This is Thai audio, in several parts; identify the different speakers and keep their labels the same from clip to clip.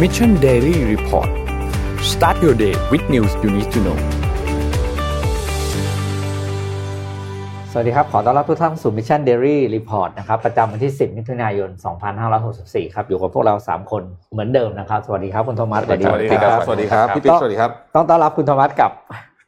Speaker 1: Mission Daily Report start your day with news you need to know
Speaker 2: สวัสดีครับ ขอต้อนรับทุกท่านสู่ Mission Daily Report นะครับ ประจำวันที่ 10 มิถุนายน 2564 ครับ อยู่กับพวกเรา 3 คนเหมือนเดิมนะครับ สวัสดีครับคุณโทมัส
Speaker 3: สวัสดีครับ สวัสดีครับ พี่ปิ๊กสวัสดีครับ
Speaker 2: ต้องต้อนรับคุณโทมัสกลับ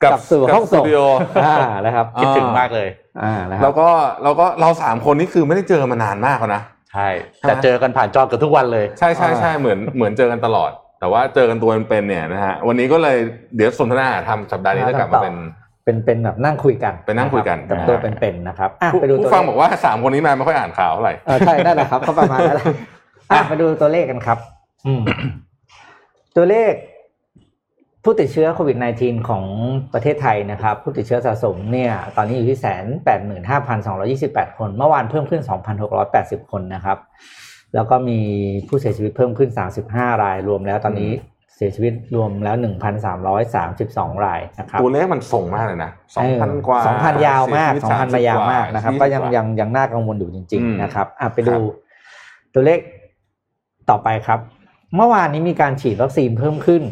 Speaker 3: กลับ
Speaker 2: สู่
Speaker 3: กลับ
Speaker 2: ห้องส่ง
Speaker 3: สตูดิโออ่
Speaker 2: อ่านะครับ
Speaker 3: คิดถึงมากเลย
Speaker 2: อ่านะครั
Speaker 3: แล้
Speaker 2: บ
Speaker 3: วก็เราก็เราสามคนนี่คือไม่ได้เจอมานานมากแล้วนะ
Speaker 4: ใช่ แต่เจอกันผ่านจอเกือบทุกวันเลย
Speaker 3: ใช่ใช่ใช่เหมือนเหมือนเจอกันตลอด แต่ว่าเจอกันตัวเป็นๆเนี่ยนะฮะวันนี้ก็เลยเดี๋ยวสนทนาทำสัปดาห์นี้จะกลับมาเป็น
Speaker 2: เป็นเป็นแบบนั่งคุยกัน
Speaker 3: เป็นนั่งคุยกันะ
Speaker 2: รับ
Speaker 3: นะฮะ
Speaker 2: ตัวเป็นๆนะครับอ่ะ
Speaker 3: ผู้
Speaker 2: ไปดู
Speaker 3: ผู้
Speaker 2: ตัว
Speaker 3: ฟัง
Speaker 2: เล
Speaker 3: บ
Speaker 2: ข
Speaker 3: อกว่าสามคนนี้มาไม่ค่อยอ่านข่าวเท่าไหร่
Speaker 2: เออใช่นั่นแหละครับก็ประมาณนั้นแหละอ่ะไปดูตัวเลขกันครับ
Speaker 4: อืม
Speaker 2: ตัวเลขผู้ติดเชื้อโควิด -19 ของประเทศไทยนะครับ ผู้ติดเชื้อสะสมเนี่ย ตอนนี้อยู่ที่แสนแปดหมื่นห้าพันสองรอยี่สิบแปดคน เมื่อวานเพิ่มขึ้นสองพันหกร้อยแปดสิบคนนะครับ แล้วก็มีผู้เสียชีวิตเพิ่มขึ้นสามสิบห้ารายรวมแล้วตอนนี้เสียชีวิตรวมแล้วหนึ่งพันสามร้อยสามสิบสองรายนะครับ
Speaker 3: ตัวเลขมันส่งมากเลยนะสองพันกว่า
Speaker 2: สองพันยาวมากสองพัน
Speaker 3: ม
Speaker 2: มายาวมากนะครับ
Speaker 3: สิ
Speaker 2: ก็ยังยังยังน่ากังวลอยู่จริง
Speaker 3: อืม
Speaker 2: ๆ นะครับอ่ะไปดู
Speaker 3: ครับ
Speaker 2: ตัวเลขต่อไปครับ เมื่อวานนี้มีการฉีดวัคซีนเพิ่มขึ้น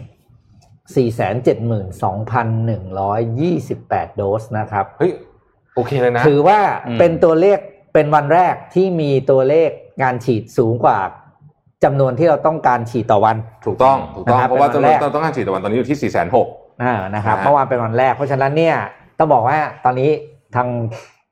Speaker 2: 472,128 โดสนะครับ
Speaker 3: เฮ้ยโอเคเลยนะ
Speaker 2: ถือว่า
Speaker 3: อืม
Speaker 2: เป็นตัวเลขเป็นวันแรกที่มีตัวเลขการฉีดสูงกว่าจำนวนที่เราต้องการฉีดต่อวัน
Speaker 3: ถูกต้องถูกต้อง
Speaker 2: นะครับ
Speaker 3: เพราะว่า
Speaker 2: เป็
Speaker 3: จำ
Speaker 2: น
Speaker 3: น
Speaker 2: วันแร
Speaker 3: วน
Speaker 2: ก
Speaker 3: ต้องต้องการฉีดตะวันตอนนี้อยู่ที่สี่แสนหก
Speaker 2: อ่านะครับ
Speaker 3: นะฮะ
Speaker 2: เมื่อวานเป็นวันแรก เพราะฉะนั้นเนี่ยต้องบอกว่าตอนนี้ทาง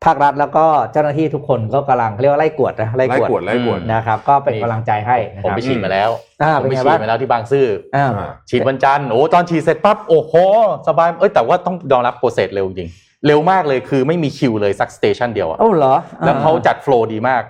Speaker 2: ภาครัฐแล้วก็เจ้าหน้าที่ทุกคนก็กำลังเรียกว่าไล่กวดนะไล่
Speaker 3: ไล่
Speaker 2: กวด
Speaker 3: กวดไล่กวด
Speaker 4: อืม
Speaker 2: นะครับ ก็เป็นกำลังใจให้นะ
Speaker 4: ผม
Speaker 2: ครับ
Speaker 4: ไปฉีดมาแล้ว
Speaker 2: อ่า
Speaker 4: ผม
Speaker 2: เป็น
Speaker 4: ไป
Speaker 2: ไง
Speaker 4: ฉี
Speaker 2: บ้า
Speaker 4: ด
Speaker 2: ง
Speaker 4: มาแล้วที่บางซื่อ
Speaker 2: อ่า
Speaker 3: อ่า
Speaker 4: ฉีดวันจันทร์โอ้ตอนฉีดเสร็จปั๊บโอ้โห สบาย เอ้ยแต่ว่าต้องยอมรับโปรเซสเร็วจริง เร็วมากเลยคือไม่มีคิวเลยสักสเตชันเดียวอะ
Speaker 2: เอ้าเหรอ
Speaker 4: แล้วเขาจัดโฟล์ดีมาก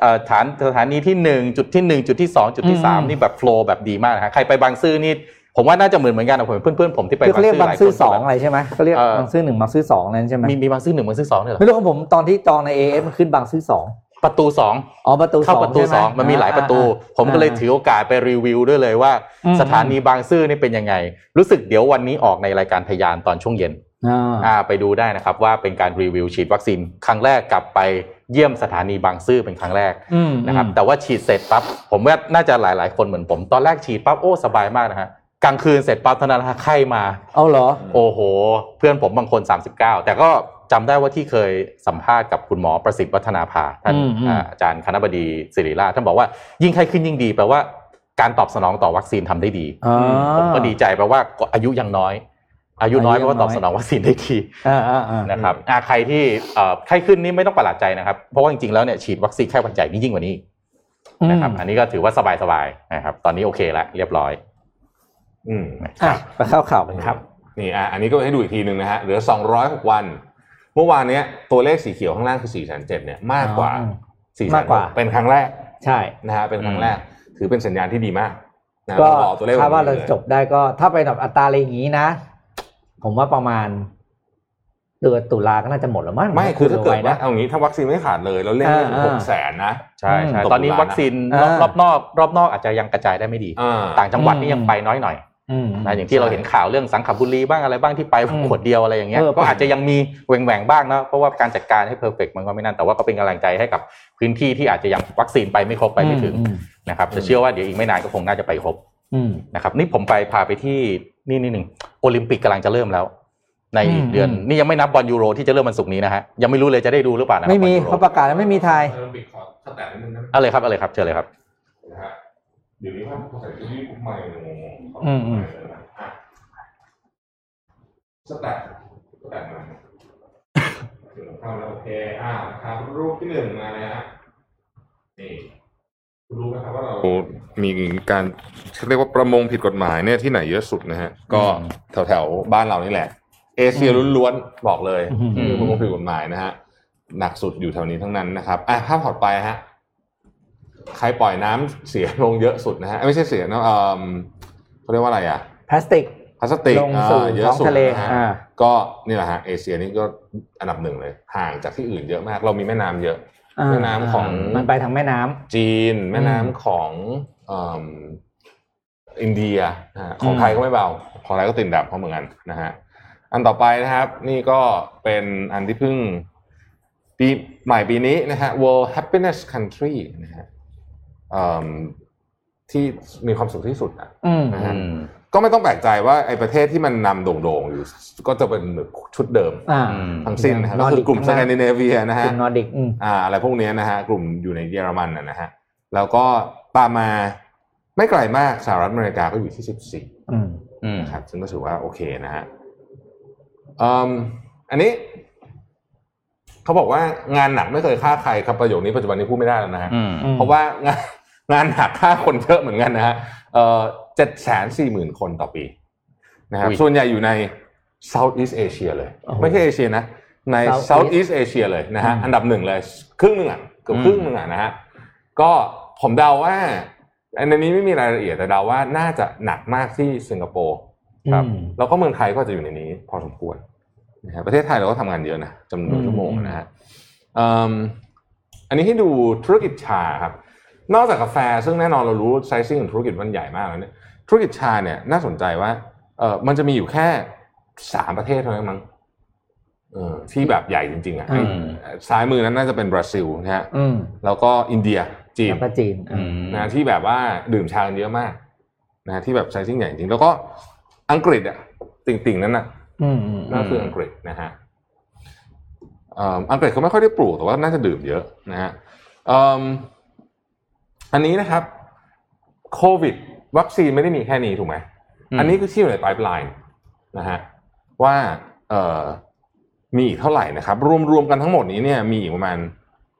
Speaker 4: เอ่อฐานสถานีที่หนึ่งจุดที่หนึ่งจุดที่สองจุดที่สามนี่แบบโฟล์แบบดีมากนะฮะใครไปบางซื่อนี่ผมว่าน่าจะเหมือนเหมือนกันอะผมเพื่อนเพื่อนๆผมที่ไป
Speaker 2: คือเขาเรียกบางซื่อ
Speaker 4: หลยคน
Speaker 2: สอง
Speaker 4: ก็
Speaker 2: อะ
Speaker 4: แบบ
Speaker 2: ไรใช่ไหมเขาเรียก
Speaker 4: เอ่อ
Speaker 2: บางซื่อหนึ่งบางซื่อสองนั่นใช่ไหม
Speaker 4: มีมีบางซื่อหนึ่งบางซื่อสองเนี่ยเหรอ
Speaker 2: ไม่รู้ของผมตอนที่จองในเอเอมันขึ้นบางซื่อสอง
Speaker 4: ประตูสอง
Speaker 2: อ๋อประตู
Speaker 4: เข้าประตู
Speaker 2: ใช่ไ
Speaker 4: สองมันมีหลายประตู
Speaker 2: อ่
Speaker 4: ผมก็เลยถือโอกาสไปรีวิวด้วยเลยว่า
Speaker 2: อืม
Speaker 4: สถานีบางซื่อนี่เป็นยังไง รู้สึกเดี๋ยววันนี้ออกในรายการพยานตอนช่วงเย็น
Speaker 2: อ่า
Speaker 4: อ่าไปดูได้นะครับว่าเป็นการรีวิวฉีดวัคซีนครั้งแรกกลับไปเยี่ยมสถานีบางซื่อเป็นครั้งแรก
Speaker 2: อืม
Speaker 4: นะครับแต่ว่าฉีดเสร็จปั๊บผมว่าน่าจะหลายๆ คนเหมือนผม ตอนแรกฉีดปั๊บโอ้สบายมากนะฮะกลางคืนเสร็จปั๊บเท่านั้นฮะไข้มา
Speaker 2: เอาเหรอ
Speaker 4: โอ้โห เพื่อนผมบางคน 39 แต่ก็จำได้ว่าที่เคยสัมภาษณ์กับคุณหมอประสิทธิ์วัฒนาภาท่าน
Speaker 2: อืมอืม
Speaker 4: อ่าอาจารย์คณบดีศิริราชท่านบอกว่ายิ่งไข้ขึ้นยิ่งดีแปลว่าการตอบสนองต่อวัคซีนทำได้ดี
Speaker 2: อ๋อ
Speaker 4: ผมก็ดีใจแปลว่าอายุยังน้อย อายุน้อย
Speaker 2: อายุยัง
Speaker 4: แปลว่าตอบ
Speaker 2: น้อย
Speaker 4: สนองวัคซีนได้ดี
Speaker 2: อ่าอ่าอ่า
Speaker 4: นะครับอ่าใครที่เอ่อไข้ขึ้นนี่ไม่ต้องประหลาดใจนะครับ เพราะว่าจริงๆแล้วเนี่ยฉีดวัคซีนไข้หวัดใหญ่นี่ยิ่งกว่านี้
Speaker 2: นะ
Speaker 4: นะครับอันนี้ก็ถือว่าสบายๆนะครับตอนนี้โอเคแล้วเรียบร้อย
Speaker 3: อืม
Speaker 2: ไปเข้าข่าวกันครับ
Speaker 3: นี่อ่ะอันนี้ก็ให้ดูอีกทีหนึ่งนะฮะเหลือ 206 วัน เมื่อวานเนี้ยตัวเลขสีเขียวข้างล่างคือ4 7 0 0เนี่ยมากกว่า
Speaker 2: อ๋อ
Speaker 3: 4 0
Speaker 2: มากกว่า
Speaker 3: 0เป็นครั้งแรก
Speaker 2: ใช่
Speaker 3: นะฮะเป็นครั้งแรก ถือเป็นสัญญาณที่ดีมากนะ
Speaker 2: ก็
Speaker 3: เรบอกตัวเลข
Speaker 2: ถ้าดว่าเรา
Speaker 3: แบบนี้ลย
Speaker 2: จบได้ก็ถ้าไปแบบอัตราอะไรอย่างนี้นะ ผมว่าประมาณเดือนตุลาก็น่าจะหมดแล้วมั้ง
Speaker 3: ไม่คือถ้าเกิด
Speaker 2: ไว
Speaker 3: ว่า
Speaker 2: นะ
Speaker 3: เอางี้ถ้าวัคซีนไม่ขาดเลย แล้วเล่นได้ถึง
Speaker 2: อ่า
Speaker 3: หกแสนนะ
Speaker 4: ใช่ใช่
Speaker 3: อืม
Speaker 4: ตอนนี้
Speaker 3: ตกลงนะ
Speaker 4: วัคซีน
Speaker 2: อ่าร
Speaker 4: อบนอกรอบนอกอาจจะยังกระจายได้ไม่ดี
Speaker 3: อ่า
Speaker 4: ต่างจังหวัด
Speaker 2: อืม
Speaker 4: นี่ยังไปน้อยหน่อย
Speaker 2: อืม
Speaker 4: นะอย่างที่เราเห็นข่าวเรื่องสังขบุรีบ้างอะไรบ้างที่ไป
Speaker 2: อืม
Speaker 4: ขวดเดียวอะไรอย่างเงี้ย
Speaker 2: เออ
Speaker 4: ก็อาจจะยังมีแหว่งแหวงๆบ้างนะเพราะว่าการจัดการให้เพอร์เฟกมันก็ไม่นั่นแต่ว่าก็เป็นกำลังใจให้กับพื้นที่ที่อาจจะยังวัคซีนไปไม่ครบไปไม่ถึง
Speaker 2: อื
Speaker 4: นะครับจะ
Speaker 3: อืม
Speaker 4: เชื่อว่าเดี๋ยวอีกไม่นานก็คงน่าจะไปครบ
Speaker 2: อืม
Speaker 4: นะครับนี่ผมไปพาไปที่นี่นิดหนึ่งโอลิมปิกกำลังจะเริ่มแล้ว ใน
Speaker 2: อืม
Speaker 4: เดือน
Speaker 2: อืม
Speaker 4: นี่ยังไม่นับบอลยูโรที่จะเริ่มวันศุกร์นี้นะฮะยังไม่รู้เลยจะได้ดูหรือเปล่านะครับ
Speaker 2: ไม่มี
Speaker 4: บอลยูโร
Speaker 2: เขาประกาศแล้วไม่มีไทย
Speaker 3: เออปิดขอสแตทนิดนึงนะ
Speaker 4: เอาเลยครับเอาเลยครับเชิญเลยครับ
Speaker 3: นะฮะเดี๋ยวนี้ว่าพอใส่ชุดนี้ปุ๊บใหม่เลยงงๆข
Speaker 2: อืมอืม
Speaker 3: อ่ะสแตทสแตทมาถึงเข้าแล้วโอเคอ่าครับรูปที่หนึ่งมาแล้วฮะนี่คุณรู้ไหมครับว่าเรามีการเรียกว่าประมงผิดกฎหมายเนี่ยที่ไหนเยอะสุดนะฮะ ก็
Speaker 4: อืม
Speaker 3: แถวแถวๆบ้านเรานี่แหละ เอเชียล้วนๆบอกเลย
Speaker 2: อืม
Speaker 3: ประมงผิดกฎหมายนะฮะหนักสุดอยู่แถวนี้ทั้งนั้นนะครับอ่ะภาพถัดไปฮะใครปล่อยน้ำเสียลงเยอะสุดนะฮะเอ้ยไม่ใช่เสียนะเออเขาเรียกว่าอะไรอ่ะ
Speaker 2: พลาสติก
Speaker 3: พลาสติก
Speaker 2: ลงสู่
Speaker 3: าเย
Speaker 2: ท้
Speaker 3: อะ
Speaker 2: อง
Speaker 3: สุด
Speaker 2: ทะเล
Speaker 3: นะฮะ
Speaker 2: อ่า
Speaker 3: ก็นี่แหละฮะเอเชียนี่ก็อันดับหนึ่งเลย ห่างจากที่อื่นเยอะมาก เรามีแม่น้ำเยอะ แม่น้ำของ
Speaker 2: มันไปทางแม่น้ำ
Speaker 3: จีน แม่น้ำ
Speaker 2: อืม
Speaker 3: ของเอิ่มอินเดียนะฮะของ
Speaker 2: อืม
Speaker 3: ไทยก็ไม่เบาของไทยก็ติดอันดับเขาเหมือนกันนะฮะอันต่อไปนะครับ นี่ก็เป็นอันที่เพิ่งปีใหม่ปีนี้นะฮะ World Happiness Country นะฮะเอิ่ม ที่มีความสุขที่สุดอ่ะ
Speaker 2: อืม
Speaker 3: นะฮะ ก็ไม่ต้องแปลกใจว่าไอ้ประเทศที่มันนำโด่งๆอยู่ ก็จะเป็นแบบชุดเดิม
Speaker 2: อ่า
Speaker 4: อืม
Speaker 3: ทั้งสิ้นนะครับ
Speaker 2: น
Speaker 3: ก็
Speaker 2: อร์ดิ
Speaker 3: คื
Speaker 2: ก
Speaker 3: อกลุ่มสแกนดิเนเวียนะฮะ
Speaker 2: เป็นนอร์ดิกอืม
Speaker 3: อ่าอะไรพวกเนี้ยนะฮะกลุ่มอยู่ในเยอรมันนะนะฮะแล้วก็ตามมาไม่ไกลมากสหรัฐอเมริกาก็อยู่ที่ 14
Speaker 2: อืม
Speaker 4: อืม
Speaker 3: นะครับซึ่งก็ถือว่าโอเคนะฮะอืมอันนี้ เขาบอกว่างานหนักไม่เคยฆ่าใครครับประโยคนี้ปัจจุบันนี้พูดไม่ได้แล้วนะฮะ
Speaker 4: อืม
Speaker 2: ม
Speaker 3: เพรา ะว่างานงานหนักฆ่าคนเยอะเหมือนกันนะฮะเจ็ดแสนสี่หมื่นคนต่อปีนะครับ
Speaker 4: อุ๊ย
Speaker 3: ส่วนใหญ่อยู่ใน Southeast Asia เลย
Speaker 2: โอ้โห
Speaker 3: ไม่ใช่เอเชียนะ ใน
Speaker 2: Southeast
Speaker 3: Southeast Asia เลยนะฮะ
Speaker 2: อืม
Speaker 3: อันดับหนึ่งเลย ครึ่งหนึ่งอ่ะเกือบ
Speaker 4: อืม
Speaker 3: ครึ่งหนึ่งอ่ะนะฮะก็ผมเดาว่าอันนี้ไม่มีรายละเอียดแต่เดาว่าน่าจะหนักมากที่สิงคโปร์ ครับ
Speaker 2: อืม
Speaker 3: แล้วก็เมืองไทยก็จะอยู่ในนี้พอสมควรนะครับประเทศไทยเราก็ทำงานเยอะนะจำนวนชั่วโมงนะฮะเอิ่มอันนี้ให้ดูธุรกิจชาครับ นอกจากกาแฟซึ่งแน่นอนเรารู้ไซซิ่งของธุรกิจมันใหญ่มากแล้วเนี่ยธุรกิจชาเนี่ยน่าสนใจว่าเออมันจะมีอยู่แค่สามประเทศเท่านั้นมั้งเออที่แบบใหญ่จริงๆอ่ะ
Speaker 2: อืม
Speaker 3: ซ้ายมือนั้นน่าจะเป็นบราซิลนะฮะ
Speaker 2: อืม
Speaker 3: แล้วก็อินเดียจีน
Speaker 2: แล้วก็จีน
Speaker 4: อืม
Speaker 3: นะที่แบบว่าดื่มชากันเยอะมากนะที่แบบไซซิ่งใหญ่จริงแล้วก็อังกฤษอ่ะติ่งๆ นั้นน่ะ
Speaker 2: อืมอืม
Speaker 3: นั่นคืออังกฤษนะฮะเอิ่มอังกฤษเขาไม่ค่อยได้ปลูกแต่ว่าน่าจะดื่มเยอะนะฮะเอิ่มอันนี้นะครับโควิด วัคซีนไม่ได้มีแค่นี้ถูกไหม อันนี้คือที่อยู่ใน pipeline นะฮะว่าเอ่อมีอีกเท่าไหร่นะครับ รวมๆกันทั้งหมดนี้เนี่ยมีอีกประมาณ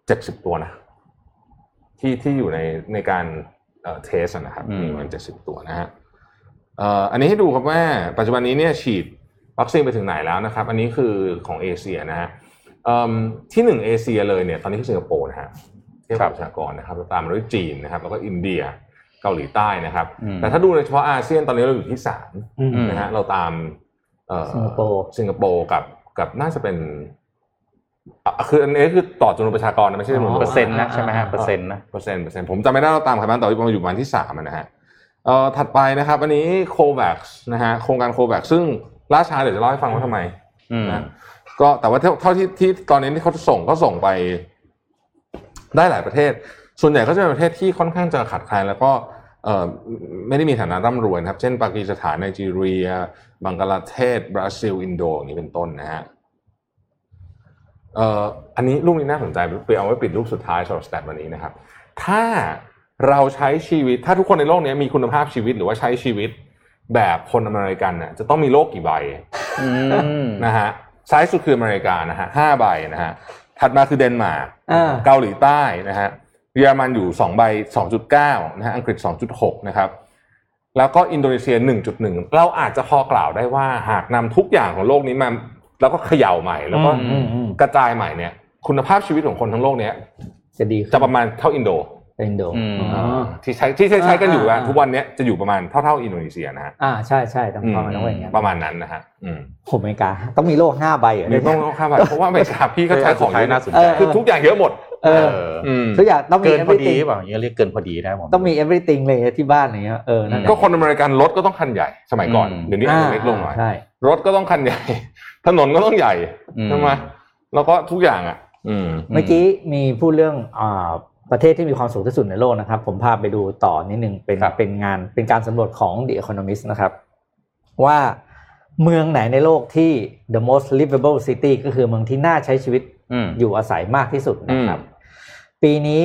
Speaker 3: เจ็ดสิบตัวนะ ที่ที่อยู่ในในการเอ่อเทสอะนะครับ
Speaker 4: อืม
Speaker 3: มีประมาณเจ็ดสิบตัวนะฮะเอ่ออันนี้ให้ดูครับว่าปัจจุบันนี้เนี่ยฉีดวัคซีนไปถึงไหนแล้วนะครับ อันนี้คือของเอเชียนะฮะเอิ่มที่หนึ่งเอเชียเลยเนี่ยตอนนี้คือสิงคโปร์นะฮะเทียบกับประชากรนะครับแล้วตามมาด้วยจีนนะครับ แล้วก็อินเดียเกาหลีใต้นะครับ
Speaker 4: อืม
Speaker 3: แต่ถ้าดูในเฉพาะอาเซียนตอนนี้เราอยู่ที่สาม
Speaker 4: อืม
Speaker 3: นะฮะเราตามเอ่อ
Speaker 2: สิงคโปร์
Speaker 3: สิงคโปร์กับกับน่าจะเป็นอ่ะคืออันนี้คือต่อจำนวนประชากรนะไม่ใช่จำนวน
Speaker 2: อ๋อ
Speaker 4: เปอร์เซ็นต์นะ
Speaker 2: อ่า
Speaker 4: ใช่ไหมฮะเปอร์เซ็นต์นะ
Speaker 3: เปอร์เซ็นต์เปอร์เซ็นต์ผมจำไม่ได้เราตามใครบ้างแต่ว่าอยู่ประมาณที่สามอะนะฮะเอ่อถัดไปนะครับ อันนี้โควัคนะฮะโครงการโควัคซึ่งล่าช้าเดี๋ยวจะเล่าให้ฟังว่าทำไม
Speaker 4: อืม
Speaker 3: นะก็แต่ว่าเท่าเท่าที่ที่ตอนนี้ที่เขาส่งก็ส่งไปได้หลายประเทศ ส่วนใหญ่ก็จะเป็นประเทศที่ค่อนข้างจะขาดแคลนแล้วก็เอ่อไม่ได้มีฐานะร่ำรวยนะครับ เช่นปากีสถานไนจีเรีย บังกลาเทศ บราซิล อินโดอย่างนี้เป็นต้นนะฮะเอ่ออันนี้รูปนี้น่าสนใจไปเอาไว้ปิดรูปสุดท้ายสำหรับสแตทวันนี้นะครับ ถ้าเราใช้ชีวิตถ้าทุกคนในโลกนี้มีคุณภาพชีวิตหรือว่าใช้ชีวิตแบบคนอเมริกันน่ะจะต้องมีโลกกี่ใบ
Speaker 4: อืม
Speaker 3: นะฮะซ้ายสุดคืออเมริกานะฮะห้าใบนะฮะถัดมาคือเดนมาร์ก
Speaker 2: อ่า
Speaker 3: เกาหลีใต้นะฮะเยอรมันอยู่สองใบสองจุดเก้านะฮะอังกฤษสองจุดหกนะครับแล้วก็อินโดนีเซียหนึ่งจุดหนึ่งเราอาจจะพอกล่าวได้ว่าหากนำทุกอย่างของโลกนี้มา แล้วก็เขย่าใหม่แล้วก็
Speaker 2: อื
Speaker 4: อื
Speaker 2: มอืม
Speaker 3: กระจายใหม่เนี่ย คุณภาพชีวิตของคนทั้งโลกเนี้ย
Speaker 2: จะดี
Speaker 3: จะประมาณเท่าอินโด
Speaker 2: เป็นอินโด
Speaker 4: อืม
Speaker 2: อ๋อ
Speaker 3: ที่ใช้ที่ใช้ใช้กันอยู่
Speaker 2: อ่า
Speaker 3: นะ
Speaker 2: อ่า
Speaker 3: ทุกวันเนี้ยจะอยู่ประมาณเท่าเท่าๆอินโดนีเซียนะฮะ
Speaker 2: อ่าใช่ใช่ต้อง
Speaker 3: อืม
Speaker 2: ประมาณนั้นอย่างเงี้ย
Speaker 3: ประมาณนั้นนะฮะอืม
Speaker 2: ผมอเมริกาต้องมีโลกห้าใบเหรอ
Speaker 3: มี
Speaker 2: เนี่ย
Speaker 3: ต้องข้ามไปเพราะว่าอเมริกาพี่ก็ใช้ของเยอะ
Speaker 4: น่าสนใจ
Speaker 3: คือทุกอย่างเยอะหมด
Speaker 2: เออ
Speaker 3: อืม
Speaker 2: ทุกอย่างต้องมี
Speaker 4: เกินพอดี
Speaker 2: everything
Speaker 4: หรือเปล่าอย่างเงี้ยเรียกเกินพอดีได้ผม
Speaker 2: ต้องมี everything เลยที่บ้านอย่างเงี้ยเออนั่นแหละ
Speaker 3: ก็คนอเมริกันรถก็ต้องคันใหญ่ สมัยก่อน
Speaker 4: อืม
Speaker 3: เดี๋ยวนี้อาจจะเล็กลงหน่อย
Speaker 2: ใช่
Speaker 3: รถก็ต้องคันใหญ่ ถนนก็ต้องใหญ่
Speaker 4: อื
Speaker 3: ใช่ไหมแล้วก็ทุกอย่างอ่ะ อืม
Speaker 2: เมื่อกี้มีพูดเรื่องอ่าประเทศที่มีความสุขที่สุดในโลกนะครับ ผมพาไปดูต่อนิดนึงเป็น
Speaker 4: ครับ
Speaker 2: เป็นงานเป็นการสำรวจของ The Economist นะครับ ว่าเมืองไหนในโลกที่ the most livable city ก็คือเมืองที่น่าใช้ชีวิต
Speaker 4: อืม
Speaker 2: อยู่อาศัยมากที่สุดนะครับ
Speaker 3: อื
Speaker 2: ปีนี้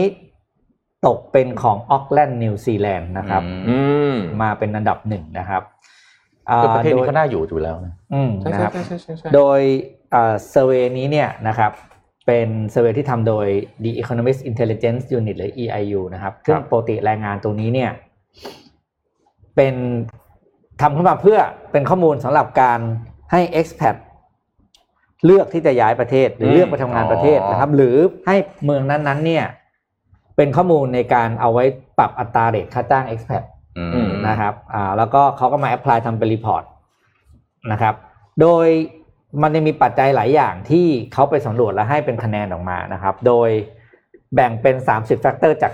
Speaker 2: ตกเป็นของออกแลนด์นิวซีแลนด์นะครับ
Speaker 3: อืม
Speaker 2: มาเป็นอันดับหนึ่งนะครับอ่า
Speaker 4: คือประเทศ
Speaker 2: โด
Speaker 4: นี้
Speaker 2: ย
Speaker 4: ก็น่าอยู่อยู่แล้วนะ
Speaker 2: อืม
Speaker 3: ใช่
Speaker 2: นะครับ
Speaker 3: ใช่ใช่ใช่ใช่
Speaker 2: โดยเซอร์เวนี้เนี่ยนะครับ เป็นเซอร์เวที่ทำโดย The Economist Intelligence Unit หรือ EIU นะครับซึ่งปกติรายงานตัวนี้เนี่ย เป็นทำขึ้นมาเพื่อเป็นข้อมูลสำหรับการให้ expat เลือกที่จะย้ายประเทศ หรือเลือกไปทำงานประเทศนะครับ หรือให้เมืองนั้นๆ เนี่ย เป็นข้อมูลในการเอาไว้ปรับอัตราเรทค่าจ้าง expat
Speaker 4: อืม
Speaker 2: นะครับอ่าแล้วก็เขาก็มาแอพพลายทำเป็นรีพอร์ตนะครับ โดยมันยังมีปัจจัยหลายอย่างที่เขาไปสำรวจและให้เป็นคะแนนออกมานะครับ โดยแบ่งเป็น 30 แฟกเตอร์จาก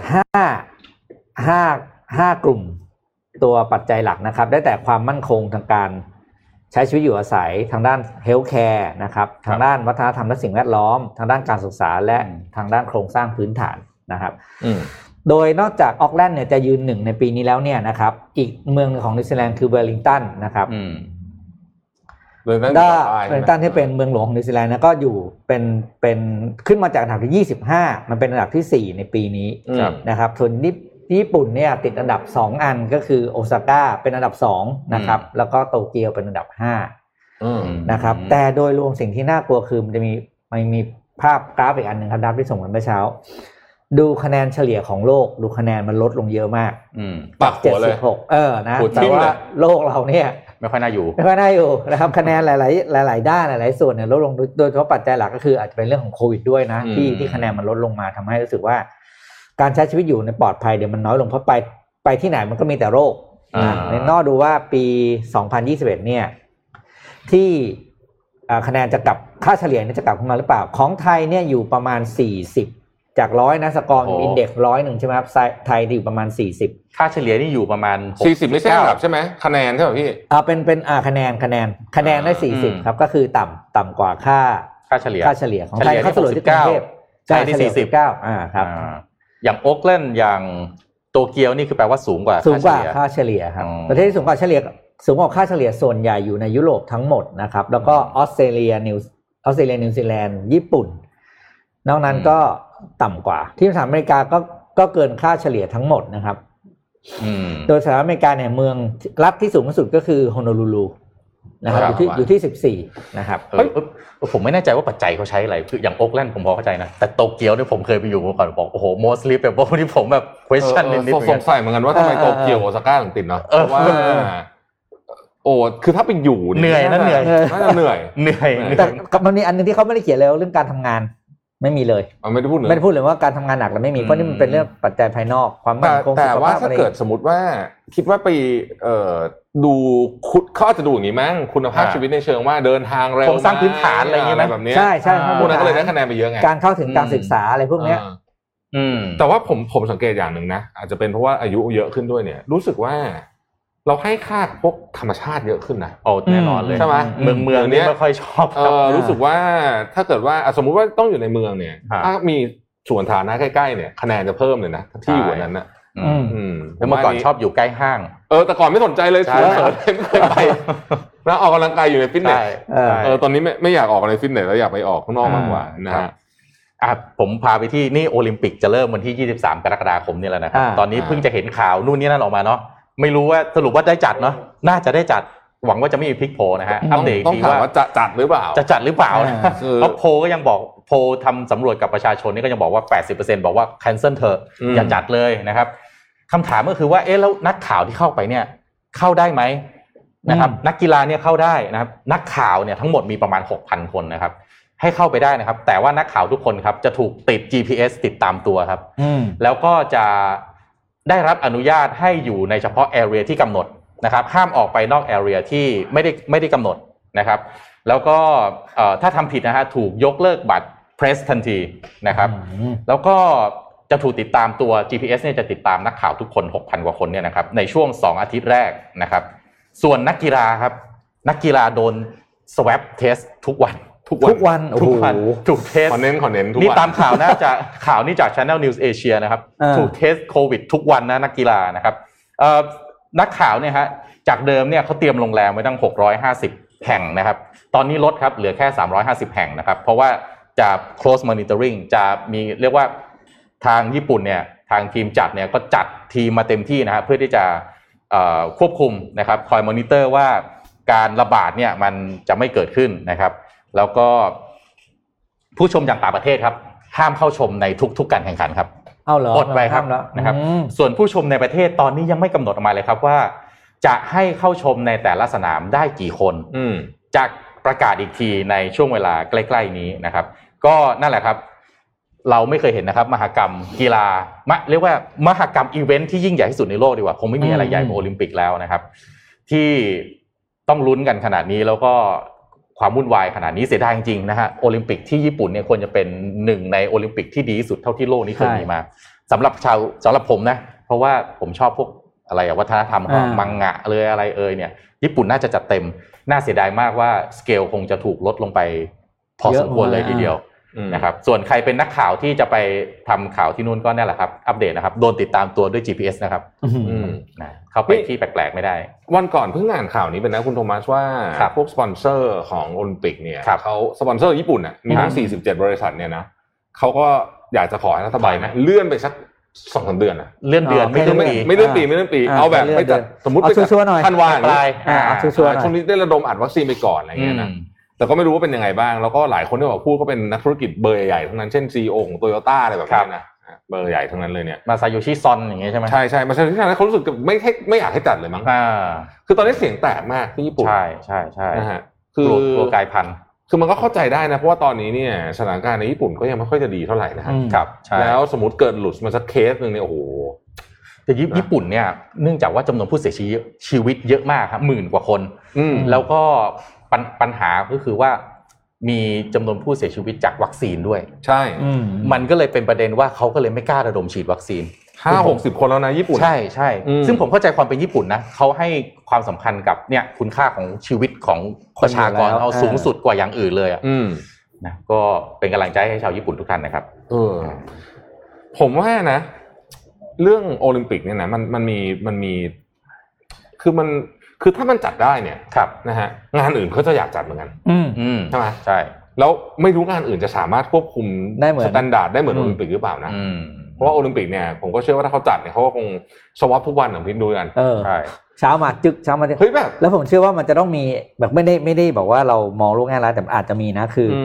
Speaker 2: 5 5 5 กลุ่มตัวปัจจัยหลักนะครับ ได้แต่ความมั่นคงทางการใช้ชีวิตอยู่อาศัยทางด้านเฮลท์แคร์นะครับ ทางด้านวัฒนธรรมและสิ่งแวดล้อม ทางด้านการศึกษาและ
Speaker 4: อืม
Speaker 2: ทางด้านโครงสร้างพื้นฐานนะครับ
Speaker 3: อืม
Speaker 2: โดยนอกจากออกแลนด์เนี่ยจะยืนหนึ่งในปีนี้แล้วเนี่ยนะครับ อีกเมืองหนึ่งของนิวซีแลนด์คือเวลลิงตันนะครับ
Speaker 4: อืม
Speaker 5: เรื่องนั้น
Speaker 2: ก็
Speaker 5: ต่อไป
Speaker 2: เวลลิงตันที่เป็นเมืองหลวงของนิวซีแลนด์นะก็อยู่เป็นเป็นขึ้นมาจากอันดับที่ 25 มันเป็นอันดับทีสี่4 ในปีนี้
Speaker 5: อืม
Speaker 4: ครับ
Speaker 2: นะครับส่วนญี่ญี่ปุ่นเนี่ยติดอันดับ 2 อันก็คือโอซาก้าเป็นอันดับ2นะครับแล้วก็โตเกียวเป็นอันดับ 5
Speaker 5: อืม
Speaker 2: นะครับ แต่โดยรวมสิ่งที่น่ากลัวคือมันจะมีมันมีภาพกราฟอีกอันหนึ่งครับดราฟที่ส่งมาเมื่อเช้า ดูคะแนนเฉลี่ยของโลก ดูคะแนนมันลดลงเยอะมาก
Speaker 4: อืม
Speaker 5: ปักหัวเลย
Speaker 2: 76เออนะ
Speaker 4: โหด
Speaker 2: แต่
Speaker 4: จริง
Speaker 2: ว่า
Speaker 4: เลย
Speaker 2: โลกเราเนี่ย
Speaker 4: ไม่ค่อยน่าอยู่
Speaker 2: ไม่ค่อยได้อยู่นะครับคะแนนหลาย ๆ หลาย ๆ ด้านหลาย ๆ ส่วนเนี่ยลดลงโดยโดยเฉพาะปัจจัยหลักก็คืออาจจะเป็นเรื่องของโควิดด้วยนะ
Speaker 4: อืม
Speaker 2: ที่ที่คะแนนมันลดลงมาทำให้รู้สึกว่า การใช้ชีวิตอยู่ในปลอดภัยเดี๋ยวมันน้อยลงเพราะไปไปที่ไหนมันก็มีแต่โรคนะในนอกดูว่าปี 2021 เนี่ย ที่อ่าคะแนนจะกลับค่าเฉลี่ยเนี่ยจะกลับขึ้นมาหรือเปล่า ของไทยเนี่ยอยู่ประมาณ 40 จากร้อยนะสกอร์อินเด็กร้อยหนึ่งใช่ไหมครับไทยไทยอยู่ประมาณ 40
Speaker 4: ค่าเฉลี่ยนี่อยู่ประมาณหก
Speaker 5: สี่สิบไม่ใช่อันดับใช่ไหมคะแนนใช่ไหมพี่
Speaker 2: อ่าเป็นเป็นอ่าคะแนนคะแนนคะแนนได้
Speaker 5: อ่า
Speaker 2: สี่สิบ
Speaker 4: อืม
Speaker 2: ครับก็คือต่ำต่ำกว่าค่า
Speaker 4: ค่าเฉลี่ย
Speaker 2: ค่าเฉลี่ยของ
Speaker 4: เฉ
Speaker 2: ไท
Speaker 4: ลี่
Speaker 2: ย
Speaker 4: ย
Speaker 2: ค่าเฉลี่ยที่กรุงเทพ
Speaker 4: 69ไทย
Speaker 2: ใช่เฉ
Speaker 4: ที่
Speaker 2: ลี่ย
Speaker 4: 40
Speaker 2: เก้าอ่าครับ
Speaker 4: อ่าอย่างโอ๊กแลนด์อย่างโตเกียวนี่คือแปลว่าสูงกว่า
Speaker 2: สูงกว่า
Speaker 4: ค่เฉลี่ย
Speaker 2: ค่าเฉลี่ยครับ
Speaker 4: อ๋อ
Speaker 2: ประเทศที่สูงกว่าเฉลี่ยสูงกว่าค่าเฉลี่ยส่วนใหญ่อยู่ในยุโรปทั้งหมดนะครับแล้วก็ออสเตรเลียนิวออสเตรเลียนิวซีแลนด์ญี่ปุ่น นอกนั้นก็ต่ำกว่า ที่สหรัฐอเมริกาก็ก็เกินค่าเฉลี่ยทั้งหมดนะครับ
Speaker 4: อืม
Speaker 2: โดยสหรัฐอเมริกาเนี่ยเมืองรัฐที่สูงที่สุดก็คือฮอน o l u ลูนะครับอยู่ที่อยู่ที่สิบสี่นะครับ
Speaker 4: เออเออผมไม่แน่ใจว่าปัจจัยเขาใช้อะไรคืออย่างโอ๊กแลนด์ผมพอเข้าใจนะ แต่โตเกียวเนี่ยผมเคยไปอยู่มาก่อนบอก โอ้โห mostly people ที่ผมแบบ question นิดนิด
Speaker 5: เออเออสงสัยเหมือนกันว่าทำไม
Speaker 2: เออเอ
Speaker 5: โต
Speaker 2: อ
Speaker 5: เกียวกับโอซาก้าถึงติดเนาะ
Speaker 4: เออ
Speaker 5: ว่าโอ้คือถ้าไปอยู่
Speaker 4: เหนื่อยนะเหนื่อย
Speaker 5: น่าจะเหนื่อย
Speaker 4: เหนื่อยเหนื่
Speaker 2: แต่
Speaker 4: อย
Speaker 2: กับมันมีอันหนึงที่เขาไม่ได้เขียนแล้วเรื่องการทำงานไม่มีเลย
Speaker 5: เอาไม่ได้พูดเหนื่อย
Speaker 2: ไม่ได้พูดเลยว่าการทำงานหนักแล้วไม่มีเพราะนี่มันเป็นเรื่องปัจจัยภายนอกความมั่
Speaker 5: แต่
Speaker 2: นคง
Speaker 5: แต่
Speaker 2: สุข
Speaker 5: ว่า
Speaker 2: ภาพ
Speaker 5: ถ้า
Speaker 2: อะไร
Speaker 5: เกิดสมมติว่าคิดว่าไปเอ่อดูคุณเขาอาจจะดูอย่างนี้มั้งคุณภาพชีวิตในเชิงว่าเดินทางเร็ว
Speaker 4: ผมสร้างพื้นฐานอะไรอย่างเงี้ยไหม
Speaker 5: แบบเนี้ย
Speaker 2: ใช่ใช่
Speaker 4: อ่า
Speaker 5: พวกนั้นก็เลยได้คะแนนไปเยอะไง
Speaker 2: การเข้าถึงการศึกษาอะไรพวกเนี้ย
Speaker 5: อ่า
Speaker 4: อืม
Speaker 5: แต่ว่าผมผมสังเกตอย่างหนึ่งนะ อาจจะเป็นเพราะว่าอายุเยอะขึ้นด้วยเนี่ย รู้สึกว่า เราให้ค่าพวกธรรมชาติเยอะขึ้นนะ
Speaker 4: โอ้แน่นอนเลย
Speaker 5: ใช่ไหม
Speaker 4: เมืองเมือง
Speaker 5: เดี๋
Speaker 4: นี่
Speaker 5: ยวนี้
Speaker 4: ไม่ค่อยชอบค
Speaker 5: เอ
Speaker 4: รับ
Speaker 5: อรู้สึกว่าถ้าเกิดว่าอ่ะสมมุติว่าต้องอยู่ในเมืองเนี่ย
Speaker 4: ครับ
Speaker 5: ถ้ามีส่วนฐานะใกล้ๆเนี่ยคะแนนจะเพิ่มเลยนะที่อยู่อันนั้นนะ
Speaker 4: อืม
Speaker 5: อืม
Speaker 4: แล้วเมื่อก่อนชอบอยู่ใกล้ห้าง
Speaker 5: เออแต่ก่อนไม่สนใจเลย
Speaker 4: ใช่
Speaker 5: สวนสาธารณะไม่เคยไปนะออกกำลังกายอยู่ในฟิตเนส
Speaker 4: ใช่
Speaker 2: เออ
Speaker 4: ใช่
Speaker 5: เออตอนนี้ไม่ไม่อยากออกในฟิตเนสแล้วอยากไปออกข้างนอกมากกว่านะ
Speaker 4: ครั
Speaker 5: ฮะ
Speaker 4: บ อ่ะผมพาไปที่นี่โอลิมปิกจะเริ่มวันที่ 23 กรกฎาคมนี่แหละนะครับ
Speaker 2: อ่า
Speaker 4: ตอนนี้
Speaker 5: อ่า
Speaker 4: เพิ่งจะเห็นข่าวนู่นนี่นั่นออกมาเนาะไม่รู้ว่าสรุปว่าได้จัดเนาะน่าจะได้จัดหวังว่าจะไม่มีพลิกโผนะฮะอั
Speaker 5: ต้อ
Speaker 4: ป
Speaker 5: ง
Speaker 4: เดตอีก
Speaker 5: ต้อง
Speaker 4: ที
Speaker 5: ถาม
Speaker 4: ว่า
Speaker 5: ว่าจะจัดหรือเปล่า
Speaker 4: จะจัดหรือเปล่านะ
Speaker 2: อ่า
Speaker 5: คือ
Speaker 4: เพราะโพลก็ยังบอกโพลทำสำรวจกับประชาชนนี่ก็ยังบอกว่า 80%บอกว่า cancel เถอะ
Speaker 5: อืม
Speaker 4: อย่าจัดเลยนะครับคำถามก็คือว่าเอ๊ะแล้วนักข่าวที่เข้าไปเนี่ย เข้าได้ไหมนะครับ
Speaker 2: อืม
Speaker 4: นักกีฬาเนี่ยเข้าได้นะครับ นักข่าวเนี่ยทั้งหมดมีประมาณ 6,000 คนนะครับ ให้เข้าไปได้นะครับ แต่ว่านักข่าวทุกคนครับจะถูกติด GPS ติดตามตัวครับ
Speaker 2: อืม
Speaker 4: แล้วก็จะได้รับอนุญาตให้อยู่ในเฉพาะแอเรียที่กำหนดนะครับ ห้ามออกไปนอกแอเรียที่ไม่ได้ไม่ได้กำหนดนะครับ แล้วก็เอ่อถ้าทำผิดนะฮะถูกยกเลิกบัตรเพรสทันทีนะครับ
Speaker 2: อืม
Speaker 4: แล้วก็จะถูกติดตามตัว GPS เนี่ยจะติดตามนักข่าวทุกคน 6,000 กว่าคนเนี่ยนะครับในช่วง 2 อาทิตย์แรกนะครับ ส่วนนักกีฬาครับ นักกีฬาโดน swab test ทุกวันทุกวัน
Speaker 2: ทุกวันโอ้โห
Speaker 4: ทุกวันถูกเทส
Speaker 5: ขอเน้นขอเน้นทุก
Speaker 4: นี่
Speaker 5: วั
Speaker 4: ตามข่าวน่าจะ ข่าวนี่จาก Channel News Asia นะครับ
Speaker 2: เออ
Speaker 4: ถูกเทสโควิดทุกวันนะนักกีฬานะครับเอ่อนักข่าวเนี่ยฮะจากเดิมเนี่ยเขาเตรียมโรงแรมไว้ตั้ง 650 แห่งนะครับ ตอนนี้ลดครับเหลือแค่ 350 แห่งนะครับ เพราะว่าจะ close monitoring จะมีเรียกว่าทางญี่ปุ่นเนี่ยทางทีมจัดเนี่ยก็จัดทีมมาเต็มที่นะฮะเพื่อที่จะ เอ่อควบคุมนะครับคอยมอนิเตอร์ว่าการระบาดเนี่ยมันจะไม่เกิดขึ้นนะครับ แล้วก็ผู้ชมจากต่างประเทศครับ ห้ามเข้าชมในทุก ๆการแข่งขันครับ
Speaker 2: เอาเหรอ
Speaker 4: อดไปครับ
Speaker 2: ห้ามแล้ว
Speaker 4: นะครับ
Speaker 2: อืม
Speaker 4: ส่วนผู้ชมในประเทศตอนนี้ยังไม่กำหนดออกมาเลยครับว่า จะให้เข้าชมในแต่ละสนามได้กี่คน
Speaker 5: อืม
Speaker 4: จะประกาศอีกทีในช่วงเวลาใกล้ ๆ นี้นะครับ ก็นั่นแหละครับ เราไม่เคยเห็นนะครับ มหกรรมกีฬามะเรียกว่ามหกรรมอีเวนท์ที่ยิ่งใหญ่ที่สุดในโลกดีกว่า คงไม่มีอะไรใหญ่กว่าโอลิมปิกแล้วนะครับ ที่ต้องลุ้นกันขนาดนี้แล้วก็ความวุ่นวายขนาดนี้เสียดายจริงๆนะฮะโอลิมปิกที่ญี่ปุ่นเนี่ยควรจะเป็นหนึ่งในโอลิมปิกที่ดีที่สุดเท่าที่โลกนี้เคยมีมาสำหรับชาวสำหรับผมนะ เพราะว่าผมชอบพวกอะไรอะวัฒนธรรมของมังงะเลยอะไรเอ่ยเนี่ย ญี่ปุ่นน่าจะจัดเต็ม น่าเสียดายมากว่าสเกลคงจะถูกลดลงไป พอสมควรเลยทีเดียว
Speaker 3: อืม
Speaker 4: นะครับส่วนใครเป็นนักข่าวที่จะไปทำข่าวที่นู่นก็นั่นแหละครับอัปเดตนะครับโดนติดตามตัวด้วย GPS นะครับ
Speaker 3: อืม
Speaker 4: นะเข้าไปที่แปลกๆไม่ได้
Speaker 3: วันก่อนเพิ่งอ่านข่าวนี้ไปนะคุณโทมัสว่า
Speaker 4: ครับ
Speaker 3: พวกสปอนเซอร์ของโอลิมปิกเนี่ย
Speaker 4: ครับ
Speaker 3: เขาสปอนเซอร์ญี่ปุ่นอ่ะมีทั้ง 47 บริษัทเนี่ยนะเขาก็อยากจะขอให้รัฐบาล
Speaker 4: ใช่ไหม
Speaker 3: เลื่อนไปสักสองสามเดือนนะ
Speaker 4: เลื่อนเดือน
Speaker 2: อ๋อ
Speaker 4: ไม่
Speaker 2: แค่
Speaker 4: เลื่
Speaker 2: ลื่
Speaker 4: อน
Speaker 3: ไม่
Speaker 4: ปี
Speaker 3: ไม่เลื่อนปีไม่เลื่อนปี
Speaker 2: อ่า
Speaker 3: เอาแบบ
Speaker 2: ไม่
Speaker 3: ไม่
Speaker 2: เลื่
Speaker 3: จั
Speaker 2: อ
Speaker 3: ด
Speaker 2: นเดือน
Speaker 3: สมมติ
Speaker 2: เอา
Speaker 3: ไปจัด
Speaker 2: ชัวร์ๆหน่อย
Speaker 3: ธันวาอย่าง
Speaker 4: ป
Speaker 3: เงี้
Speaker 4: ลาย ย
Speaker 2: อ่า
Speaker 4: อ่า
Speaker 2: เอาชัวร์ๆหน่อย
Speaker 3: ช่วงนี้ได้ระดมอัดวัคซีนไปก่อนอะไรเงี้ยนะ
Speaker 4: อืม
Speaker 3: แต่ก็ไม่รู้ว่าเป็นยังไงบ้าง แล้วก็หลายคนที่บอกพูดก็เป็นนักธุรกิจเบอร์ใหญ่ๆทั้งนั้นเช่นซีอของโตโยต้าอะไรแบบนี้นะเบอร์ใหญ่ทั้งนั้นเลยเนี่ย
Speaker 4: มาซาโยชิซอนอย่างเงี้ยใช่ไหม
Speaker 3: ใช่ใช่มาใช่ที่นั่นเขารู้สึกไม่ให้ไม่อยากให้จัดเลยมั้ง
Speaker 4: อ่า
Speaker 3: คือตอนนี้เสียงแตกมากที่ญี่ปุ่น
Speaker 4: ใช่ใช่ใช่
Speaker 3: นะฮะ
Speaker 4: ก
Speaker 3: คือ
Speaker 4: ลัวกลัวกลายพันธุ์
Speaker 3: คือมันก็เข้าใจได้นะ เพราะว่าตอนนี้เนี่ยสถานการณ์ในญี่ปุ่นก็ยังไม่ค่อยจะดีเท่าไหร่นะฮะ
Speaker 2: อืม
Speaker 4: ครับใช่
Speaker 3: แล้วสมมติเกิดหลุดมาสักเคสหนึ่งเนี่ยโอ้โห
Speaker 4: แต่ญี่
Speaker 3: นะ
Speaker 4: ญี่ปุ่นเนี่ยเนื่องจากว่าจำนวนผู้เสียชีวิตชีวิตเยอะมากครับหมื่นกว่าคน
Speaker 3: อืม
Speaker 4: แล้วก็ปัญปัญหาก็คือว่ามีจำนวนผู้เสียชีวิตจากวัคซีนด้วย
Speaker 3: ใช่
Speaker 2: อืม
Speaker 4: มันก็เลยเป็นประเด็นว่าเขาก็เลยไม่กล้าระดมฉีดวัคซีน
Speaker 3: ห้าหกสิบคนแล้วนะญี่ปุ่น
Speaker 4: ใช่ใช่
Speaker 3: อืม
Speaker 4: ซึ่งผมเข้าใจความเป็นญี่ปุ่นนะเขาให้ความสำคัญกับเนี่ยคุณค่าของชีวิตของประชากร
Speaker 2: คนอยู่แล้ว
Speaker 4: เอาสูงสุดกว่าอย่างอื่นเลยอะ
Speaker 3: อืม
Speaker 4: นะก็เป็นกำลังใจให้ชาวญี่ปุ่นทุกท่านนะครับ
Speaker 3: เออ ผมว่านะ เรื่องโอลิมปิกเนี่ยนะมันมันมีมันมี คือมันคือถ้ามันจัดได้เนี่ย
Speaker 4: ครับ
Speaker 3: นะฮะงานอื่นเขาจะอยากจัดเหมือนกัน
Speaker 2: อืม
Speaker 4: อืม
Speaker 3: ใช่ไหม
Speaker 4: ใช่
Speaker 3: แล้วไม่รู้งานอื่นจะสามารถควบคุม
Speaker 2: ได้เหมือน
Speaker 3: สแตนดาร์ดได้เหมือน
Speaker 2: อืม
Speaker 3: โอลิมปิกหรือเปล่านะ
Speaker 4: อืม
Speaker 3: เพราะว่าโอลิมปิกเนี่ยผมก็เชื่อว่าถ้าเขาจัดเนี่ยเขาก็คงสวอปทุกวันของพิมดูกัน
Speaker 2: เออ
Speaker 4: ใช่
Speaker 2: เช้ามาจึกเช้ามาจึก
Speaker 3: เฮ้ยแบบ
Speaker 2: แล้วผมเชื่อว่ามันจะต้องมีแบบไม่ได้ไม่ได้บอกว่าเรามองโลกแง่ร้ายแต่อาจจะมีนะคืออ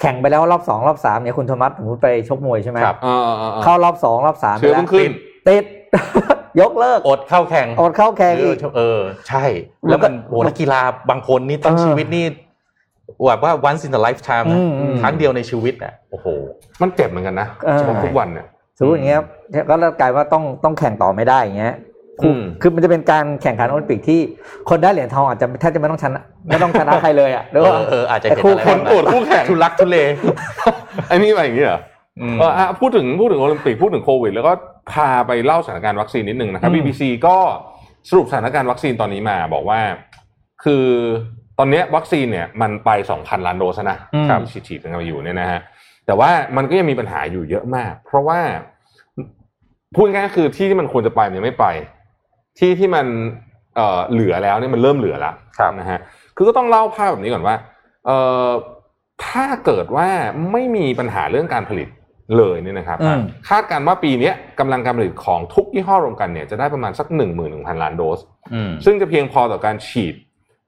Speaker 2: แข่งไปแล้วรอบสองรอบสามเนี่ยคุณโทมัสสมมติไปชกมวยใช่ไหม
Speaker 4: ครับ
Speaker 3: เออเออเออ
Speaker 2: เข้ารอบสองรอบสาม
Speaker 3: เชื้อเพิ่งขึ้น
Speaker 2: ติด ยกเลิก
Speaker 4: อดเข้าแข่ง
Speaker 2: อดเข้าแข่ง
Speaker 4: เอ
Speaker 2: อี
Speaker 4: อก เออใช่ แล้วมัน
Speaker 2: แล้วก็
Speaker 4: โหนักกีฬาบางคนนี่ตั้ง
Speaker 2: เออ
Speaker 4: ชีวิตนี่แบบว่า once in a lifetime นะ
Speaker 2: อืมอืม
Speaker 4: ครั้งเดียวในชีวิตอ่ะโอ้โห
Speaker 3: มันเจ็บเหมือนกันนะ
Speaker 2: เออ
Speaker 3: สมองทุกวันเนี่ย
Speaker 2: สมมติอย่างเงี้ยก็เลิกกลายว่าต้องต้องแข่งต่อไม่ได้อย่างเงี้ย
Speaker 3: อืม
Speaker 2: คือมันจะเป็นการแข่งขันโอลิมปิกที่คนได้เหรียญทองอาจจะแทบจะไม่ต้องชนะไม่ต้องช นะใครเลยอ่ะหรือว่า
Speaker 4: เออเอออาจจะ
Speaker 2: แต่
Speaker 4: เห็น
Speaker 2: คู่
Speaker 4: อะไร
Speaker 3: คน
Speaker 4: บ้างะ
Speaker 3: โกรธคู่แข่ง
Speaker 4: ทุลักทุเล
Speaker 3: ไอ้นี่มาอย่างนี้เหรอ
Speaker 4: อืม
Speaker 3: เอออ่ะพูดถึงพูดถึงโอลิมปิกพูดถึงโควิด แล้วก็พาไปเล่าสถานการณ์วัคซีนนิดนึงนะครับ
Speaker 2: อืม
Speaker 3: BBC ก็สรุปสถานการณ์วัคซีนตอนนี้มาบอกว่า คือตอนเนี้ยวัคซีนเนี่ยมันไป 2,000 ล้านโดสนะ
Speaker 2: อืม
Speaker 3: ที่ฉีดฉีดกันมาอยู่เนี่ยนะฮะแต่ว่ามันก็ยังมีปัญหาอยู่เยอะมาก เพราะว่าพูดง่ายๆก็คือที่ที่มันควรจะไปมันยังไม่ไป ที่ที่มันเอ่อเหลือแล้วเนี่ยมันเริ่มเหลือแล้ว
Speaker 4: ครับ
Speaker 3: นะฮะคือก็ต้องเล่าภาพแบบนี้ก่อนว่าเอ่อถ้าเกิดว่าไม่มีปัญหาเรื่องการผลิตเลยเนี่ยนะครับ
Speaker 2: อืม
Speaker 3: คาดการณ์ว่าปีเนี้ยกำลังการผลิตของทุกยี่ห้อรวมกันเนี่ยจะได้ประมาณสัก1 1 0 0 0 ล้านโดส
Speaker 4: อืม
Speaker 3: ซึ่งจะเพียงพอต่อการฉีด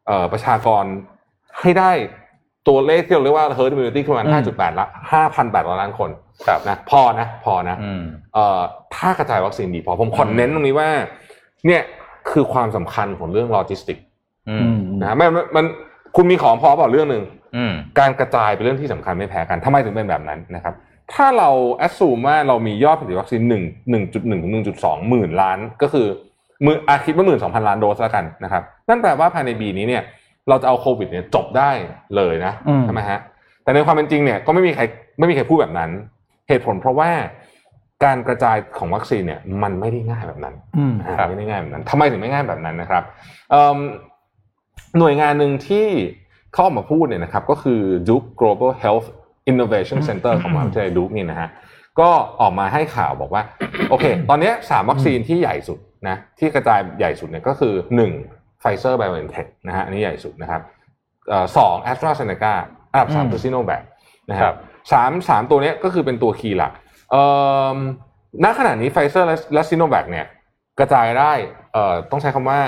Speaker 3: เอ่อประชากรให้ได้ตัวเลขที่เราเรียกว่า herd immunity ประมาณ
Speaker 2: อืม
Speaker 3: 5.8ละ5,800 ล้านคน
Speaker 4: ครับ
Speaker 3: นะพอนะพอนะ
Speaker 4: อืม
Speaker 3: เอ่อถ้ากระจายวัคซีนดีพอผมขอเน้นตรงนี้ว่าเนี่ยคือความสำคัญของเรื่องโลจิสติก
Speaker 4: อื
Speaker 2: อื
Speaker 4: ม
Speaker 2: ม
Speaker 3: นะไม่มันมันคุณมีของพอเปล่าเรื่องหนึ่ง
Speaker 4: อืม
Speaker 3: การกระจายเป็นเรื่องที่สำคัญไม่แพ้กันทำไมถึงเป็นแบบนั้นนะครับ ถ้าเราแอ s ซูมว่าเรามียอดผลิตวัคซีนหนึ่งหนึ่งจุดหนึ่งถึงหนึ่งจุดสองหมื่นล้าน ก็คือมืออาคิดว่าหมื่นสองพันล้านโดสแล้วกันนะครับ นั่นแปลว่าภายในปีนี้เนี่ย เราจะเอาโควิดเนี่ยจบได้เลยนะ
Speaker 2: อืม
Speaker 3: ใช่ไหมฮะแต่ในความเป็นจริงเนี่ยก็ไม่มีใครไม่มีใครพูดแบบนั้น เหตุผลเพราะว่าการกระจายของวัคซีนเนี่ยมันไม่ได้ง่ายแบบนั้น
Speaker 2: อืม
Speaker 3: ครับไม่ได้ง่ายแบบนั้นทำไมถึงไม่ง่ายแบบนั้นนะครับเอิ่มหน่วยงานหนึ่งที่เข้าออกมาพูดเนี่ยนะครับ ก็คือ Duke Global Health Innovation Center ของมหาวิทยาลัยดูกนี่ยนะฮะก็ออกมาให้ข่าวบอกว่า โอเค ตอนเนี้ยสามวัคซีนที่ใหญ่สุดนะที่กระจายใหญ่สุดเนี่ยก็คือหนึ่งไฟเซอร์ไบโอเอนเทคนะฮะอันนี้ใหญ่สุดนะครับเอ่อสองแอสตราเซเนกาอันดับสาม
Speaker 2: อืม
Speaker 3: คือซีโนแวคนะค
Speaker 4: ค
Speaker 3: รั
Speaker 4: รั
Speaker 3: บบ สามสามตัวเนี้ยก็คือเป็นตัวคีย์หลัก เอ่อณขณะนี้ไฟเซอร์และซิโนแวคเนี่ยกระจายได้เอ่อต้องใช้คำว่า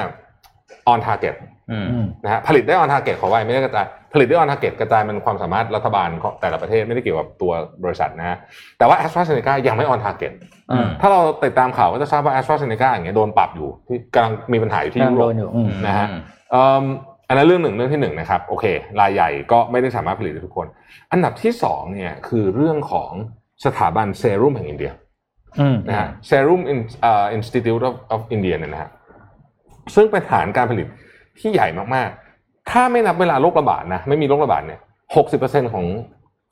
Speaker 3: on target
Speaker 4: อืม
Speaker 2: อืม
Speaker 3: นะฮะผลิตได้ on target ขอไว้ไม่ได้กระจายผลิตได้ on target กระจายมันความสามารถรัฐบาลของแต่ละประเทศไม่ได้เกี่ยวกับตัวบริษัทนะฮะแต่ว่า a s t r a z e ซ e c a ยังไม่ on target
Speaker 4: อืม
Speaker 3: ถ้าเราติดตามข่าวก็จะทราบว่า a s t r a z e ซ e c a อย่างเงี้ยโดนปรับอยู่ที่กำลังมีปัญหาอยู่ที่
Speaker 2: ยัง
Speaker 3: ยุ
Speaker 2: โด
Speaker 3: โรป
Speaker 2: นอยู่อืม
Speaker 3: นะฮะ เอิ่มอันนั้นเรื่องหนึ่งเรื่องที่หนึ่งนะครับโอเค รายใหญ่ก็ไม่ได้สามารถผลิตได้ทุกคน อันดับที่สองเนี่ยคือเรื่องของสถาบันเซรุ่มแห่งอินเดีย
Speaker 2: อืม
Speaker 3: นะฮะ Serum In- เอ่อ Institute of of India เนี่ยนะฮะซึ่งเป็นฐานการผลิตที่ใหญ่มากๆ ถ้าไม่นับเวลาโรคระบาดนะ ไม่มีโรคระบาดเนี่ยหกสิบเปอร์เซ็นของ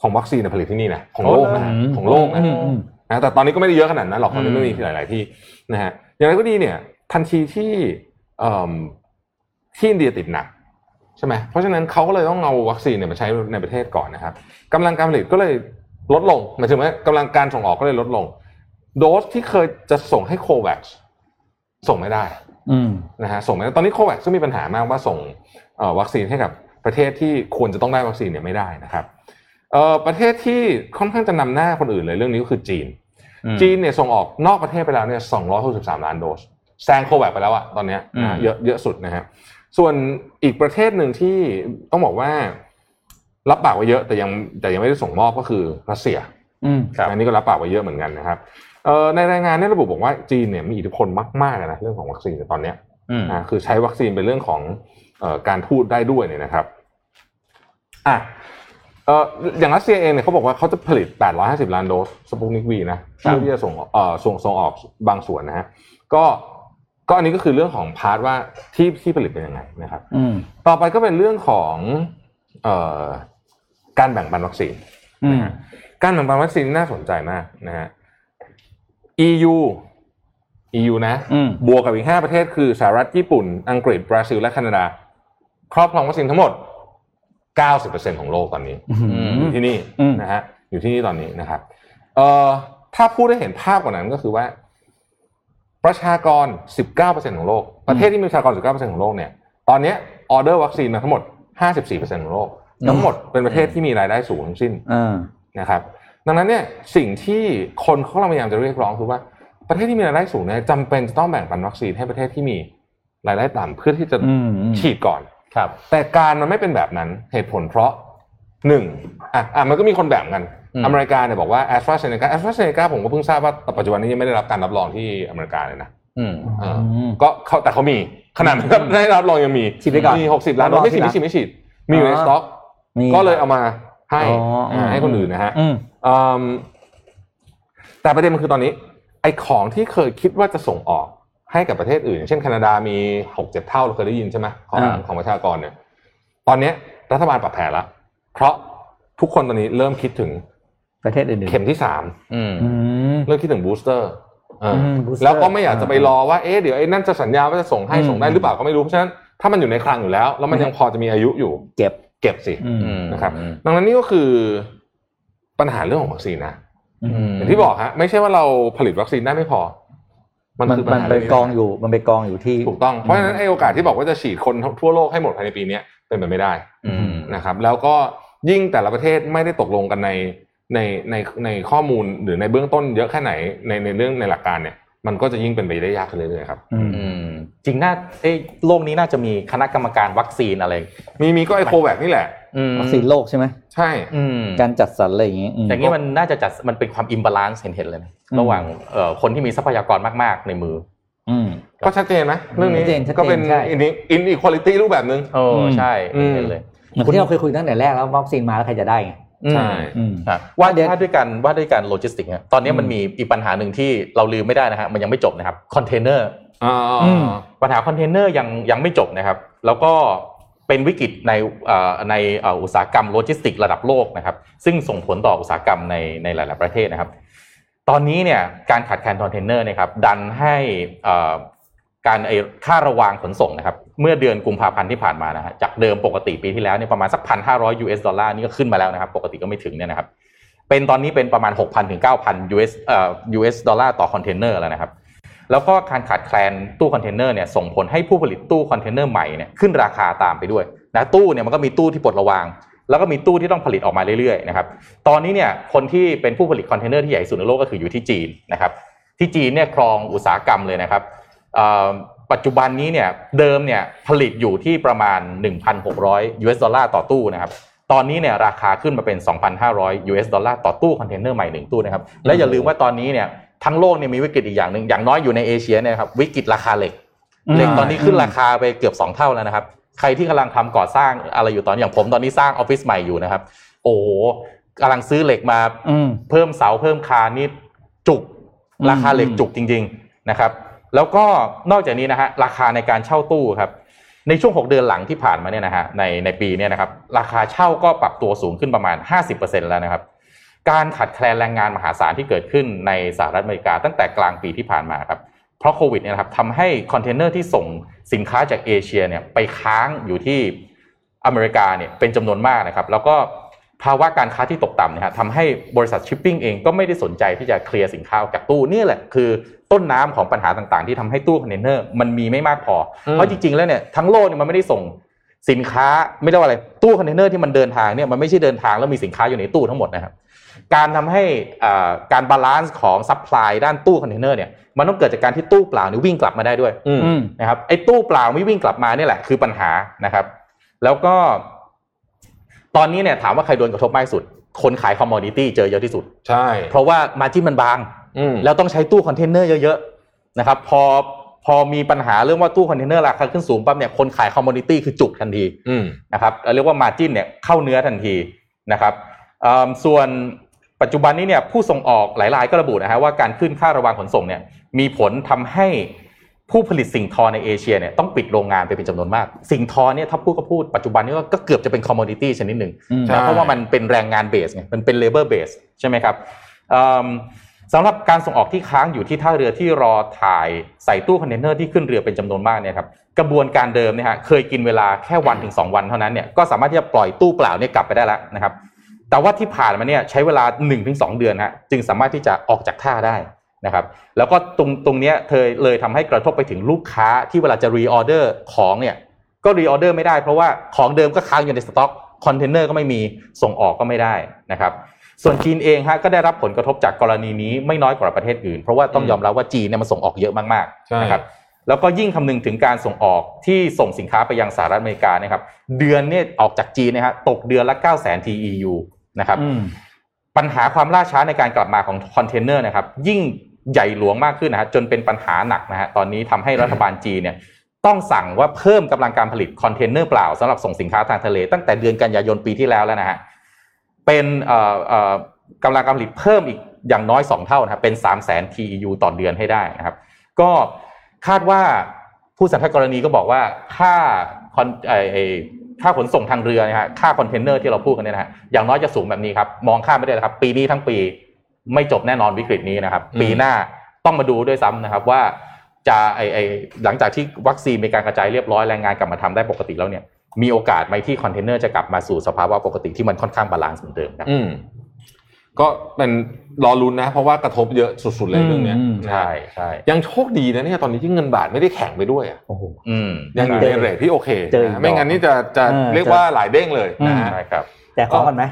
Speaker 3: ของวัคซีนนะผลิตที่นี่นะของโลกนะฮะ
Speaker 2: โอ้โห
Speaker 3: ของโลกนะ
Speaker 2: อืมอืม
Speaker 3: นะแต่ตอนนี้ก็ไม่ได้เยอะขนาดนั้นหรอกตอนนี้ไม่มี
Speaker 4: อืม
Speaker 3: ที่หลาย ๆ ที่นะฮะอย่างไรก็ดีเนี่ยทันทีที่เอิ่มที่อินเดียติดหนักใช่ไหมเพราะฉะนั้นเขาก็เลยต้องเอาวัคซีนเนี่ยมาใช้ในประเทศก่อนนะครับกำลังการผลิตก็เลย ลดลงหมายถึงว่ากำลังการส่งออกก็เลยลดลง โดสที่เคยจะส่งให้โควัคส่งไม่ได้
Speaker 2: อืม
Speaker 3: นะฮะส่งไม่ได้ตอนนี้โควัคซึ่งมีปัญหามากว่าส่งเอ่อวัคซีนให้กับประเทศที่ควรจะต้องได้วัคซีนเนี่ยไม่ได้นะครับเอ่อประเทศที่ค่อนข้างจะนำหน้าคนอื่นเลยเรื่องนี้ก็คือจีน
Speaker 4: อืม
Speaker 3: จีนเนี่ยส่งออกนอกประเทศไปแล้วเนี่ย263 ล้านโดสแซงโควัคไปแล้วอะตอนเนี้ย
Speaker 4: อืม
Speaker 3: นะฮะเยอะเยอะสุดนะฮะส่วนอีกประเทศหนึ่งที่ต้องบอกว่า รับปากไว้เยอะแต่ยังแต่ยังไม่ได้ส่งมอบก็คือรัสเซีย
Speaker 2: อืม
Speaker 4: ครับ
Speaker 3: อันนี้ก็รับปากไว้เยอะเหมือนกันนะครับเอ่อในรายงานเนี่ยระบุบอกว่าจีนเนี่ยมีอิทธิพลมากๆเลยนะเรื่องของวัคซีนในตอนเนี้ย
Speaker 4: อืม
Speaker 3: อ่าคือใช้วัคซีนเป็นเรื่องของเออการทูตได้ด้วยเนี่ยนะครับอ่ะเอออย่างรัสเซียเองเนี่ยเขาบอกว่าเขาจะผลิต 850 ล้านโดสสปุกนิกวีนะเพื่อที่จะส่งเอ่อส่งส่งออกบางส่วนนะฮะก็ก็อันนี้ก็คือเรื่องของพาร์ทว่าที่ที่ผลิตเป็นยังไงนะครับ
Speaker 2: อืม
Speaker 3: ต่อไปก็เป็นเรื่องของเอ่อการแบ่งปันวัคซีน
Speaker 2: อืม
Speaker 3: การแบ่งปันวัคซีนน่าสนใจมากนะฮะ EU EU นะ
Speaker 2: อืม
Speaker 3: บวกกับอีก 5 ประเทศคือสหรัฐญี่ปุ่น อังกฤษ บราซิล และแคนาดา ครอบครองวัคซีนทั้งหมด 90%ของโลกตอนนี้ อยู่ที่นี่
Speaker 2: อืม
Speaker 3: นะฮะอยู่ที่นี่ตอนนี้นะครับเอ่อถ้าพูดได้เห็นภาพกว่านั้นก็คือว่า ประชากร 19%ของโลก ประเทศที่มีประชากร 19%ของโลกเนี่ย ตอนเนี้ออเดอร์วัคซีนมาทั้งหมด 54%ของโลก ทั้งหมดเป็นประเทศที่มีรายได้สูงทั้งสิ้น
Speaker 2: อ่า
Speaker 3: นะครับดังนั้นเนี่ยสิ่งที่คนเขาพยายามจะเรียกร้องคือว่าประเทศที่มีรายได้สูงเนี่ยจำเป็นจะต้องแบ่งปันวัคซีนให้ประเทศที่มีรายได้ต่ำเพื่อที่จะ
Speaker 2: อืมอืม
Speaker 3: ฉีดก่อน
Speaker 4: ครับ
Speaker 3: แต่การมันไม่เป็นแบบนั้นเหตุผลเพราะหนึ่งอ่ะอ่ะมันก็มีคนแบ่งกัน
Speaker 4: อืม
Speaker 3: อเมริกาเนี่ยบอกว่าแอสตราเซเนกาแอสตราเซเนกาผมก็เพิ่งทราบว่าปัจจุบันนี้ยังไม่ได้รับการรับรองที่อเมริกาเลยนะ
Speaker 4: อืม
Speaker 3: เออ
Speaker 2: ม
Speaker 3: ก็เขาแต่เขามีขนาดไม่ได้รับรองยังมี
Speaker 2: ฉีดไปก่อน
Speaker 3: มีหกสิบล้านโดสไม่ฉีดไม่ฉีดไม่ฉีดมีอยู่ใน
Speaker 2: อ๋อ
Speaker 3: สต็อก
Speaker 2: นี่
Speaker 3: ก็เลยเอามาให้
Speaker 2: อ๋ออ่า
Speaker 3: าให้คนอื่นนะฮะ
Speaker 2: อืม
Speaker 3: อืมแต่ประเด็นมันคือตอนนี้ ไอ้ของที่เคยคิดว่าจะส่งออกให้กับประเทศอื่นอย่างเช่นแคนาดามีหกเจ็ดเท่าเราเคยได้ยินใช่ไหมของ
Speaker 2: อ่า
Speaker 3: ของประชากรเนี่ย ตอนเนี้ยรัฐบาลปรับแผนละเพราะทุกคนตอนนี้เริ่มคิดถึง
Speaker 2: ประเทศอื่นๆ
Speaker 3: เข็มที่สาม
Speaker 4: อืม
Speaker 2: อืม
Speaker 3: เริ่มคิดถึงบูสเตอร์
Speaker 2: อืม booster
Speaker 3: แล้วก็ไม่อยากจะไปรอว่าเอ๊ะเดี๋ยวไอ้นั่นจะสัญญาว่าจะส่งให้ส่งได้หรือเปล่าก็ไม่รู้เพราะฉะนั้นถ้ามันอยู่ในคลังอยู่แล้ว แล้วมันยังพอจะมีอายุอยู่
Speaker 2: เก็บ
Speaker 3: เก็บสิ
Speaker 2: อืม
Speaker 4: อืม
Speaker 3: นะครับ ดังนั้นนี่ก็คือปัญหาเรื่องของวัคซีนนะ
Speaker 2: อืม
Speaker 3: อย่างที่บอกฮะไม่ใช่ว่าเราผลิตวัคซีนได้ไม่พอ มัน
Speaker 2: มัน
Speaker 3: คือ
Speaker 2: มัน
Speaker 3: หา
Speaker 2: ไป
Speaker 3: เรื่
Speaker 2: กองอยู่ มันไปกองอยู่ที่
Speaker 3: ถูกต้องเพราะฉะนั้นไอ้โอกาสที่บอกว่าจะฉีดคนทั่วโลกให้หมดภายในปีเนี้ยเป็นไปไม่ได้
Speaker 4: อืม
Speaker 3: นะครับ แล้วก็ยิ่งแต่ละประเทศไม่ได้ตกลงกันในในในในข้อมูลหรือในเบื้องต้นเยอะแค่ไหนในในเรื่องในหลักการเนี่ย มันก็จะยิ่งเป็นไปได้ยากขึ้นเรื่อยๆครับ
Speaker 2: อืม
Speaker 4: อืมจริงน่าเอ้ยโลกนี้น่าจะมีคณะกรรมการวัคซีนอะไร
Speaker 3: มีมีก็ไอโคแวกนี่แหละ
Speaker 4: อืม
Speaker 2: วัคซีนโลกใช่ไหม
Speaker 3: ใช่
Speaker 4: อืม
Speaker 2: การจัดสรรอะไรอย่างเงี้ยม
Speaker 4: อย่างนี้มันน่าจะจัดมันเป็นความอิมบาลานซ์เห็นเห็นๆเลยนะ
Speaker 2: อืม
Speaker 4: ระหว่างเอ่อคนที่มีทรัพยากรมากๆในมือ
Speaker 2: อืม
Speaker 3: ก็ชัดเจนไหมเรื่องนี้
Speaker 2: ชัดเจนชัดเจน
Speaker 3: ก็เป็น
Speaker 2: ใช่
Speaker 3: อินอินอีควอลิตี้รูปแบบหนึ่ง
Speaker 4: โอ้
Speaker 2: อืม
Speaker 4: ใช่เห็นเห็
Speaker 3: อื
Speaker 4: น
Speaker 3: ม
Speaker 4: เลย
Speaker 2: เหมือนที่เราเคยคุยตั้งแต่แรกแล้ววัคซีนมาแล้วใครจะได้ไง
Speaker 3: ใช่
Speaker 4: อืม
Speaker 2: อืม
Speaker 4: อ่ะว่า
Speaker 2: เดี๋ยว
Speaker 4: ว่าด้วยการว่าด้วยการโลจิสติกส์ฮะตอนนี้มัน
Speaker 2: อืม
Speaker 4: มีอีกปัญหาหนึ่งที่เราลืมไม่ได้นะฮะมันยังไม่จบนะครับคอนเทนเนอร์
Speaker 3: อ่า
Speaker 2: อืม
Speaker 4: ปัญหาคอนเทนเนอร์ยังยังไม่จบนะครับ แล้วก็เป็นวิกฤตในเอ่อในเอ่ออุตสาหกรรมโลจิสติกส์ระดับโลกนะครับ ซึ่งส่งผลต่ออุตสาหกรรมในในหลาย ๆ ประเทศนะครับ ตอนนี้เนี่ยการขาดแคลนคอนเทนเนอร์นะครับดันให้เอ่อการไอ้ค่าระวางขนส่งนะครับ เมื่อเดือนกุมภาพันธ์ที่ผ่านมานะฮะจากเดิมปกติปีที่แล้วเนี่ยประมาณสักพันห้าร้อย US ดอลลาร์นี่ก็ขึ้นมาแล้วนะครับ ปกติก็ไม่ถึงเนี่ยนะครับ เป็นตอนนี้เป็นประมาณ 6,000ถึง9,000 US เอ่อ US ดอลลาร์ต่อคอนเทนเนอร์แล้วนะครับ แล้วก็การขาดแคลนตู้คอนเทนเนอร์เนี่ยส่งผลให้ผู้ผลิตตู้คอนเทนเนอร์ใหม่เนี่ยขึ้นราคาตามไปด้วยนะตู้เนี่ยมันก็มีตู้ที่ปลดระวาง แล้วก็มีตู้ที่ต้องผลิตออกมาเรื่อยๆนะครับตอนนี้เนี่ยคนที่เป็นผู้ผลิตคอนเทนเนอร์ที่ใหญ่ที่สุดในโลกก็คืออยู่ที่จีนนะครับที่จีนเนี่ยครองอุตสาหกรรมเลยนะครับเอ่อปัจจุบันนี้เนี่ยเดิมเนี่ยผลิตอยู่ที่ประมาณ 1,600 US ดอลลาร์ต่อตู้นะครับ ตอนนี้เนี่ยราคาขึ้นมาเป็น 2,500 US ดอลลาร์ต่อตู้คอนเทนเนอร์ใหม่หนึ่งตู้นะครับ และอย่าลืมว่าตอนนี้เนี่ยทั้งโลกเนี่ยมีวิกฤตอีกอย่างหนึ่งอย่างน้อยอยู่ในเอเชียเนี่ยครับวิกฤตราคาเหล็ก เหล็กตอนนี้ขึ้นราคาไปเกือบ 2 เท่าแล้วนะครับ ใครที่กำลังทำก่อสร้างอะไรอยู่ตอนอย่างผมตอนนี้สร้างออฟฟิศใหม่อยู่นะครับ โอ้โหกำลังซื้อเหล็กมา
Speaker 2: อืม
Speaker 4: เพิ่มเสาเพิ่มคานนี่จุก
Speaker 2: อืม
Speaker 4: ราคาเหล็กจุกจริง ๆนะครับ แล้วก็นอกจากนี้นะฮะราคาในการเช่าตู้ครับ ในช่วง 6 เดือนหลังที่ผ่านมาเนี่ยนะฮะในในปีเนี่ยนะครับราคาเช่าก็ปรับตัวสูงขึ้นประมาณ 50%แล้วนะครับ การขาดแคลนแรงงานมหาศาลที่เกิดขึ้นในสหรัฐอเมริกาตั้งแต่กลางปีที่ผ่านมาครับ เพราะโควิดเนี่ยนะครับทำให้คอนเทนเนอร์ที่ส่งสินค้าจากเอเชียเนี่ยไปค้างอยู่ที่อเมริกาเนี่ยเป็นจำนวนมากนะครับ แล้วก็ ภาวะการค้าที่ตกต่ำเนี่ยฮะทำให้บริษัทชิปปิ้งเองก็ไม่ได้สนใจที่จะเคลียร์สินค้าออกจากตู้นี่แหละคือต้นน้ำของปัญหาต่างๆ ที่ทำให้ตู้คอนเทนเนอร์มันมีไม่มากพอ
Speaker 3: อืม
Speaker 4: เพราะจริงๆแล้วเนี่ยทั้งโลกเนี่ยมันไม่ได้ส่งสินค้าไม่ได้ว่าอะไรตู้คอนเทนเนอร์ที่มันเดินทางเนี่ยมันไม่ใช่เดินทางแล้วมีสินค้าอยู่ในตู้ทั้งหมดนะครับ การทำให้อ่าการบาลานซ์ของซัพพลายด้านตู้คอนเทนเนอร์เนี่ยมันต้องเกิดจากการที่ตู้เปล่าเนี่ยวิ่งกลับมาได้ด้วย
Speaker 3: อืม
Speaker 6: อืม
Speaker 4: นะครับไอ้ตู้เปล่าไม่วิ่งกลับมาเนี่ยแหละคือปัญหานะครับ แล้วก็ ตอนนี้เนี่ยถามว่าใครโดนกระทบมากที่สุด คนขายคอมมอดิตี้เจอเยอะที่สุด
Speaker 3: ใช่
Speaker 4: เพราะว่ามาจิ้นมันบาง
Speaker 3: อืม
Speaker 4: แล้วต้องใช้ตู้คอนเทนเนอร์เยอะๆนะครับพอพอมีปัญหาเรื่องว่าตู้คอนเทนเนอร์ราคาขึ้นสูงปั๊บเนี่ยคนขายคอมมอดิตี้คือจุกทันที
Speaker 3: อืม
Speaker 4: นะครับเอ่อเรียกว่ามาจินเนี่ยเข้าเนื้อทันทีนะครับเอิ่มส่วนปัจจุบันนี้เนี่ยผู้ส่งออกหลายรายก็ระบุนะฮะว่าการขึ้นค่าระวางขนส่งเนี่ยมีผลทำให้ผู้ผลิตสิ่งทอในเอเชียเนี่ยต้องปิดโรงงานไปเป็นจำนวนมาก สิ่งทอเนี่ยถ้าพูดก็พูดปัจจุบันนี้ก็ก็เกือบจะเป็นคอมมอดิตี้ชนิดหนึ่ง
Speaker 6: อืม
Speaker 3: ใช่
Speaker 4: นะเพราะว่ามันเป็นแรงงานเบสไงมันเป็นเลเบอร์เบสใช่ไหมครับเอิ่มสำหรับการส่งออกที่ค้างอยู่ที่ท่าเรือที่รอถ่ายใส่ตู้คอนเทนเนอร์ที่ขึ้นเรือเป็นจำนวนมากเนี่ยครับ กระบวนการเดิมเนี่ยฮะเคยกินเวลาแค่วันถึง 2 วันเท่านั้นเนี่ยก็สามารถที่จะปล่อยตู้เปล่าเนี่ยกลับไปได้แล้วนะครับ แต่ว่าที่ผ่านมาเนี่ยใช้เวลา 1-2 เดือนฮะจึงสามารถที่จะออกจากท่าได้นะครับ แล้วก็ตรงตรงเนี้ยเธอเลยทำให้กระทบไปถึงลูกค้าที่เวลาจะรีออเดอร์ของเนี่ยก็รีออเดอร์ไม่ได้เพราะว่าของเดิมก็ค้างอยู่ในสต็อกคอนเทนเนอร์ก็ไม่มีส่งออกก็ไม่ได้นะครับ ส่วนจีนเองฮะก็ได้รับผลกระทบจากกรณีนี้ไม่น้อยกว่าประเทศอื่น เพราะว่าต้องยอมรับว่าจีนเนี่ยมันส่งออกเยอะมาก
Speaker 3: ใช่
Speaker 4: ๆนะครับ แล้วก็ยิ่งคำนึงถึงการส่งออกที่ส่งสินค้าไปยังสหรัฐอเมริกานะครับ เดือนเนี่ยออกจากจีนนะฮะตกเดือนละ9 0 0 0 0 TEU นะครับ
Speaker 6: อืม
Speaker 4: ปัญหาความล่าช้าในการกลับมาของคอนเทนเนอร์นะครับ ยิ่งใหญ่หลวงมากขึ้นนะฮะจนเป็นปัญหาหนักนะฮะตอนนี้ทำให้รัฐบาลจีนเนี่ยต้องสั่งว่าเพิ่มกำลังการผลิตคอนเทนเนอร์เปล่าสำหรับส่งสินค้าทางทะเล ตั้งแต่เดือนกันยายนปีที่แล้วแล้วนะฮะเป็นเอ่อเอ่อกำลังการผลิตเพิ่มอีกอย่างน้อย 2 เท่านะครับเป็น3 0 0 0 0 0 TEU ต่อเดือนให้ได้นะครับ ก็คาดว่าผู้สัมภาษณ์กรณีก็บอกว่าค่าคอนไอไอ้ค่าขนส่งทางเรือเนะฮะค่าคอนเทนเนอร์ที่เราพูดกันเนี่ยนะฮะอย่างน้อยจะสูงแบบนี้ครับ มองข้ามไม่ได้เลยครับ ปีนี้ทั้งปีไม่จบแน่นอนวิกฤตนี้นะครับ
Speaker 3: อืม
Speaker 4: ปีหน้าต้องมาดูด้วยซ้ำนะครับว่าจะไอไอหลังจากที่วัคซีนมีการกระจายเรียบร้อยแรงงานกลับมาทำได้ปกติแล้วเนี่ยมีโอกาสไหมที่คอนเทนเนอร์จะกลับมาสู่สภาวะปกติที่มันค่อนข้างบาลานซ์เหมือนเดิมครับ
Speaker 3: อืม ก็เป็นรอลุ้นนะ เพราะว่ากระทบเยอะสุดๆเลยเรื่องเนี้ย
Speaker 6: อืม
Speaker 3: นะ
Speaker 4: ใช่ใช่
Speaker 3: ยังโชคดีนะเนี่ยตอนนี้ที่เงินบาทไม่ได้แข็งไปด้วยอะ
Speaker 2: โอ้โห
Speaker 4: อืม
Speaker 3: ยังอยู่
Speaker 2: เจ
Speaker 3: ใน
Speaker 2: อ
Speaker 3: เรทที่โอเค
Speaker 2: เจออีก
Speaker 3: นะไม่งั้นนี่จะจะ
Speaker 2: เออ
Speaker 3: เรียกว่าหลายเด้งเลยนะฮะ
Speaker 4: ใช่ครับ
Speaker 2: แต่ของกันไหม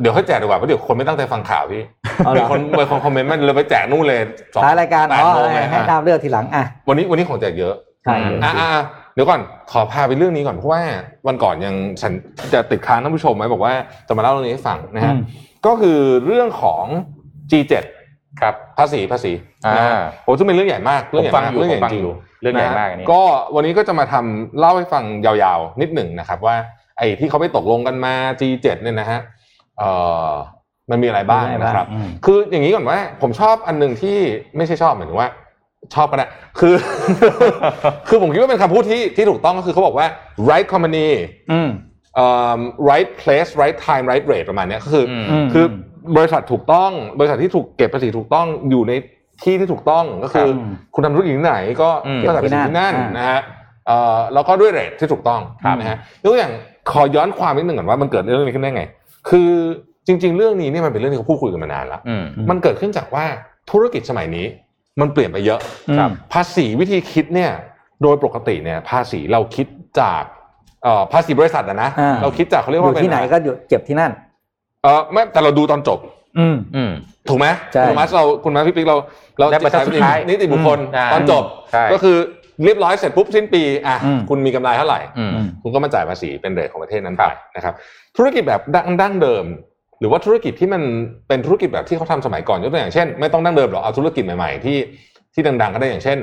Speaker 3: เดี๋ยวค่อยแจกดีกว่าเพราะเดี๋ยวคนไม่ตั้งใจฟังข่าวพี่
Speaker 2: เอาเหร
Speaker 3: เดี๋ย
Speaker 2: อ
Speaker 3: วคนเดี๋ยวคนคอมเมนต์มันเลยไปแจกนู่นเลยสอง
Speaker 2: ท้ายรายการ
Speaker 3: แปด
Speaker 2: อ๋อ
Speaker 3: โมงเลย
Speaker 2: ให้
Speaker 3: อ่ะ
Speaker 2: ดาวเลือกทีหลังอ่ะ
Speaker 3: วันนี้วันนี้ของแจกเยอะ
Speaker 2: ใช่
Speaker 4: อืม
Speaker 3: อ่ะอ่ะอ่ะเดี๋ยวก่อนขอพาไปเรื่องนี้ก่อนเพราะว่าวันก่อนยังฉันจะติดค้างท่านผู้ชมไว้บอกว่าจะมาเล่าเรื่องนี้ให้ฟังนะฮะ
Speaker 6: อืม
Speaker 3: ก็คือเรื่องของ G7
Speaker 4: ครับ
Speaker 3: ภาษีภาษี
Speaker 4: อ่า
Speaker 3: นะฮะโอ้ซึ่งเป็นเรื่องใหญ่มาก
Speaker 4: ผม
Speaker 3: เรื่ใหญ่
Speaker 4: ฟัง
Speaker 3: มาก
Speaker 4: อ
Speaker 3: เรื่ใหญ่จริ
Speaker 4: ยู่ผมฟังอง ยู่เรื่องใหญ่มากอันนี้
Speaker 3: ก็วันนี้ก็จะมาทำเล่าให้ฟังยาวๆ นิดหนึ่งนะครับ ว่าไอ้ที่เขาไปตกลงกันมา G7 เนี่ยนะฮะเอ่อมันมีอะไรบ้างนะครับ
Speaker 6: อืม
Speaker 3: คืออย่างนี้ก่อนว่า ผมชอบอันหนึ่งที่ไม่ใช่ชอบหมายถึงว่า ชอบก็ได้คือ คือผมคิดว่าเป็นคำพูดที่ที่ถูกต้องก็คือเขาบอกว่า right company
Speaker 6: อืม
Speaker 3: เอ่อ right place right time right rate ประมาณเนี้ยก็คืออ
Speaker 4: ม
Speaker 6: อืม
Speaker 3: คือบริษัทถูกต้อง บริษัทที่ถูกเก็บภาษีถูกต้องอยู่ในที่ที่ถูกต้องก็คือ
Speaker 6: ครับ
Speaker 3: คุณทำธุรกิจที่ไหนก็
Speaker 4: อืม
Speaker 3: ก็จ่ายภาษีที่นั่น
Speaker 6: อ่าน
Speaker 3: นะฮะเอ่อแล้วก็ด้วยเรทที่ถูกต้องนะฮะยกตัวอย่างขอย้อนความนิดหนึ่งก่อนว่ามันเกิดเรื่องนี้ขึ้นได้ไง คือจริง ๆ เรื่องนี้เนี่ยมันเป็นเรื่องที่เขาพูดคุยกันมานานแล้ว
Speaker 4: อืม
Speaker 3: มันเกิดขึ้นจากว่าธุรกิจสมัยนี้ มันเปลี่ยนไปเยอะ
Speaker 6: ครับ
Speaker 3: ภาษีวิธีคิดเนี่ยโดยปกติเนี่ยภาษีเราคิดจากเอ่อภาษีบริษัทนะนะ
Speaker 2: อ่า
Speaker 3: เราคิดจากเขาเรียก
Speaker 2: อ
Speaker 3: ว่า
Speaker 2: ยู่
Speaker 3: เป็
Speaker 2: ที่ไหนก็อยู่เจ็บที่นั่น
Speaker 3: เออไม่แต่เราดูตอนจบ
Speaker 6: อืม
Speaker 4: อืม
Speaker 3: ถูกไหม
Speaker 2: ใช่
Speaker 3: คุณมัสเราคุณมัสพี่ปิ๊กเราเรา
Speaker 4: ได้ประทับสุดท้าย
Speaker 3: นิติบุคคล
Speaker 4: อืม
Speaker 3: ตอนจบ
Speaker 4: ใช่
Speaker 3: ก็คือเรียบร้อยเสร็จปุ๊บสิ้นปีอ่ะ
Speaker 6: อืม
Speaker 3: คุณมีกำไรเท่าไหร่
Speaker 4: อืม
Speaker 3: คุณก็มาจ่ายภาษีเป็นเรทของประเทศนั้นไปนะครับ ธุรกิจแบบดั้งเดิม หรือว่าธุรกิจที่มันเป็นธุรกิจแบบที่เขาทำสมัยก่อนยกตัวอย่างเช่น ไม่ต้องดั้งเดิมหรอกเอาธุรกิจใหม่ๆ ที่ที่ดังๆก็ได้อย่างเช่น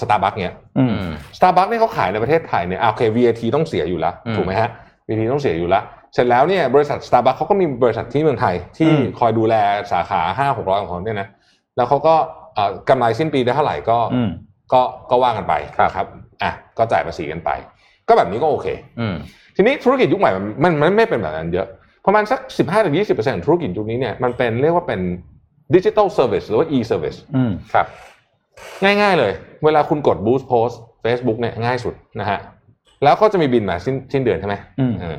Speaker 3: สตาร์บัคเนี้ย
Speaker 6: อืม
Speaker 4: อืม
Speaker 3: สตาร์บัคเนี่ยเขาขายในประเทศไทยเนี่ยอ่ะโอเค VAT ต้องเสียอยู่แล้ว
Speaker 4: อืม
Speaker 3: ถูกไหมฮะ VAT ต้องเสียอยู่แล้ว เสร็จแล้วเนี่ยบริษัทสตาร์บัคเขาก็มีบริษัทที่เมืองไทย ที่
Speaker 6: อืม
Speaker 3: คอยดูแลสาขาห้าหกร้อยของเขาเนี่ยนะแล้วเขาก็เอ่อกำไรสิ้นปีได้เท่าไหร่ก็
Speaker 6: อืม
Speaker 3: ก็ก็ว่ากันไปนะครับอ่ะก็จ่ายภาษีกันไป ก็แบบนี้ก็โอเค
Speaker 4: อืม
Speaker 3: ทีนี้ธุรกิจยุคใหม่มันมันมันไม่เป็นแบบนั้นเยอะประมาณสัก 15-20%ของธุรกิจยุคนี้เนี่ยมันเป็นเรียกว่าเป็นดิจิทัลเซอร์วิสหรือว่า e-service
Speaker 6: อืม
Speaker 4: ครับ
Speaker 3: ง่ายๆเลย เวลาคุณกด boost post Facebook เนี่ยง่ายสุดนะฮะ แล้วก็จะมีบินมาสิ้นสิ้นเดือนใช่ไหม
Speaker 6: อืม
Speaker 3: เออ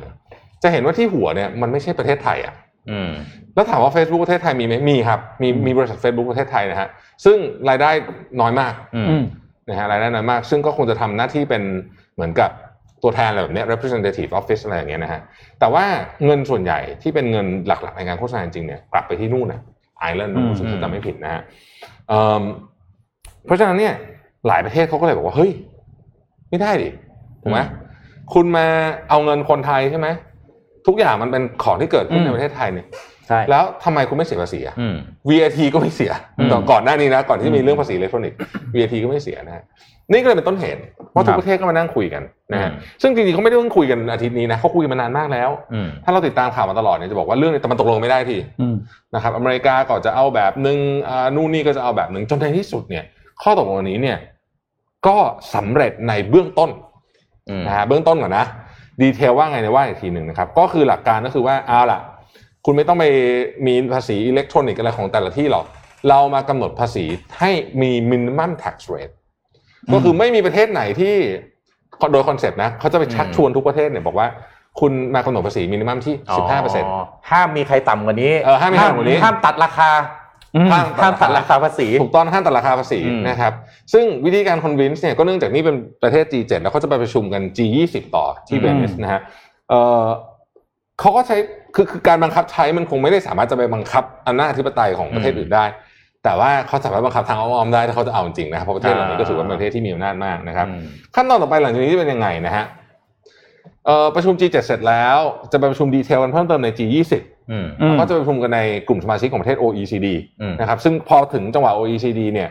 Speaker 3: จะเห็นว่าที่หัวเนี่ยมันไม่ใช่ประเทศไทยอ่ะ
Speaker 4: อืม
Speaker 3: แล้วถามว่า Facebook ประเทศไทยมีไหมมีครับ มีมีบริษัท Facebook ประเทศไทยนะฮะ ซึ่งรายได้น้อยมาก
Speaker 4: อืม
Speaker 2: อืม
Speaker 3: นะฮะรายได้น้อยมาก ซึ่งก็คงจะทำหน้าที่เป็นเหมือนกับตัวแทนอะไรแบบเนี้ย representative office อะไรอย่างเงี้ยนะฮะ แต่ว่าเงินส่วนใหญ่ที่เป็นเงินหลักๆในการโฆษณาจริงๆเนี่ยกลับไปที่นู่นนะไอร์แลนด์
Speaker 4: อืม
Speaker 3: รู้สึกจะจำไม่ผิดนะฮะเอิ่มเพราะฉะนั้นเนี่ยหลายประเทศเขาก็เลยบอกว่าเฮ้ย ไม่ได้ดิถูกไหมคุณมาเอาเงินคนไทยใช่ไหมทุกอย่างมันเป็นของที่เกิดขึ้นในประเทศไทยเนี่ย
Speaker 2: ใช่
Speaker 3: แล้วทำไมคุณไม่เสียภาษีอะ
Speaker 4: อืม
Speaker 3: VAT ก็ไม่เสีย
Speaker 4: อืม
Speaker 3: ตอนก่อนหน้านี้นะ ก่อนที่
Speaker 4: อืม
Speaker 3: มีเรื่องภาษีอิเล็กทรอนิกส์ VAT ก็ไม่เสียนะฮะนี่ก็เลยเป็นต้นเหตุว่าทุก
Speaker 4: ครับ
Speaker 3: ประเทศก็มานั่งคุยกันนะฮะ
Speaker 4: อืม
Speaker 3: ซึ่งจริงๆเขาไม่ได้เพิ่งคุยกันอาทิตย์นี้นะเขาคุยกันมานานมากแล้ว
Speaker 4: อืม
Speaker 3: ถ้าเราติดตามข่าวมาตลอดเนี่ยจะบอกว่าเรื่องเนี้แต่มันตกลงไม่ได้ที
Speaker 2: อืม
Speaker 3: นะครับอเมริกาก็จะเอาแบบหนึ่งอ่านู่นนี่ก็จะเอาแบบหนึ่งจนในที่สุดเนี่ย ข้อตกลงอันนี้เนี่ยก็สำเร็จในเบื้องต้น
Speaker 4: อืม
Speaker 3: นะฮะเบื้องต้นก่อนนะดีเทลว่าไงเนยว่าอีกทีหนึ่งนะครับ ก็คือหลักการก็คือว่าเอาล่ะ คุณไม่ต้องไปมีภาษีอิเล็กทรอนิกส์อะไรของแต่ละที่หรอกเรามากำหนดภาษีให้มีมินิมัม tax rate ก็คือไม่มีประเทศไหนที่โดยคอนเซ็ปต์นะเขาจะไปชัก
Speaker 4: อืม
Speaker 3: ชวนทุกประเทศเนี่ยบอกว่า คุณมากำหนดภาษีมินิมัมที่ 15เปอร์เซ็นต์
Speaker 4: ห้ามมีใครต่ำกว่านี้
Speaker 3: เออห้ามมีใครต่ำกว่านี้
Speaker 4: ห้ามตัดราคา ห้ามห้ามตัดราคาภาษี
Speaker 3: ถูกต้องห้ามตัดราคาภาษี
Speaker 4: อืม
Speaker 3: นะครับ ซึ่งวิธีการคอนวินส์เนี่ยก็เนื่องจากนี่เป็นประเทศ G7 แล้วเขาจะไปประชุมกัน G20 ต่อที่เวนิสนะฮะเอ่อเขาก็ใช้คือคือการบังคับใช้มันคงไม่ได้สามารถจะไปบังคับอำนาจอธิปไตยของประเทศอื่นได้ แต่ว่าเขาสามารถบังคับทางอ้อมๆได้ถ้าเขาจะเอาจริงนะครับเพราะประเทศเหล่านี้ก็ถือว่าเป็นประเทศที่มีอำนาจมากนะครับ
Speaker 4: อืม
Speaker 3: ขั้นตอนต่อไปหลังจากนี้จะเป็นยังไงนะฮะเอ่อประชุม G7 เสร็จแล้วจะไปประชุมดีเทลกันเพิ่มเติมใน G20
Speaker 4: อืม
Speaker 2: อืม
Speaker 3: ก็จะไปประชุมกันในกลุ่มสมาชิกของประเทศ OECD
Speaker 4: อืม
Speaker 3: นะครับซึ่งพอถึงจังหวะ OECD เนี่ย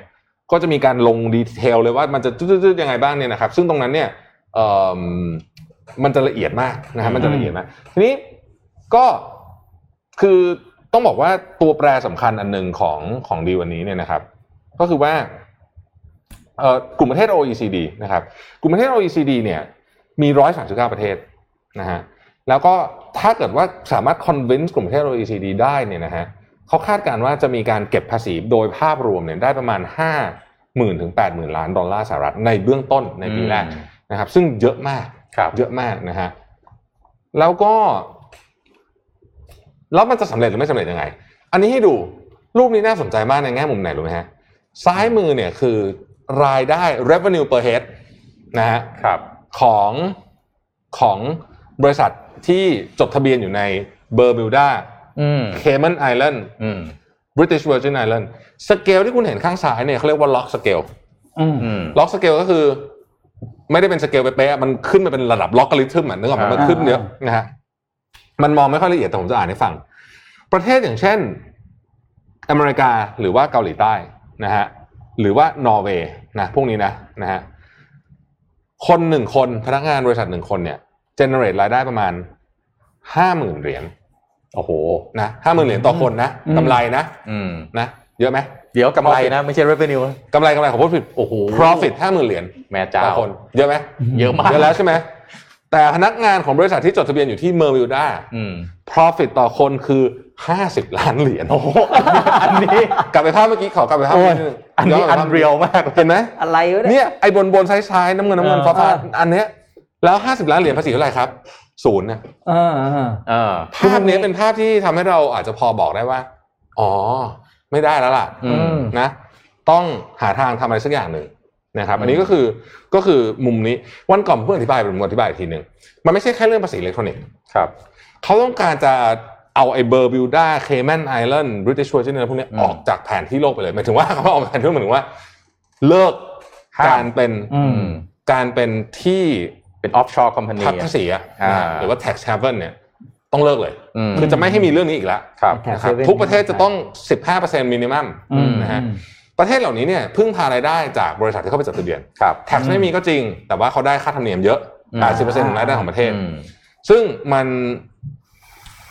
Speaker 3: ก็จะมีการลงดีเทลเลยว่ามันจะจืดๆๆยังไงบ้างเนี่ยนะครับซึ่งตรงนั้นเนี่ยเอิ่มมันจะละเอียดมากนะครับมันจะละเอียดมากทีนี้ก็คือต้องบอกว่าตัวแปรสำคัญอันหนึ่งของของดีลวันนี้เนี่ยนะครับ ก็คือว่าเอ่อกลุ่มประเทศ OECD นะครับกลุ่มประเทศ OECD เนี่ยมี 139 ประเทศนะฮะแล้วก็ถ้าเกิดว่าสามารถ convince กลุ่มประเทศ OECD ได้เนี่ยนะฮะ เขาคาดการณ์ว่าจะมีการเก็บภาษีโดยภาพรวมเนี่ยได้ประมาณ 5 0 0 0 0 0ถึง80,000 ล้านดอลลาร์สหรัฐในเบื้องต้นในปีแรก
Speaker 4: อืม
Speaker 3: นะครับ ซึ่งเยอะมาก
Speaker 4: ครับ
Speaker 3: เยอะมากนะฮะ แล้วก็ แล้วมันจะสำเร็จหรือไม่สำเร็จยังไง อันนี้ให้ดูรูปนี้น่าสนใจมากในแง่มุมไหนรู้ไหมฮะ ซ้ายมือเนี่ยคือรายได้ revenue per head นะฮะ
Speaker 4: ครับ
Speaker 3: ของของบริษัทที่จดทะเบียนอยู่ในเบอร์มิวดา
Speaker 4: อืม
Speaker 3: เคมันไอแลนด์
Speaker 4: อืม
Speaker 3: British Virgin Island สเกลที่คุณเห็นข้างซ้ายเนี่ยเขาเรียกว่าล็อกสเกล
Speaker 2: อืม
Speaker 4: อืม
Speaker 3: ล็อกสเกลก็คือ ไม่ได้เป็นสเกลเป๊ะๆมันขึ้นมาเป็นระดับล็อกกริทึมอ่ะนึกออกไหม
Speaker 4: อ่ามั
Speaker 3: มันขึ้นเยอะนะฮะมันมองไม่ค่อยละเอียดแต่ผมจะอ่านให้ฟัง ประเทศอย่างเช่น อเมริกาหรือว่าเกาหลีใต้นะฮะหรือว่านอร์เวย์นะพวกนี้นะนะฮะคนหนึ่งคนพนักงานบริษัทหนึ่งคนเนี่ยเจเนเรตรายได้ประมาณห้าหมื่นเหรียญ
Speaker 4: โอ้โห
Speaker 3: นะห้าหมื่นเหรียญต่อคนนะกำไรนะ
Speaker 4: อืม
Speaker 3: นะเยอะไหม
Speaker 4: เดี๋ยวกำไรนะ ไม่ใช่ revenue นะ
Speaker 3: กำไรกำไรของผู้ผลิต
Speaker 4: โอ้โห
Speaker 3: profit ห้าหมื่นเหรียญ
Speaker 4: แม่เจ้า
Speaker 3: ต่อคน เยอะไหม
Speaker 4: เยอะมาก
Speaker 3: เยอะแล้วใช่ไหม แต่พนักงานของบริษัทที่จดทะเบียนอยู่ที่เมอร์วิลดา
Speaker 4: อืม
Speaker 3: profit ต่อคนคือ 50 ล้านเหรียญ
Speaker 4: โอ้โห อันนี้
Speaker 3: กลับไปภาพเมื่อกี้ขอกลับไปภาพ
Speaker 4: โอ้ย
Speaker 3: ดง
Speaker 4: อันนี้
Speaker 3: ย้กลั
Speaker 4: อั
Speaker 3: บไป
Speaker 4: น
Speaker 3: ภาพ
Speaker 4: เรียวมาก
Speaker 3: เห็นไหม
Speaker 2: อะไรวะเนี่ย
Speaker 3: เนี่ยไอ้บนบนๆซ้ายๆน้ำเงินน้ำเงิน
Speaker 4: เออ
Speaker 3: ฟ้าฟ้า
Speaker 2: เออ
Speaker 3: อันเนี้ยแล้ว 50 ล้านเหรียญภาษีเท่าไหร่ครับศูนย์นะ
Speaker 2: เออเออ
Speaker 4: เออ
Speaker 3: ภาพเนี้ยเป็นภาพที่ทำให้เราอาจจะพอบอกได้ว่า อ๋อ ไม่ได้แล้วล่ะ
Speaker 4: อืม
Speaker 3: นะต้องหาทางทำอะไรสักอย่างหนึ่งนะครับ
Speaker 4: อืม
Speaker 3: อันนี้ก็คือก็คือมุมนี้วันก่อนเพื่อนอธิบายผมอธิบายอีกทีหนึ่งมันไม่ใช่แค่เรื่องภาษีอิเล็กทรอนิกส์
Speaker 4: ครับ
Speaker 3: เขาต้องการจะเอาไอ้เบอร์บิวดาเคแมนไอแลนด์บริติชวอชิงตันพวกเนี้ย
Speaker 4: อืม
Speaker 3: ออกจากแผนที่โลกไปเลยหมายถึงว่า เขาออกจากแผนที่โลกหมายถึงว่า เลิก
Speaker 4: ห้าม
Speaker 3: การเป็น
Speaker 2: อืม
Speaker 3: การเป็นที่
Speaker 4: เป็น offshore company
Speaker 3: พัก
Speaker 4: อะ
Speaker 3: ภาษีอะ
Speaker 4: อ่า
Speaker 3: หรือว่า tax haven เนี่ยต้องเลิกเลย
Speaker 4: อืม
Speaker 3: คือจะไม่ให้มีเรื่องนี้อีกแล้ว
Speaker 4: ครับ
Speaker 3: นะครับทุกประเทศจะต้อง 15%มินิมัม
Speaker 2: อืม
Speaker 3: นะฮะ
Speaker 2: อืม
Speaker 3: ประเทศเหล่านี้เนี่ยพึ่งพารายได้จากบริษัทที่เข้าไปจดทะเบียน
Speaker 4: ครับ
Speaker 3: แท็กไม่มีก็จริง แต่ว่าเขาได้ค่าธรรมเนียมเยอะ
Speaker 4: อืม
Speaker 3: 80%ของรายได้ของประเทศ
Speaker 4: อืม
Speaker 3: ซึ่งมัน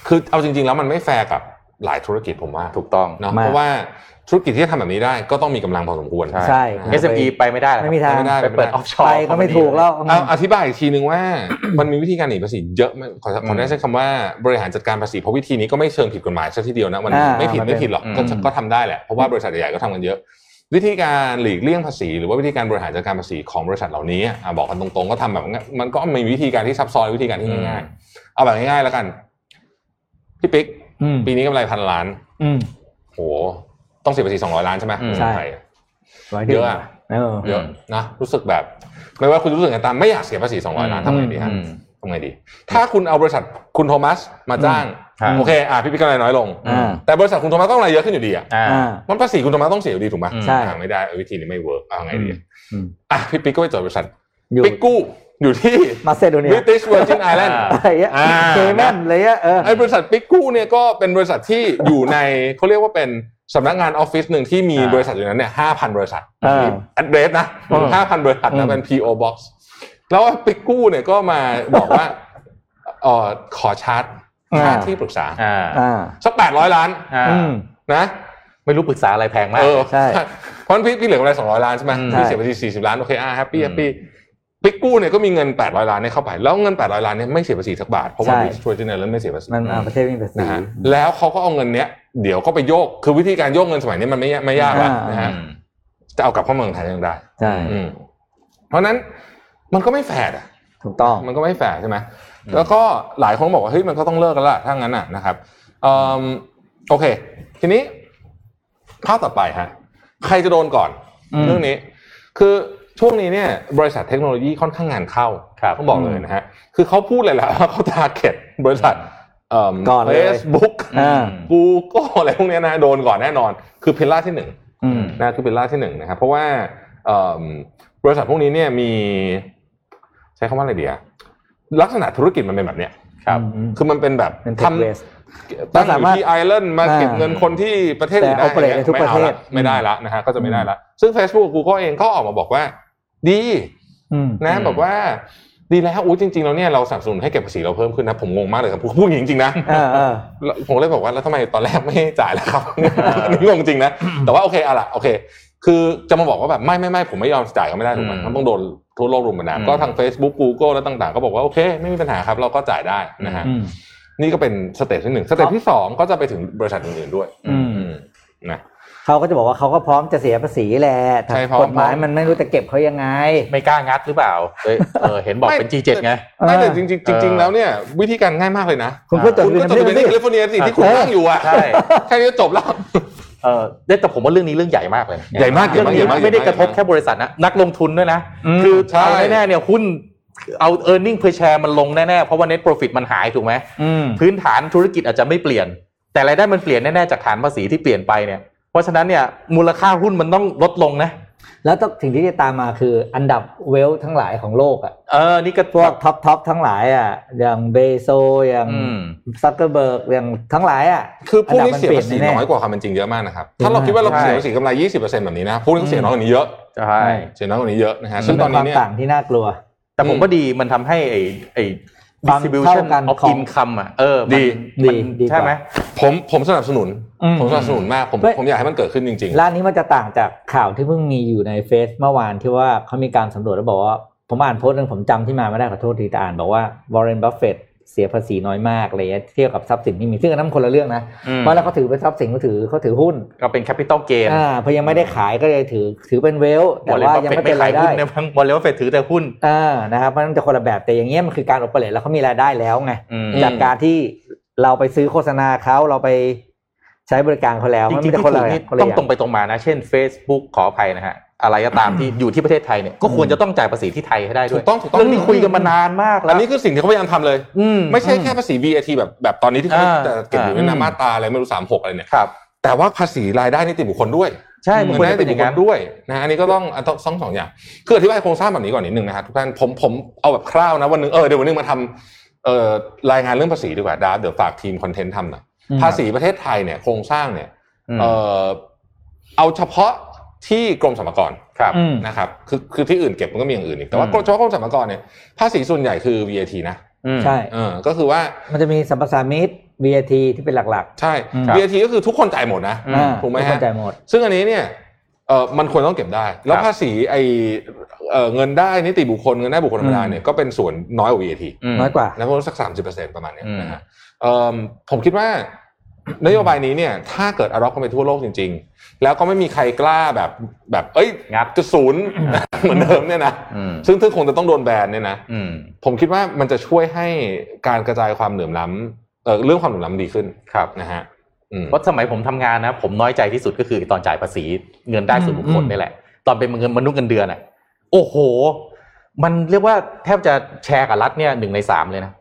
Speaker 3: คือเอาจริง ๆ แล้วมันไม่แฟร์กับหลายธุรกิจผมว่า
Speaker 4: ถูกต้อง
Speaker 3: เนาะ
Speaker 2: มาก
Speaker 3: เพราะว่าธุรกิจที่จะทำแบบนี้ได้ก็ต้องมีกำลังพอสมควร
Speaker 4: ใช่
Speaker 2: ใช่
Speaker 3: เอส
Speaker 4: SME ไปไม่ได้หรอก
Speaker 2: ไม่มีทาง
Speaker 3: ไม่ได้
Speaker 4: ไปเปิด
Speaker 3: ไม่ได้
Speaker 4: offshore
Speaker 2: ไปก็ไม่
Speaker 4: company
Speaker 2: ถูกแล้ว
Speaker 3: เอาอธิบายอีกทีนึ งว่า มันมีวิธีการหนีภาษีเยอะมากขอขอ
Speaker 4: อืม
Speaker 3: ได้ใช้คำว่าบริหารจัดการภาษีเพราะวิธีนี้ก็ไม่เชิงผิดกฎหมายซะทีเดียวนะวันนี้
Speaker 2: อ่า
Speaker 3: ไม่ผิด
Speaker 2: มันเป็น
Speaker 3: ไม่ผิดหรอก
Speaker 4: อืม
Speaker 3: ก็ก็ทำได้แหละเพราะว่าบริษัทใหญ่ๆก็ทำกันเยอะ วิธีการหลีกเลี่ยงภาษี หรือว่าวิธีการบริหารจัดการภาษีของบริษัทเหล่านี้อ่ะบอกกันตรงๆก็ทำแบบงั้นมันก็มีวิธีการที่ซับซ้อนวิธีการที่ง่าย เอาแบบง่ายๆแล้วกันพี่ปิ๊ก
Speaker 2: อืม
Speaker 3: ปีนี้กำไรพันล้าน
Speaker 2: อืม
Speaker 3: โหต้องเสียภาษีสองร้อยล้านใช่ไหม
Speaker 4: อืม
Speaker 2: ใช่
Speaker 3: นไทย
Speaker 2: หมายถึง
Speaker 3: เยอะอะ
Speaker 2: เออ
Speaker 3: เยอะนะรู้สึกแบบ ไม่ว่าคุณจะรู้สึกไงตามไม่อยากเสียภาษีสองร้อยล้านทำไงดีฮะ
Speaker 4: อืม
Speaker 3: ทำไงดี ถ้าคุณเอาบริษัทคุณโทมัสมาจ้าง
Speaker 4: ครับ
Speaker 3: โอเคอ่ะพี่ปิ๊กกำไรน้อยลง
Speaker 2: อ่า
Speaker 3: แต่บริษัทคุณโทมัสก็กำไรเยอะขึ้นอยู่ดีอ่ะ
Speaker 4: อ่า
Speaker 2: อ่า
Speaker 3: มันภาษีคุณโทมัสต้องเสียอยู่ดีถูกไหม
Speaker 2: ใช่
Speaker 3: อ่ะไม่ได้เออวิธีนี้ไม่เวิร์กเอาไงดี
Speaker 2: อืม
Speaker 3: อ่ะพี่ปิ๊กก็ไปจดบริษัท
Speaker 2: อยู่
Speaker 3: ปิ๊กกู้อยู่ที่
Speaker 2: มาเซโดเนีย
Speaker 3: British Virgin Island
Speaker 4: อ่า
Speaker 2: อะไรเงี้ย
Speaker 3: อ่า
Speaker 2: เคแมนอะไรเงี้ยเออ
Speaker 3: ไอ้บริษัทปิ๊กกู้เนี่ยก็เป็นบริษัทที่อยู่ใน เขาเรียกว่าเป็นสำนักงานออฟฟิศหนึ่งที่มี
Speaker 4: อ่า
Speaker 3: บริษัทอยู่นั้นเนี่ยห้าพันบริษัท
Speaker 2: อ่า
Speaker 3: แอดเดรสนะห้าพันบริษัท
Speaker 2: อื
Speaker 3: นะ
Speaker 2: ม
Speaker 3: เป็น PO Box แล้วปิ๊กกู้เนี่ยก็มาบอกว่าเออขอชาร์จค่าที่ปรึกษา
Speaker 4: อ่า
Speaker 2: อ่า
Speaker 3: สักแปดร้อยล้าน
Speaker 4: อ่า
Speaker 2: อืม
Speaker 3: นะ
Speaker 4: ไม่รู้ปรึกษาอะไรแพงมาก
Speaker 3: เออ
Speaker 2: ใช่
Speaker 3: เพราะฉะนั้นพี่พี่เหลือกำไรสองร้อยล้านใช่ไหม
Speaker 4: อืม
Speaker 2: ใช่
Speaker 3: พี่เสียไปที่สี่สิบล้านโอเคอ่ะแฮปปี้
Speaker 4: อืม
Speaker 3: แฮปปี้ปิ๊กกู้เนี่ยก็มีเงินแปดร้อยล้านเนี่ยเข้าไปแล้วเงินแปดร้อยล้านเนี่ยไม่เสียภาษีสักบาทเพราะว่าบิสทรจิเนอร์แล้วไม่เสียภาษี
Speaker 2: มันอ่าประเทศไมมีภาษี
Speaker 3: นะฮะแล้วเขาก็เอาเงินเนี้ยเดี๋ยวก็ไปโยกคือวิธีการโยกเงินสมัยนี้มันไม่ไม่ยากละ
Speaker 2: อ่าน
Speaker 3: นะ
Speaker 4: อื
Speaker 3: ฮะ
Speaker 4: ม
Speaker 3: จะเอากลับเข้าเมืองไทยยังได้
Speaker 2: ใช่
Speaker 3: อืมเพราะฉะนั้นมันก็ไม่แฟร์อะ
Speaker 2: ถูกต้อง
Speaker 3: มันก็ไม่แฟร์ใช่ไหมแล้วก็หลายคนบอกว่าเฮ้ยมันก็ต้องเลิกกันละถ้างั้นอ่ะนะครับเอิ่มโอเค ทีนี้ภาพต่อไปฮะใครจะโดนก่อน
Speaker 2: อืม
Speaker 3: เรื่องนี้ คือช่วงนี้เนี่ย บริษัทเทคโนโลยีค่อนข้างงานเข้า
Speaker 4: ครับ
Speaker 3: ต้องบอกเลยนะฮะคือเขาพูดเลยแหละว่าเขาทาร์เก็ตบริษัท
Speaker 2: ก่อนเลย
Speaker 3: เฟซบุ๊ก
Speaker 2: อ่า
Speaker 3: กูก็อะไรพวกเนี้ยนะโดนก่อนแน่นอน คือพิลล่าที่หนึ่ง
Speaker 2: อืม
Speaker 3: นะคือพิลล่าที่หนึ่งนะครับเพราะว่าเอิ่มบริษัทพวกนี้เนี่ยมี ใช้คำว่าอะไรดีอะลักษณะธุรกิจมันเป็นแบบเนี้ย
Speaker 4: ครับ
Speaker 2: อืม
Speaker 3: คือมันเป็นแบบ
Speaker 2: เป็นเท
Speaker 3: ท
Speaker 2: คเวส
Speaker 3: ำตั้ง
Speaker 2: เราสา
Speaker 3: อยู่
Speaker 2: มารถ
Speaker 3: ที่ไอร์แลนด์มาเก็บ
Speaker 2: อ่า
Speaker 3: เงินคนที่ประเทศอื่น
Speaker 2: แต่
Speaker 3: ได้
Speaker 2: operate ในทุกประเทศ
Speaker 3: ไม่อาลไม่ได้ละนะฮะก็จะไม่ได้ละ ซึ่ง Facebook กูก็เองก็ออกมาบอกว่า ดี
Speaker 2: อืม
Speaker 3: นะ
Speaker 4: อืม
Speaker 3: แบบว่า ดีแล้วอู้จริงๆแล้วเนี่ยเราสนับสนุนให้เก็บภาษีเราเพิ่มขึ้นนะผมงงมากเลยครับพูดพูดอย่างนี้จริงๆนะ
Speaker 2: เออเออ
Speaker 3: แล้วผมเลยบอกว่าแล้วทำไมตอนแรกไม่ให้จ่ายล่ะครับอันนี้งงจริงนะ แต่ว่าโอเคอะล่ะโอเค คือจะมาบอกว่าแบบไม่ไม่ไม่ผมไม่ยอมจ่ายก็ไม่ได้ถูกไหม
Speaker 4: อืม
Speaker 3: มันต้องโดนทั่วโลกรุมประนาม
Speaker 4: อืม
Speaker 3: ก็ทาง Facebook Google แล้วต่างๆ ก็บอกว่าโอเค ไม่มีปัญหาครับเราก็จ่ายได้นะฮะ
Speaker 2: อืม
Speaker 3: นี่ก็เป็นสเตจที่หนึ่งสเตจที่สองก็จะไปถึงบริษัทอื่นๆด้วย
Speaker 2: อืม
Speaker 3: อืมนะ
Speaker 2: เขาก็จะบอกว่าเขาก็พร้อมจะเสียภาษีแหละแต่
Speaker 3: ใช่พร้อม
Speaker 2: กฎหมายมันไม่รู้จะเก็บเขายังไง
Speaker 4: ไม่กล้างัดหรือเปล่าเอ้ยเออเห็นบอก
Speaker 3: ไม่
Speaker 4: เป็น G7 ไง
Speaker 3: ไม่แต่
Speaker 2: เออ
Speaker 3: จริงๆจริง ๆ แล้วเนี่ยวิธีการง่ายมากเลยนะ
Speaker 2: คุณก็จด
Speaker 3: คุณก็จดทะเบียนที่แคลิฟอร์เนียสิที่คุณ
Speaker 4: เออ
Speaker 3: นั่งอยู่อะ
Speaker 4: ใช่
Speaker 3: แค่นี้ก็จบแล้ว
Speaker 4: เออแต่ผมว่าเรื่องนี้เรื่องใหญ่มากเลยนะ
Speaker 3: ใหญ่มาก
Speaker 4: เรื่อง
Speaker 3: ใหญ่
Speaker 4: นี้
Speaker 3: มากใหญ่มาก
Speaker 4: ไม่ได้กระทบแค่บริษัทนะนักลงทุนด้วยนะ
Speaker 2: อืม
Speaker 4: คือ
Speaker 3: ใช่
Speaker 4: เอาแน่ๆเนี่ยหุ้นเอา e a r n i n g per share มันลงแน่ๆ เพราะว่า net profit มันหายถูกไหม
Speaker 2: อืม
Speaker 4: พื้นฐานธุรกิจอาจจะไม่เปลี่ยน แต่รายได้มันเปลี่ยนแน่ๆจากฐานภาษีที่เปลี่ยนไปเนี่ย เพราะฉะนั้นเนี่ยมูลค่าหุ้นมันต้องลดลงนะ
Speaker 2: แล้วต้องสิ่งที่จะตามมาคืออันดับเวลทั้งหลายของโลกอ่ะ
Speaker 4: เออ นี่ก็
Speaker 2: พวกท็อปท็อปทั้งหลายอ่ะ อย่างเบโซอย่าง
Speaker 4: อืม
Speaker 2: ซักเกอร์เบิร์กอย่างทั้งหลายอ่ะ
Speaker 3: คือพวกนี้
Speaker 2: อัดับมั
Speaker 3: เสีย
Speaker 2: ปลี่
Speaker 3: ภาษี
Speaker 2: แ
Speaker 3: น้อยกว่าความเป็นจริงเยอะมากนะครับ
Speaker 2: เยอะมาก
Speaker 3: ถ้าเราคิดว่าเรา
Speaker 4: ใช่
Speaker 3: เสียภาษีกำไร 20%แบบนี้นะ พวกนี้ก็เสียน้อยกว่านี้เยอะ
Speaker 4: ใช่
Speaker 3: เสียน้อยกว่านี้เยอะนะฮะ
Speaker 2: มั
Speaker 3: ซึ่งตอน
Speaker 2: เป็
Speaker 3: นี้
Speaker 2: ความ
Speaker 3: เนี่ย
Speaker 2: ต่างที่น่ากลัว
Speaker 4: แต่ผมว่าดีมันทำให้ไอ้ไอ้
Speaker 2: ความ
Speaker 4: distribution
Speaker 2: เท่ากัน
Speaker 4: of
Speaker 2: ของ
Speaker 4: income อ่ะ เออมัน
Speaker 3: ดี
Speaker 4: มัน
Speaker 2: ดีดีกว่า
Speaker 4: ใช่ไหม
Speaker 3: ผมผมสนับสนุน
Speaker 2: อืม
Speaker 3: ผมสนับสนุนมาก ผม
Speaker 2: เฮ้ย
Speaker 3: ผมอยากให้มันเกิดขึ้นจริง
Speaker 2: ร้านนี้มันจะต่างจากข่าวที่เพิ่งมีอยู่ในเฟซเมื่อวานที่ว่าเขามีการสำรวจแล้วบอกว่า ผมอ่านโพสต์หนึงผมจำที่มาไม่ได้ขอโทษทีแต่อ่านบอกว่าวอร์เรนบัฟเฟตเสียภาษีน้อยมากอะไรเลยเทียบกับทรัพย์สินที่มีซึ่งอันนั้นมันคนละเรื่องนะ
Speaker 4: อืม
Speaker 2: เพราะแล้วเขาถือเป็นทรัพย์สินเขาถือเขาถือหุ้น
Speaker 4: ก็เป็น capital gain
Speaker 2: อ่าเพราะยังไม่ได้ขายก็เลยถือถือเป็นเวล
Speaker 4: บ
Speaker 2: แต่
Speaker 4: อลเล
Speaker 2: ว่า
Speaker 4: บัฟ
Speaker 2: ยัง
Speaker 4: เฟต
Speaker 2: ไม่เป็
Speaker 4: ไม่ขาร
Speaker 2: นาย ยได้
Speaker 4: หุ้นนะบอลเลบัฟเฟตถือแต่หุ้น
Speaker 2: อ่านะครับเพราะฉะนั้นมันจะคนละแบบแต่อย่างเงี้ยมันคือการโอเปเรตแล้วเขามีรายได้แล้วไง
Speaker 4: อืม
Speaker 2: จากการที่เราไปซื้อโฆษณาเขาเราไปใช้บริการเขาแล้ว
Speaker 4: จ
Speaker 2: มัน
Speaker 4: ริงๆ
Speaker 2: จะค
Speaker 4: ที่
Speaker 2: น
Speaker 4: ถู
Speaker 2: ละ
Speaker 4: กนี่
Speaker 2: คนละ
Speaker 4: ต้อง
Speaker 2: ย่า
Speaker 4: ตรงไปตรงมานะ เช่น Facebook ขออภัยนะฮะ อะไรก็ตามที่อยู่ที่ประเทศไทยเนี่ยก็ควรจะต้องจ่ายภาษีที่ไทยให้ได้ด้วย
Speaker 3: ถูกต้องถูกต้อง
Speaker 4: เรื่องนี้คุยกันมานานมาก
Speaker 3: ๆ
Speaker 4: แล้
Speaker 3: อั
Speaker 4: วน
Speaker 3: นี้คือสิ่งที่เขาพยายามทำเลย
Speaker 4: อืม
Speaker 3: ไม่ใช่แค่ภาษี VAT แบบแบบตอนนี้ที่เขา
Speaker 4: อ่า
Speaker 3: จะเก็บอยู่ใน
Speaker 2: อ่า
Speaker 3: นามาตราอะไรไม่รู้ 36 อะไรเนี่ย
Speaker 4: ครับ
Speaker 3: แต่ว่าภาษีรายได้นิติบุคคลด้วย
Speaker 4: ใช่
Speaker 3: เงิ
Speaker 4: มันควร
Speaker 3: นได้นิ
Speaker 4: จะเป็
Speaker 3: ติ
Speaker 4: นอ
Speaker 3: บุคค
Speaker 4: ย่าง
Speaker 3: ล
Speaker 4: นั้น
Speaker 3: ด้วยนะอันนี้ก็ต้องต้องต้องสองอย่าง คืออธิบายโครงสร้างแบบนี้ก่อนนิดนึงนะครับทุกท่านผมผมเอาแบบคร่าวนะวันหนึงเออเดี๋ยววันหนึงมาทำเอ่อรายงานเรื่องภาษีดีกว่าดาร์ฟเดี๋ยวฝากทีมคอนเทนต์ทำหน่อย
Speaker 2: อืม
Speaker 3: ภาษีประเทศไทยเนี่ยโครงสร้างเนี่ย
Speaker 4: อืม
Speaker 3: เอ่อเอาเฉพาะที่กรมสรรพากร
Speaker 4: ครับ
Speaker 2: อืม
Speaker 3: นะครับคือคือที่อื่นเก็บมันก็มีอย่างอื่นอีกแต่ว่า
Speaker 4: อืม
Speaker 3: เฉพาะกรมสรรพากรเนี่ยภาษีส่วนใหญ่คือ VAT นะ
Speaker 4: อืม
Speaker 2: ใช่
Speaker 3: เออก็คือว่า
Speaker 2: มันจะมีสัมปสามิต VAT ที่เป็นหลัก
Speaker 3: ใช่
Speaker 2: อืมครับ
Speaker 3: VAT ก็คือทุกคนจ่ายหมดนะ
Speaker 2: ๆ
Speaker 4: อืม
Speaker 2: อ่า
Speaker 3: ถูกไหมฮะ
Speaker 2: เข้าใจหมด
Speaker 3: ซึ่งอันนี้เนี่ยเออมันควรต้องเก็บได้ แล้ว
Speaker 4: ครับ
Speaker 3: ภาษีไอเอ่อเงินได้นิติบุคคลเงินได้บุคคลธรรมดา
Speaker 2: อืม
Speaker 3: เนี่ยก็เป็นส่วนน้อยกว่า VAT
Speaker 2: น้อยกว่า
Speaker 3: นะเพราะว่าสักสามสิบเปอร์เซ็นต์ประมาณเนี้ย
Speaker 4: อืม
Speaker 3: นะฮะเอิ่มผมคิดว่า นโยบายนี้เนี่ยถ้าเกิดอารอกกันไปทั่วโลกจริง ๆ แล้วก็ไม่มีใครกล้าแบบแบบเอ้ย
Speaker 4: งัด
Speaker 3: จะศูนย์ เหมือนเดิมเนี่ยนะ
Speaker 4: อืม
Speaker 3: ซึ่งซึ่งคงจะต้องโดนแบนเนี่ยนะ
Speaker 4: อืม
Speaker 3: ผมคิดว่ามันจะช่วยให้การกระจายความเหลื่อมล้ำเออเรื่องความเหลื่อมล้ำดีขึ้น
Speaker 4: ครับ
Speaker 3: นะฮะอืม
Speaker 4: เพราะสมัยผมทำงานนะ ผมน้อยใจที่สุดก็คือตอนจ่ายภาษีเงินได้ส่วนบุคคลนี่แหละ ตอนเป็นเงินมนุษย์เงินเดือนอ่ะ โอ้โห มันเรียกว่าแทบจะแชร์กับรัฐเนี่ยหนึ่งในสามเลยนะ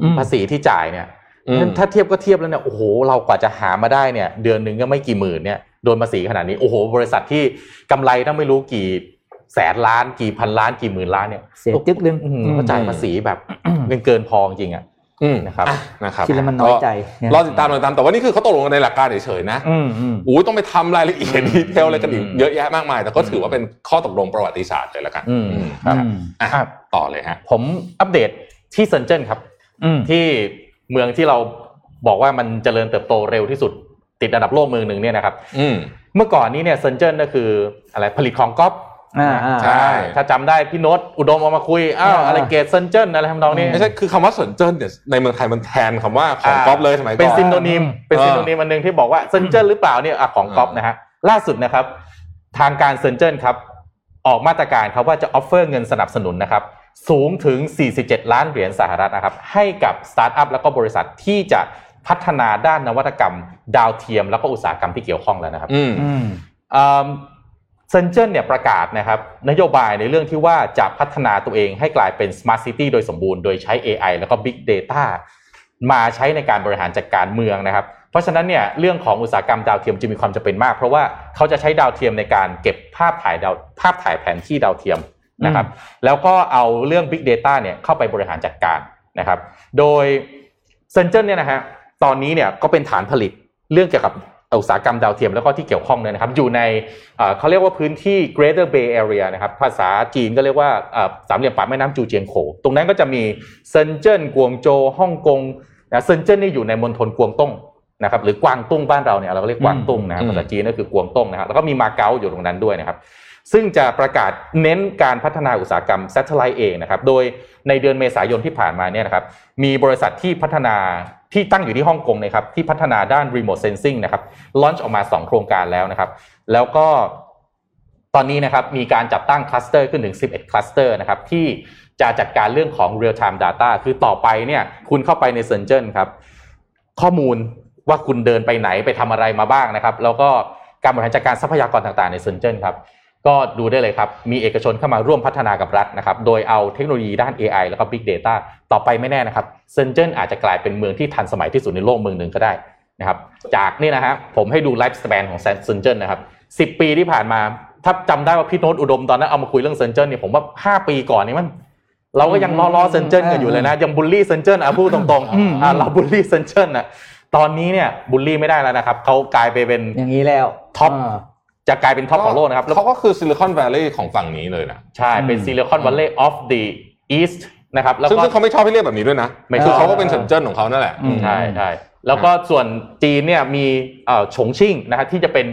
Speaker 2: อืม
Speaker 4: ภาษีที่จ่ายเนี่ย
Speaker 3: อืม
Speaker 4: งั้นถ้าเทียบก็เทียบแล้วเนี่ยโอ้โหเรากว่าจะหามาได้เนี่ย เดือนหนึ่งก็ไม่กี่หมื่นเนี่ยโดนภาษีขนาดนี้โอ้โห บริษัทที่กำไรต้องไม่รู้กี่แสนล้านกี่พันล้านกี่หมื่นล้านเนี่ย
Speaker 2: เสียจึ๊กเรื่อง
Speaker 4: อื้อหือเขาจ่ายภาษีแบบ เงินเกินพอจริงๆอ่ะ
Speaker 3: อืม
Speaker 4: นะครับ
Speaker 3: นะครับ
Speaker 2: คิดแล้วมันน้อยใจเนี่ย
Speaker 3: รอติดตามรอติดตามแต่ว่านี่คือเขาตกลงกันในหลักการเฉยๆนะ
Speaker 2: อืมอืม
Speaker 3: อู้ยต้องไปทำรายละเอียด
Speaker 4: อืม
Speaker 3: ดีเทลอะไรกันอีก
Speaker 4: อืม
Speaker 3: เยอะแยะมากมาย แต่ก็ถือว่าเป็นข้อตกลงประวัติศาสตร์เลยละกัน
Speaker 4: อืม
Speaker 3: อืม
Speaker 4: ครับ
Speaker 3: อ่ะ
Speaker 4: อ่ะ
Speaker 3: ต่อเลยฮะ
Speaker 4: ผมอัปเดตที่เซนเจิ้นครับ
Speaker 2: อืม
Speaker 4: ที่เมืองที่เราบอกว่ามันเจริญเติบโตเร็วที่สุด ติดอันดับโลกเมืองหนึ่งเนี่ยนะครับ
Speaker 3: อืม
Speaker 4: เมื่อก่อนนี้เนี่ยเซนเจิ้นก็คืออะไรผลิตของก๊อป
Speaker 2: อ่าอ่า
Speaker 4: ใช่ถ้าจำได้พี่โน้ตอุดมเอามาคุยอ้าว
Speaker 2: อ่า
Speaker 4: อะไรเกตเซนเจิ้นอะไรทำนองนี้
Speaker 3: ไม่ใช่คือคำว่าสนเจิ้นเนี่ยในเมืองไทยมันแทนคำว่าของก๊อปเลยสมัยก่อน
Speaker 4: เป็นซินโนนิมเป็น
Speaker 3: อ่า
Speaker 4: ซินโนนิมอันหนึ่งที่บอกว่าเซนเจอร์หรือเปล่าเนี่ยอ่ะของก๊อฟ
Speaker 3: อ่าน
Speaker 4: นะฮะล่าสุดนะครับ ทางการเซนเจอร์ครับ ออกมาตรการครับว่าจะออฟเฟอร์เงินสนับสนุนนะครับ สูงถึง 47 ล้านเหรียญสหรัฐนะครับ ให้กับสตาร์ทอัพแล้วก็บริษัทที่จะพัฒนาด้านนวัตกรรม ดาวเทียม แล้วก็อุตสาหกรรมที่เกี่ยวข้องแล้วนะครับ
Speaker 3: อืม
Speaker 2: อืม
Speaker 4: เซนเจอร์เนี่ยประกาศนะครับนโยบายในเรื่องที่ว่าจะพัฒนาตัวเองให้กลายเป็น Smart City โดยสมบูรณ์โดยใช้ AI แล้วก็ Big Data มาใช้ในการบริหารจัดการเมืองนะครับ เพราะฉะนั้นเนี่ยเรื่องของอุตสาหกรรมดาวเทียมจะมีความจำเป็นมาก เพราะว่าเขาจะใช้ดาวเทียมในการเก็บภาพถ่ายดาวภาพถ่ายแผนที่ดาวเทียมนะครับ แล้วก็เอาเรื่อง Big Data เนี่ยเข้าไปบริหารจัดการนะครับ โดยเซนเจอร์เนี่ยนะฮะตอนนี้เนี่ยก็เป็นฐานผลิตเรื่องเกี่ยวกับอุตสาหกรรมดาวเทียมแล้วก็ที่เกี่ยวข้องเนี่ยนะครับอยู่ในเอ่อเขาเรียกว่าพื้นที่ Greater Bay Area นะครับภาษาจีนก็เรียกว่าเอ่อสามเหลี่ยมป่ากแม่น้ำจูเจียงโขวตรงนั้นก็จะมีเซนเจิ้นกวงโจวฮ่องกงนะเซนเจิ้นนี่อยู่ในมณฑลกวงต้งนะครับหรือกวางตุ้งบ้านเราเนี่ยเราก็เรียกกวางตุ้งนะครับ
Speaker 3: อืม
Speaker 4: ภาษาจีนก็คือกวงต้งนะครับแล้วก็มีมาเก๊าอยู่ตรงนั้นด้วยนะครับ ซึ่งจะประกาศเน้นการพัฒนาอุตสาหกรรม Satellite เองนะครับ โดยในเดือนเมษายนที่ผ่านมาเนี่ยนะครับ มีบริษัทที่พัฒนาที่ตั้งอยู่ที่ฮ่องกงนะครับ ที่พัฒนาด้าน Remote Sensing นะครับลอนช์ออกมา 2 โครงการแล้วนะครับ แล้วก็ตอนนี้นะครับมีการจัดตั้งคลัสเตอร์ขึ้นถึง 11 คลัสเตอร์นะครับ ที่จะจัดการเรื่องของ Real Time Data คือต่อไปเนี่ยคุณเข้าไปในเซนเจ n ครับ ข้อมูลว่าคุณเดินไปไหนไปทำอะไรมาบ้างนะครับ แล้วก็การบริหารจัดการทรัพยากรต่างๆในเซนเจ n ครับ ก็ดูได้เลยครับ มีเอกชนเข้ามาร่วมพัฒนากับรัฐนะครับ โดยเอาเทคโนโลยีด้าน AI แล้วก็ Big Data ต่อไปไม่แน่นะครับ เซนเจ n อาจจะกลายเป็นเมืองที่ทันสมัยที่สุดในโลกเมืองหนึ่งก็ได้นะครับ จากนี่นะฮะผมให้ดูไลฟ์ส p ปนของเซนเจ n นะครับ 10 ปีที่ผ่านมา ถ้าจำได้ว่าพี่โน้ตอุดมตอนนั้นเอามาคุยเรื่องเซนเจ n เนี่ยผมว่า 5 ปีก่อนนี่มัน เราก็ยังล้อล้อเซนเจ n กันอยู่เลยนะ ยังบูลลี่เซนเจ n อ่ะพูดตรง
Speaker 2: อืม
Speaker 4: ๆอ่ะเราบูลลี่เซนเจ n อ่ะตอนนี้เนี่ยบูลลี่ไม่ได้แล้วนะครับเขากลายไปเป็น
Speaker 2: อย่างนี้แล้ว
Speaker 4: ท็อป
Speaker 2: เ
Speaker 4: จะกลายเป็นท็อปของโลกนะครับแล้ว
Speaker 3: เขาก็คือซิลิคอนแวลลย์ของฝั่งนี้เลยนะ
Speaker 4: ใช่ เป็น
Speaker 2: อืม
Speaker 4: ซิลิคอนวัลเลย์ออฟเดอะอีสต์นะครับ แล้ว
Speaker 3: ซึ่ง
Speaker 4: ก็
Speaker 3: ซึ่งเขาไม่ชอบให้เรียกแบบนี้ด้วยนะ
Speaker 4: ไม่ชอบ
Speaker 3: คือเขาก็เป็นสนเจิ้นของเขานั่นแหละ
Speaker 2: อืม
Speaker 4: ใช่ใช่แล้วก็ส่วนจีนเนี่ยมีเอ่อฉงชิ่งนะครับที่จะเป็น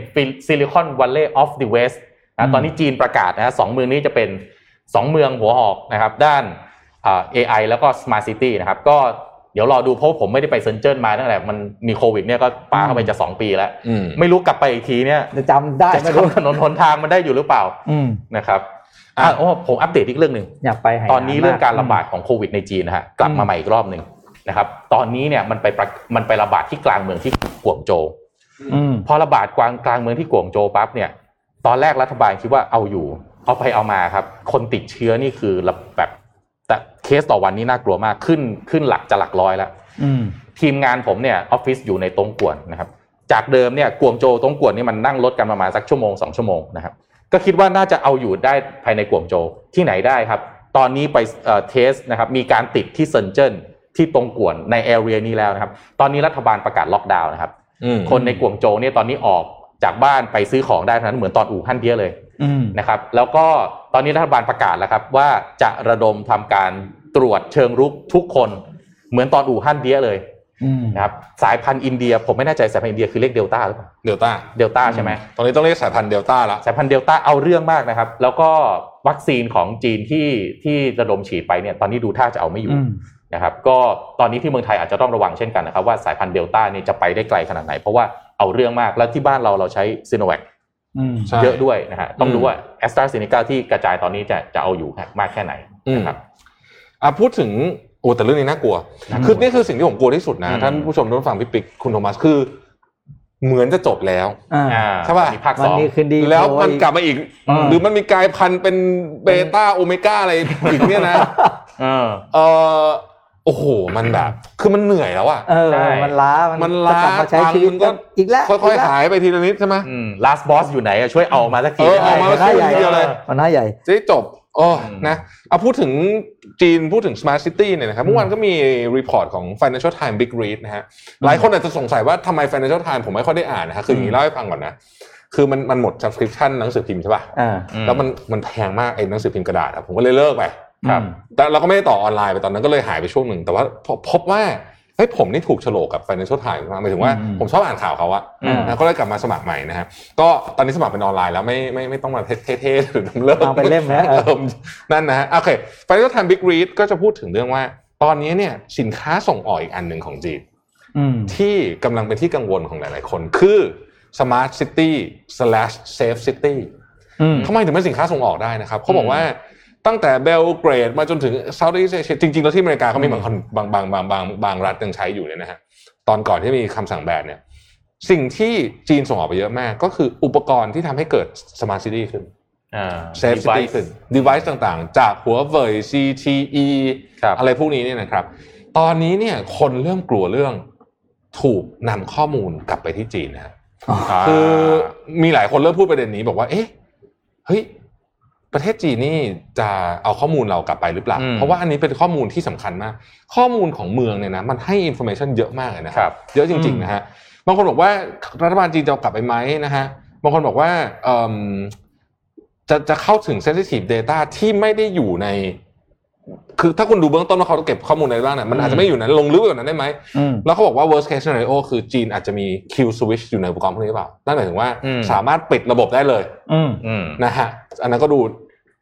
Speaker 4: ซิลิคอนวัลเลย์ออฟเดอะเวสต์
Speaker 2: อืม
Speaker 4: ตอนนี้จีนประกาศนะฮะสองเมืองนี้จะเป็นสองเมืองหัวหอกนะครับ ด้านเอ่อ AI แล้วก็ Smart City นะครับ ก็เดี๋ยวรอดูเพราะผมไม่ได้ไปเซนเจิ้นมาตั้งแต่มันมีโควิดเนี่ยก็ปาเข้าไปจะสองปีแล้ว
Speaker 3: อืม
Speaker 4: ไม่รู้กลับไปอีกทีเนี่ย
Speaker 2: จะจำได้
Speaker 4: จะ
Speaker 2: ไม่รู้
Speaker 4: จำถนนหนทางมันได้อยู่หรือเปล่า
Speaker 2: อืม
Speaker 4: นะครับอ่ะโอ้ผมอัปเดตอีกเรื่องหนึ่ง
Speaker 2: อยากไปหาย
Speaker 4: ตอนนี้
Speaker 2: ำม
Speaker 4: เรื่องการระบาดของโควิดในจีนนะฮะกลับมาใหม่อีกรอบหนึ่งนะครับ ตอนนี้เนี่ยมันไปประมันไประบาดที่กลางเมืองที่กวงโจว
Speaker 2: อืม
Speaker 4: พอระบาดกลางกลางเมืองที่กวงโจวปั๊บเนี่ยตอนแรกรัฐบาลคิดว่าเอาอยู่ เอาไปเอามาครับ คนติดเชื้อนี่คือระแบบแต่เคสต่อวันนี่น่ากลัวมากขึ้นขึ้นหลักจะหลักร้อยแล้ว
Speaker 2: อืม
Speaker 4: ทีมงานผมเนี่ยออฟฟิศอยู่ในตงกวนนะครับ จากเดิมเนี่ยกวงโจวตงกวนนี่มันนั่งรถกันประมาณสักชั่วโมงสองชั่วโมงนะครับ ก็คิดว่าน่าจะเอาอยู่ได้ภายในกวงโจวที่ไหนได้ครับ ตอนนี้ไปเอ่อเทสนะครับ มีการติดที่เซินเจิ้นที่ตงกวนในแอเรียนี้แล้วนะครับ ตอนนี้รัฐบาลประกาศล็อกดาวน์นะครับ
Speaker 3: อืม
Speaker 4: คนในกวงโจวเนี่ยตอนนี้ออกจากบ้านไปซื้อของได้เท่านั้นเหมือนตอนอู่ฮั่นเดียเลย
Speaker 2: อืม
Speaker 4: นะครับแล้วก็ตอนนี้รัฐบาลประกาศแล้วครับว่าจะระดมทำการตรวจเชิงรุกทุกคนเหมือนตอนอู่ฮั่นเดียเลย
Speaker 2: อืม
Speaker 4: นะครับสายพันธุ์อินเดีย ผมไม่แน่ใจสายพันธุ์อินเดียคือเรียกเดลต้าหรือเปล่า
Speaker 3: เดลต้า
Speaker 4: เดลต้าใช่ไหม
Speaker 3: ตอนนี้ต้องเรียกสายพันธุ์เดลต้าละ
Speaker 4: สายพันธุ์เดลต้าเอาเรื่องมากนะครับ แล้วก็วัคซีนของจีนที่ที่ระดมฉีดไปเนี่ยตอนนี้ดูท่าจะเอาไม่อยู่
Speaker 2: อืม
Speaker 4: นะครับก็ตอนนี้ที่เมืองไทยอาจจะต้องระวังเช่นกันนะครับว่าสายพันธุ์เดลต้าเนี่ยจะไปได้ไกลขนาดไหน เพราะว่าเอาเรื่องมากแล้วที่บ้านเราเราใช้ซีโนแวค
Speaker 2: อืม
Speaker 3: ใช่
Speaker 4: เยอะด้วยนะฮะต้อง
Speaker 3: อืม
Speaker 4: ดูว่าแอสตราเซเนกาที่กระจายตอนนี้จะจะเอาอยู่มากแค่ไหนนะครับ
Speaker 3: อ่ะพูดถึงโอ้แต่เรื่องนี้น่ากลัว
Speaker 4: น่ากลัว
Speaker 3: คือนี่คือสิ่งที่ผมกลัวที่สุดนะ
Speaker 4: อืม
Speaker 3: ท่านผู้ชมท่านผู้ฟังพี่ปิ๊กคุณโทมัสคือ เหมือนจะจบแล้ว
Speaker 2: อ่า
Speaker 4: อ่า
Speaker 3: ใช่ป่ะ
Speaker 4: มีภาค
Speaker 2: วั
Speaker 4: ส
Speaker 2: น
Speaker 4: อง
Speaker 2: นี้คืนดี
Speaker 3: แล้ว
Speaker 2: โทร
Speaker 3: มัน
Speaker 2: อี
Speaker 3: กลับมาอีก
Speaker 4: อืม
Speaker 3: หรือมันมีกลายพันธุ์เป็นเบต้าโอเมก้าอะไรอีกเนี่ยนะ
Speaker 4: เออ
Speaker 3: เออโอ้โหมันแบบ คือมันเหนื่อยแล้วอะ
Speaker 2: เออ
Speaker 4: ใช่
Speaker 2: มันล้า มัน
Speaker 3: มันล้า
Speaker 2: จะกลับมาใช้ชีวิต
Speaker 3: มันก็
Speaker 2: ก็อีกแล้ว
Speaker 3: ค่อย
Speaker 2: ก
Speaker 3: ๆ
Speaker 2: แล้ว
Speaker 3: หายไปทีละนิดใช่ไหม
Speaker 4: อืม last boss อยู่ไหนอะช่วยเอามาสักที
Speaker 3: เออเอามา
Speaker 4: ได้ไห
Speaker 3: สักทีเดียวเลย
Speaker 2: มันหน้าใหญ่
Speaker 3: จะได้จบโอ้
Speaker 4: อืม
Speaker 3: นะเอาพูดถึงจีนพูดถึง Smart City เนี่ยนะครับ เมื่อวานก็มีรีพอร์ตของ Financial Times Big Read นะฮะ หลายคนอาจจะสงสัยว่าทำไม Financial Times ผมไม่ค่อยได้อ่านนะฮะคืออย่างนี้เล่าให้ฟังก่อนนะ คือมันมันหมด subscription หนังสือพิมพ์ใช่ป่ะ
Speaker 2: อ่า
Speaker 4: อื
Speaker 3: แล้วมันมันแพงมากไอ้หนังสือพิมพ์กระดาษอะผมก็เลยเลิกไป
Speaker 4: ครับ
Speaker 3: แต่เราก็ไม่ได้ต่อออนไลน์ไปตอนนั้นก็เลยหายไปช่วงหนึ่ง แต่ว่าพอพบว่าเฮ้ยผมนี่ถูกโฉลกกับ Financial Times มากหมายถึงว่า
Speaker 2: อืม
Speaker 3: ผมชอบอ่านข่าวเขาอะ
Speaker 4: อืม
Speaker 3: นะก็เลยกลับมาสมัครใหม่นะฮะก็ตอนนี้สมัครเป็นออนไลน์แล้วไม่ไม่ไม่ต้องมาเท่ๆหรือน้ำเลิก
Speaker 2: วางเป็นเล่มแล้วเออ
Speaker 3: ออนั่นนะฮะโอเค Financial Times Big Read ก็จะพูดถึงเรื่องว่า ตอนนี้เนี่ยสินค้าส่งออกอีกอันหนึ่งของจีน
Speaker 2: อืม
Speaker 3: ที่กำลังเป็นที่กังวลของหลายๆคนคือ Smart City slash Safe City
Speaker 2: อืม
Speaker 3: ทำไมถึงเป็นสินค้าส่งออกได้นะครับเขาบอกว่าตั้งแต่เบลเกรดมาจนถึงเซาท์อีสเอเชียจริงๆ แล้วที่อเมริกาเขามีบางคนบางบางบางบางบางรัฐยังใช้อยู่เนี่ยนะฮะตอนก่อนที่มีคำสั่งแบนเนี่ยสิ่งที่จีนส่งออกไปเยอะมาก ก็คืออุปกรณ์ที่ทำให้เกิดสมาร์ทซิตี้ขึ้น
Speaker 4: อ่า
Speaker 3: เซฟซิตี้
Speaker 4: device
Speaker 3: ขึ้นดีไวซ์ต่างๆ จากหัวเว่ย CTE
Speaker 4: ครับ
Speaker 3: อะไรพวกนี้เนี่ยนะครับ ตอนนี้เนี่ยคนเริ่มกลัวเรื่องถูกนำข้อมูลกลับไปที่จีนนะฮะ คือมีหลายคนเริ่มพูดประเด็นนี้บอกว่า เอ๊ะ เฮ้ย ประเทศจีนนี่จะเอาข้อมูลเรากลับไปหรือเปล่า
Speaker 4: อืม
Speaker 3: เพราะว่าอันนี้เป็นข้อมูลที่สำคัญมาก ข้อมูลของเมืองเนี่ยนะ มันให้อินโฟเมชันเยอะมากเลยนะค
Speaker 4: ครั
Speaker 3: รับ เยอะจริงๆนะฮะ บางคนบอกว่ารัฐบาลจีนจะเอากลับไปไหมนะฮะ บางคนบอกว่าเอิ่มจะจะเข้าถึง sensitive data ที่ไม่ได้อยู่ใน คือถ้าคุณดูเบื้องต้นว่าเขาเก็บข้อมูลอะไรบ้างเนี่ยมันอาจจะไม่อยู่นั้นลงลึกกว่านั้นได้ไหม
Speaker 2: อืม
Speaker 3: แล้วเขาบอกว่า worst case scenario คือจีนอาจจะมี Q switch อยู่ในอุปกรณ์พวกนี้หรือเปล่า นั่นหมายถึงว่า
Speaker 4: อืม
Speaker 3: สามารถปิดระบบได้เลย
Speaker 2: อืม
Speaker 4: อืม
Speaker 3: นะฮะ อันนั้นก็ดู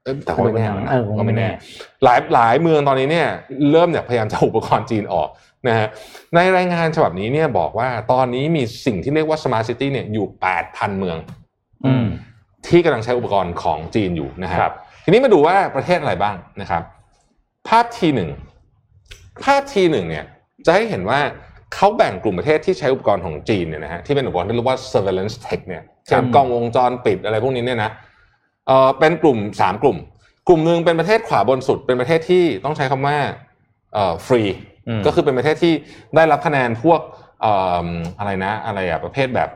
Speaker 3: เอ้ยแต่ก็ไม่แน่นะ
Speaker 2: เออ
Speaker 3: ก็ไม่แน่
Speaker 2: คงไม่แน่
Speaker 3: หลายหลายเมืองตอนนี้เนี่ยเริ่มเนี่ยพยายามจะเอาอุปกรณ์จีนออกนะฮะ ในรายงานฉบับนี้เนี่ยบอกว่าตอนนี้มีสิ่งที่เรียกว่า smart city เนี่ยอยู่ 8,000 เมือง
Speaker 2: อืม
Speaker 3: ที่กำลังใช้อุปกรณ์ของจีนอยู่นะฮะ
Speaker 4: ครับ
Speaker 3: ทีนี้มาดูว่าประเทศอะไรบ้างนะครับ ภาพทีหนึ่งภาพทีหนึ่งเนี่ยจะให้เห็นว่าเขาแบ่งกลุ่มประเทศที่ใช้อุปกรณ์ของจีนเนี่ยนะฮะที่เป็นอุปกรณ์ที่เรียกว่า surveillance tech เนี่ยเช่นกล้องวงจรปิดอะไรพวกนี้เนี่ยนะเออเป็นกลุ่มสามกลุ่ม กลุ่มหนึ่งเป็นประเทศขวาบนสุด เป็นประเทศที่ต้องใช้คำว่าเอ่อฟรี
Speaker 4: อืม
Speaker 3: ก็คือเป็นประเทศที่ได้รับคะแนนพวกเอิ่มอะไรนะอะไรอะประเภทแบบ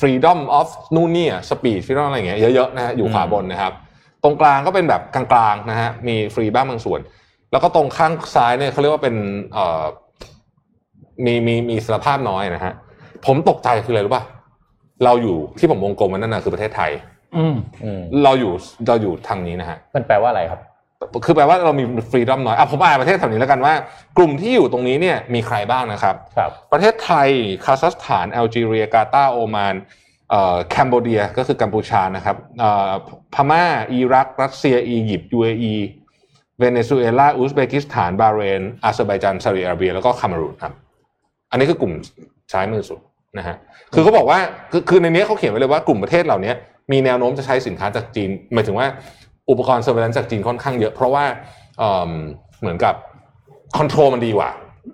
Speaker 3: freedom of นู่นนี่อะ speed freedom อะไรอย่างเงี้ยเยอะๆนะฮะอยู่ขวาบนนะครับ ตรงกลางก็เป็นแบบกลางๆนะฮะมีฟรีบ้างบางส่วน แล้วก็ตรงข้างซ้ายเนี่ยเขาเรียกว่าเป็นเอ่อมีมีมีอิสรภาพน้อยนะฮะผมตกใจคืออะไรรู้ป่ะเราอยู่ที่ผมวงกลมมันนั่นนะคือประเทศไทย
Speaker 2: อืม
Speaker 4: อืม
Speaker 3: เราอยู่เราอยู่ทางนี้นะฮะ
Speaker 4: มันแปลว่าอะไรครับ
Speaker 3: คือแปลว่าเรามีฟรีดอมน้อยอ่ะผมอ่านประเทศแถวนี้แล้วกันว่ากลุ่มที่อยู่ตรงนี้เนี่ยมีใครบ้างนะครับ
Speaker 4: ครับ
Speaker 3: ประเทศไทย คาซัคสถาน แอลจีเรีย กาตาร์ โอมานเอ่อแคนเบเดีย ก็คือกัมพูชา นะครับเอ่อพม่า อิรัก รัสเซีย อียิปต์ ยูเออีเวเนซุเอลา อุซเบกิสถาน บาห์เรน อาเซอร์ไบจานซาอุดิอาระเบีย แล้วก็คาเมารูนครับ อันนี้คือกลุ่มซ้ายมือสุดนะฮะ คือเขาบอกว่า คือคือในนี้เขาเขียนไว้เลยว่ากลุ่มประเทศเหล่านี้มีแนวโน้มจะใช้สินค้าจากจีน หมายถึงว่าอุปกรณ์เซอร์เวลนซ์จากจีนค่อนข้างเยอะ เพราะว่าเอิ่มเหมือนกับคอนโทรลมันดีกว่า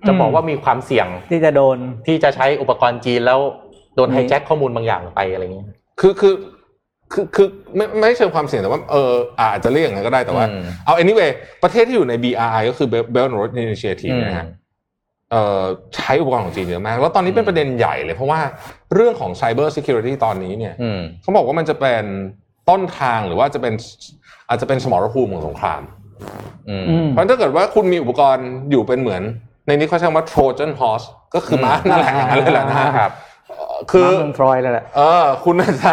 Speaker 4: จะบอกว่ามีความเสี่ยง
Speaker 2: ที่จะโดน
Speaker 4: ที่จะใช้อุปกรณ์จีนแล้วโดน
Speaker 2: มี
Speaker 4: ไฮแจ็คข้อมูลบางอย่างไปอะไรอย่างเงี้ย
Speaker 3: คือคือคือคือไม่ไม่เชิงความเสี่ยงแต่ว่าเอออาจจะเรียกอย่างนั้นก็ได้แต่ว่า
Speaker 4: อืม
Speaker 3: เอา anyway ประเทศที่อยู่ใน BRI ก็คือ Belt Belt and Road Initiative นะฮะ
Speaker 4: อืม
Speaker 3: เอ่อใช้อุปกรณ์ของจีนเยอะมาก แล้วตอนนี้เป็นประเด็นใหญ่เลย เพราะว่าเรื่องของ Cyber Security ตอนนี้เนี่ย
Speaker 4: อืม
Speaker 3: เขาบอกว่ามันจะเป็นต้นทางหรือว่าจะเป็นอาจจะเป็นสมรภูมิของสงคราม
Speaker 4: อืม
Speaker 2: อืม
Speaker 3: เพราะถ้าเกิดว่าคุณมีอุปกรณ์อยู่เป็นเหมือน ในนี้เขาใช้คำว่า Trojan horse ก็คือม้า
Speaker 2: อืม
Speaker 3: นั่นแหละอย่างนั้นเลยแหละนะฮะ
Speaker 4: ครับ
Speaker 3: เอ่อคือ
Speaker 2: น้ำเมืองฟรอยด์แล้วแหละ
Speaker 3: เออคุณอาจจะ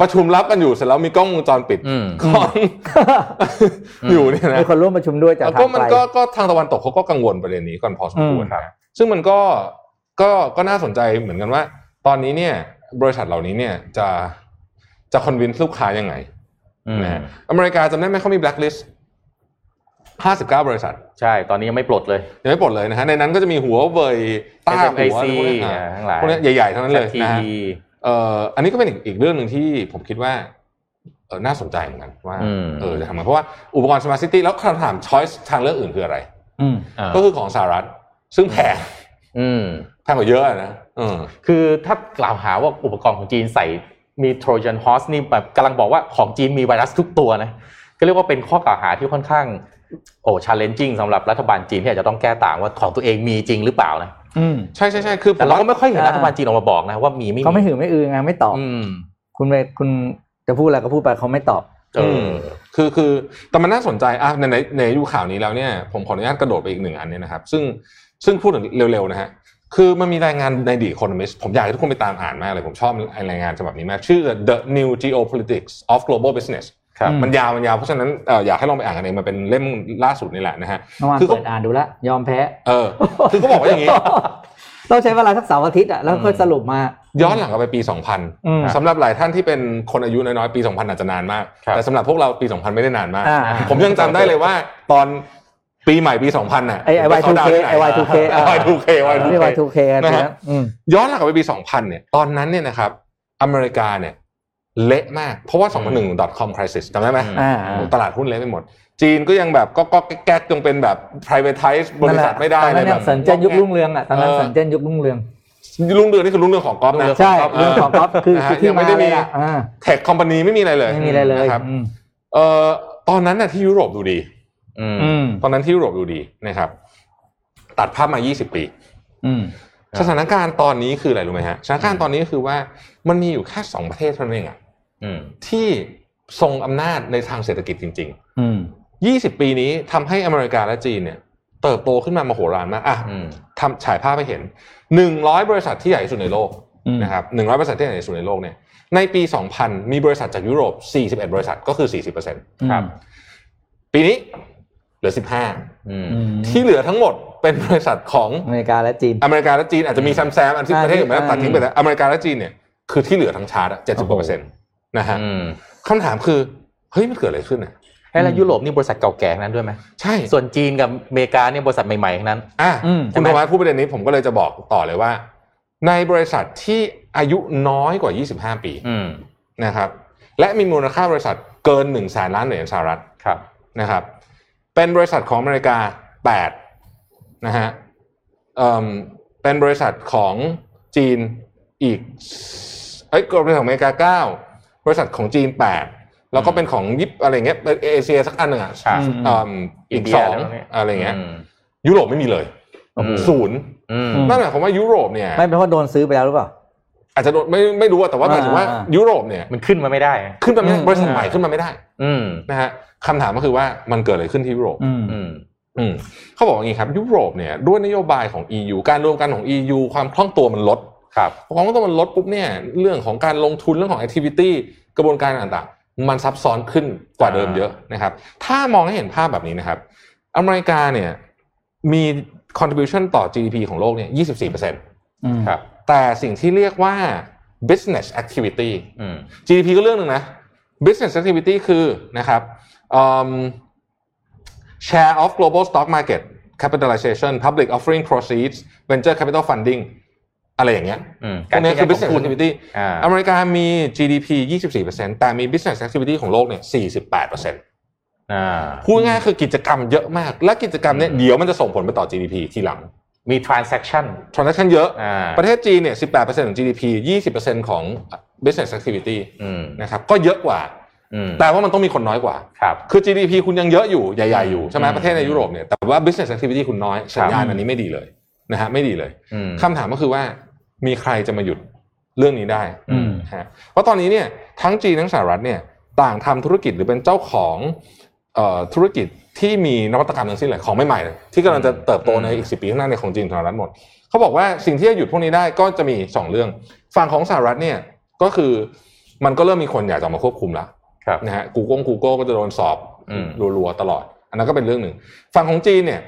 Speaker 3: ประชุมลับกันอยู่เสร็จแล้วมีกล้องวงจรปิด
Speaker 4: อืม
Speaker 3: ของอยู่เนี่ยนะ
Speaker 2: มีคนร่วมประชุมด้วยจาก
Speaker 3: แล้
Speaker 2: ทา
Speaker 3: วก็
Speaker 2: ง
Speaker 3: มัน
Speaker 2: ไกล
Speaker 3: ก็ก็ทางตะวันตกเขาก็กังวลประเด็นนี้กันพอสมควร
Speaker 2: อืม
Speaker 3: นะซึ่งมันก็ก็ก็น่าสนใจเหมือนกันว่า ตอนนี้เนี่ย บริษัทเหล่านี้เนี่ยจะจะคอนวินลูกค้ายังไง
Speaker 4: อืม
Speaker 3: นะฮะอเมริกาจำได้ไหมเขามีแบล็คลิสต์ 59 บริษัท
Speaker 4: ใช่ ตอนนี้ยังไม่ปลดเลย
Speaker 3: ยังไม่ปลดเลยนะฮะในนั้นก็จะมีหัวเว่ยต้าหัว
Speaker 4: SMIC
Speaker 3: อะไรพวกนี้อ่า
Speaker 4: ทั้งหลาย
Speaker 3: พวกนี้ใหญ่ๆทั้งนั้นเลย
Speaker 4: ที
Speaker 3: นะฮะ เอ่ออันนี้ก็เป็นอีกอีกเรื่องหนึ่งที่ผมคิดว่าเออน่าสนใจเหมือนกันว่า
Speaker 4: อืม
Speaker 3: เออจะทำไงเพราะว่าอุปกรณ์ Smart City แล้วคำถาม Choice ทางเรื่องอื่นคืออะไร
Speaker 4: อืมอ่า
Speaker 3: ก็คือของสหรัฐ ซึ่งแพง
Speaker 4: อืม
Speaker 3: แพงกว่าเยอะอะนะเออ
Speaker 4: คือถ้ากล่าวหาว่าอุปกรณ์ของจีนใส่มีโทร j ันฮอสนี่แบบกำลังบอกว่าของจีนมีไวรัสทุกตัวนะ ก็เรียกว่าเป็นข้อกล่าวหาที่ค่อนข้าง โอ้ชาเลนจิ่งสำหรับรัฐบาลจีนที่อาจจะต้องแก้ต่างว่าของตัวเองมีจริงหรือเปล่านะ
Speaker 3: ใช่ใช่ใช่คือผ
Speaker 4: แต่
Speaker 3: ม
Speaker 4: เรา
Speaker 3: ว่า
Speaker 4: ก็ไม่ค่อยเห็นรัฐบาลจีนออกมาบอกนะว่ามีไม่
Speaker 2: เขาไม่
Speaker 4: มี
Speaker 2: หือไม่อือไงไม่ตอบ
Speaker 4: อืม
Speaker 2: คุณไปคุณจะพูดอะไรก็พูดไปเขาไม่ตอบ
Speaker 4: เอ
Speaker 3: อื
Speaker 4: อ
Speaker 3: มคือคือแต่มันน่าสนใจอ่ะในในในดูข่าวนี้แล้วเนี่ยผมขออนุญาตกระโดดไปอีกหนึ่งอันเนี่ยนะครับ ซึ่งซึ่งพูดถึงเร็วๆนะฮะคือมันมีรายงานใน The Economist ผมอยากให้ทุกคนไปตามอ่านมากเลย ผมชอบรายงานฉบับนี้มากชื่อ The New Geopolitics of Global Business
Speaker 4: ครับ
Speaker 3: มันยาวมันยาวเพราะฉะนั้นเอ่ออยากให้ลองไปอ่านกันเองมันเป็นเล่มล่าสุดนี่แหละนะฮะ
Speaker 2: เมื่อวาน
Speaker 3: คือเขา
Speaker 2: เปิดอ่านดูแล้ว ยอมแพ้
Speaker 3: เอ อคือเขาบอกว่าอย่างนี้
Speaker 2: ต้องใช้เวลาสักเสาร์อาทิตย์อ่ะแล้วก็สรุปมา
Speaker 3: ย้อนหลังกลับไปปี
Speaker 2: อืม
Speaker 3: 2000สำหรับหลายท่านที่เป็นคนอายุน้อยๆปี 2000 อาจจะนานมาก
Speaker 4: ครับ
Speaker 3: แต่สำหรับพวกเราปี 2000 ไม่ได้นานมาก
Speaker 2: อ่า
Speaker 3: ผมยังจำได้เลยว่าตอนปีใหม่ปี 2000 น่ะ
Speaker 2: ไอ้ไอ้ Y2K
Speaker 3: ปเข้าดาวน์ที่หน
Speaker 2: ไอ้ Y2K อ่า
Speaker 3: ไอ้ Y2K
Speaker 2: ไม่
Speaker 3: Y2K
Speaker 2: ไวทูเคกัน
Speaker 3: นะ
Speaker 2: นะ
Speaker 3: ฮะ
Speaker 2: อืม
Speaker 3: ย้อนหลังกลับไปปี 2000 เนี่ย ตอนนั้นเนี่ยนะครับ อเมริกาเนี่ยเละมาก เพราะว่า 2001 .com crisis จำได้ไหม
Speaker 2: อ่า
Speaker 3: ตลาดหุ้นเละไปหมด จีนก็ยังแบบก็ก็แก๊กๆจงเป็นแบบ privatize บริษัทไม่ได้
Speaker 2: ตอน
Speaker 3: เล
Speaker 2: นั้
Speaker 3: ย
Speaker 2: น
Speaker 3: แบ
Speaker 2: เนี่ย
Speaker 3: บ
Speaker 2: สัญจรยุครุ่งเรืองอ่ะตอนนั้น
Speaker 3: เออ
Speaker 2: สัญจรยุครุ่งเรือง
Speaker 3: รุ่งเรืองนี่คือรุ่งเรืองของก๊อฟนะ
Speaker 2: ใช่เรื่องของก๊อฟคือ
Speaker 3: นะฮะ
Speaker 2: คือที่
Speaker 3: ยังไม่
Speaker 2: มา
Speaker 3: ได้
Speaker 2: เล
Speaker 3: มี
Speaker 2: ยอ่ะอ่า
Speaker 3: เทคคอมพานีไม่มีอะไรเลย
Speaker 2: ไม่มีอะไรเลย
Speaker 3: นะครับ
Speaker 2: อืม
Speaker 3: เอ่อตอนนั้นน่ะที่ยุโรปดูดี
Speaker 4: อืม
Speaker 2: อืม
Speaker 3: ตอนนั้นที่ยุโรปดูดีนะครับ ตัดภาพมา 20 ปี
Speaker 2: อืม
Speaker 3: สถานการณ์ตอนนี้คืออะไรรู้ไหมฮะสถานการณ์ตอนนี้ก็คือว่ามันมีอยู่แค่สองประเทศเท่านั้นเองอะ
Speaker 4: อืม
Speaker 3: ที่ทรงอำนาจในทางเศรษฐกิจจริง
Speaker 2: อืม
Speaker 3: ๆ 20 ปีนี้ทำให้อเมริกาและจีนเนี่ย เติบโตขึ้นมามโหฬารมากอ่ะ
Speaker 4: อืม
Speaker 3: ทำฉายภาพให้เห็น 100 บริษัทที่ใหญ่ที่สุดในโลก
Speaker 2: อืม
Speaker 3: นะครับ100 บริษัทที่ใหญ่ที่สุดในโลกเนี่ย ในปี 2000 มีบริษัทจากยุโรป 41 บริษัทก็คือ 40%
Speaker 4: ครับ
Speaker 3: ปีนี้เหลือ
Speaker 4: อืม
Speaker 2: อืม
Speaker 3: 15 ที่เหลือทั้งหมดเป็นบริษัทของ
Speaker 2: อเมริกาและจีน
Speaker 3: อเมริกาและจีนอาจจะมีแซมแซมอันที่ประเทศอื่นไม่ได้ตัดทิ้งไปแต่อเมริกาและจีนเนี่ยคือที่เหลือทั้งชาร์ตเจ็ดสิบกว่าเปอร์เซ็นต์นะฮะ
Speaker 4: อืม
Speaker 3: คำถามคือเฮ้ยมันเกิดอะไรขึ้นอ่ะ
Speaker 4: ให้แล้วยุโรปนี่บริษัทเก่าแก่ทั้งนั้นด้วยไหม
Speaker 3: ใช่
Speaker 4: ส่วนจีนกับอเมริกาเนี่ยบริษัทใหม่ๆทั้งนั้น
Speaker 3: อ่ะ
Speaker 2: อืม
Speaker 3: คุณธวัฒน์พูดประเด็นนี้ผมก็เลยจะบอกต่อเลยว่า ในบริษัทที่อายุน้อยกว่า 25 ปี
Speaker 4: อืม
Speaker 3: นะครับ และมีมูลค่าบริษัทเกิน1แสนล้านเหรียญสหรัฐ
Speaker 4: ครับ
Speaker 3: นะครับ เป็นบริษัทของอเมริกา8นะฮะเอิ่มเป็นบริษัทของจีนอีกเอ้ยบริษัทของอเมริกา 9 บริษัทของจีน 8 แล้วก็เป็นของยิปอะไรเงี้ยเป็นเอเชียสักอันหนึ่งอ่ะ
Speaker 4: ครับ
Speaker 3: เอิ่มอีกสองอะไรเงี้ย
Speaker 4: อืม
Speaker 3: ยุโรปไม่มีเลย
Speaker 4: โอ้โห
Speaker 3: ศูนย์
Speaker 4: อืม
Speaker 3: นั่นหมายความว่ายุโรปเนี่ย
Speaker 2: ไม่เป็นเพราะโดนซื้อไปแล้วหรือเปล่า
Speaker 3: อาจจะโดนไม่ไม่รู้อะแต่ว่าหมายถึงว่า
Speaker 2: อ่าอ่ายุ
Speaker 3: ยุโรปเนี่ย
Speaker 4: มันขึ้นมาไม่ได้อะ
Speaker 3: ขึ้นมาไม่ได้
Speaker 2: อืม
Speaker 3: บริษัทใหม่ขึ้นมาไม่ได้
Speaker 4: อืม
Speaker 3: นะฮะคำถามก็คือว่ามันเกิดอะไรขึ้นที่ยุโรป
Speaker 2: อืม
Speaker 4: อืม
Speaker 3: อืมเขาบอกอย่างนี้ครับยุโรปเนี่ยด้วยนโยบายของ EU การรวมกันของ EU ความคล่องตัวมันลด
Speaker 4: ครับ
Speaker 3: พอความคล่องตัวมันลดปุ๊บเนี่ยเรื่องของการลงทุนเรื่องของ activity กระบวนการต่างๆ มันซับซ้อนขึ้นกว่าเดิมเยอะนะครับ ถ้ามองให้เห็นภาพแบบนี้นะครับ อเมริกาเนี่ยมี contribution ต่อ GDP ของโลกเนี่ย24%
Speaker 2: อืม
Speaker 4: ครับ
Speaker 3: แต่สิ่งที่เรียกว่า business activity
Speaker 4: อืม
Speaker 3: GDP ก็เรื่องหนึ่งนะ business activity คือนะครับเอิ่ม share of global stock market capitalization public offering proceeds venture capital funding อะไรอย่างเงี้ย
Speaker 4: อืม
Speaker 3: พวกเนี้ยคือ business
Speaker 4: คุณ
Speaker 3: activity
Speaker 4: อ่า
Speaker 3: อเมริกามี GDP 24%แต่มี business activity ของโลกเนี่ย48%
Speaker 4: อ่า
Speaker 3: พูดง่ายๆคือกิจกรรมเยอะมาก และกิจกรรมเนี่ย
Speaker 4: อืม
Speaker 3: เดี๋ยวมันจะส่งผลไปต่อ GDP ทีหลัง
Speaker 4: มี transaction
Speaker 3: transaction เยอะ
Speaker 4: อ่า
Speaker 3: ประเทศจีนเนี่ย 18%ของ GDP 20%ของ business activity
Speaker 4: อืม
Speaker 3: นะครับ ก็เยอะกว่า
Speaker 4: อืม
Speaker 3: แต่ว่ามันต้องมีคนน้อยกว่า
Speaker 4: ครับ
Speaker 3: คือ GDP คุณยังเยอะอยู่ ใหญ่ ๆ อยู่ ใช่ไหม
Speaker 4: อืม
Speaker 3: ประเทศในยุโรปเนี่ย แต่ว่า business activity คุณน้อย สัญญาณ
Speaker 4: ครับ
Speaker 3: อันนี้ไม่ดีเลยนะฮะ ไม่ดีเลย
Speaker 4: อืม
Speaker 3: คำถามก็คือว่า มีใครจะมาหยุดเรื่องนี้ได้
Speaker 4: อืม
Speaker 3: นะฮะเพราะตอนนี้เนี่ย ทั้งจีนทั้งสหรัฐเนี่ย ต่างทำธุรกิจหรือเป็นเจ้าของเอ่อธุรกิจที่มีนวัตกรรมทั้งสิ้นเลยของใหม่ๆเลยที่กำลังจะเติบโตในอีกสิปีข้างหน้าในยของจีนสหรัฐหมด เขาบอกว่าสิ่งที่จะหยุดพวกนี้ได้ก็จะมีสองเรื่อง ฝั่งของสหรัฐเนี่ยก็คือมันก็เริ่มมีคนอยากจะมาควบคุมแล้ว
Speaker 4: ครับ
Speaker 3: นะฮะกูโก้กูโก้ก็จะโดนสอบ
Speaker 4: อืม
Speaker 3: รัวๆตลอด อันนั้นก็เป็นเรื่องหนึ่ง ฝั่งของจีนเนี่ย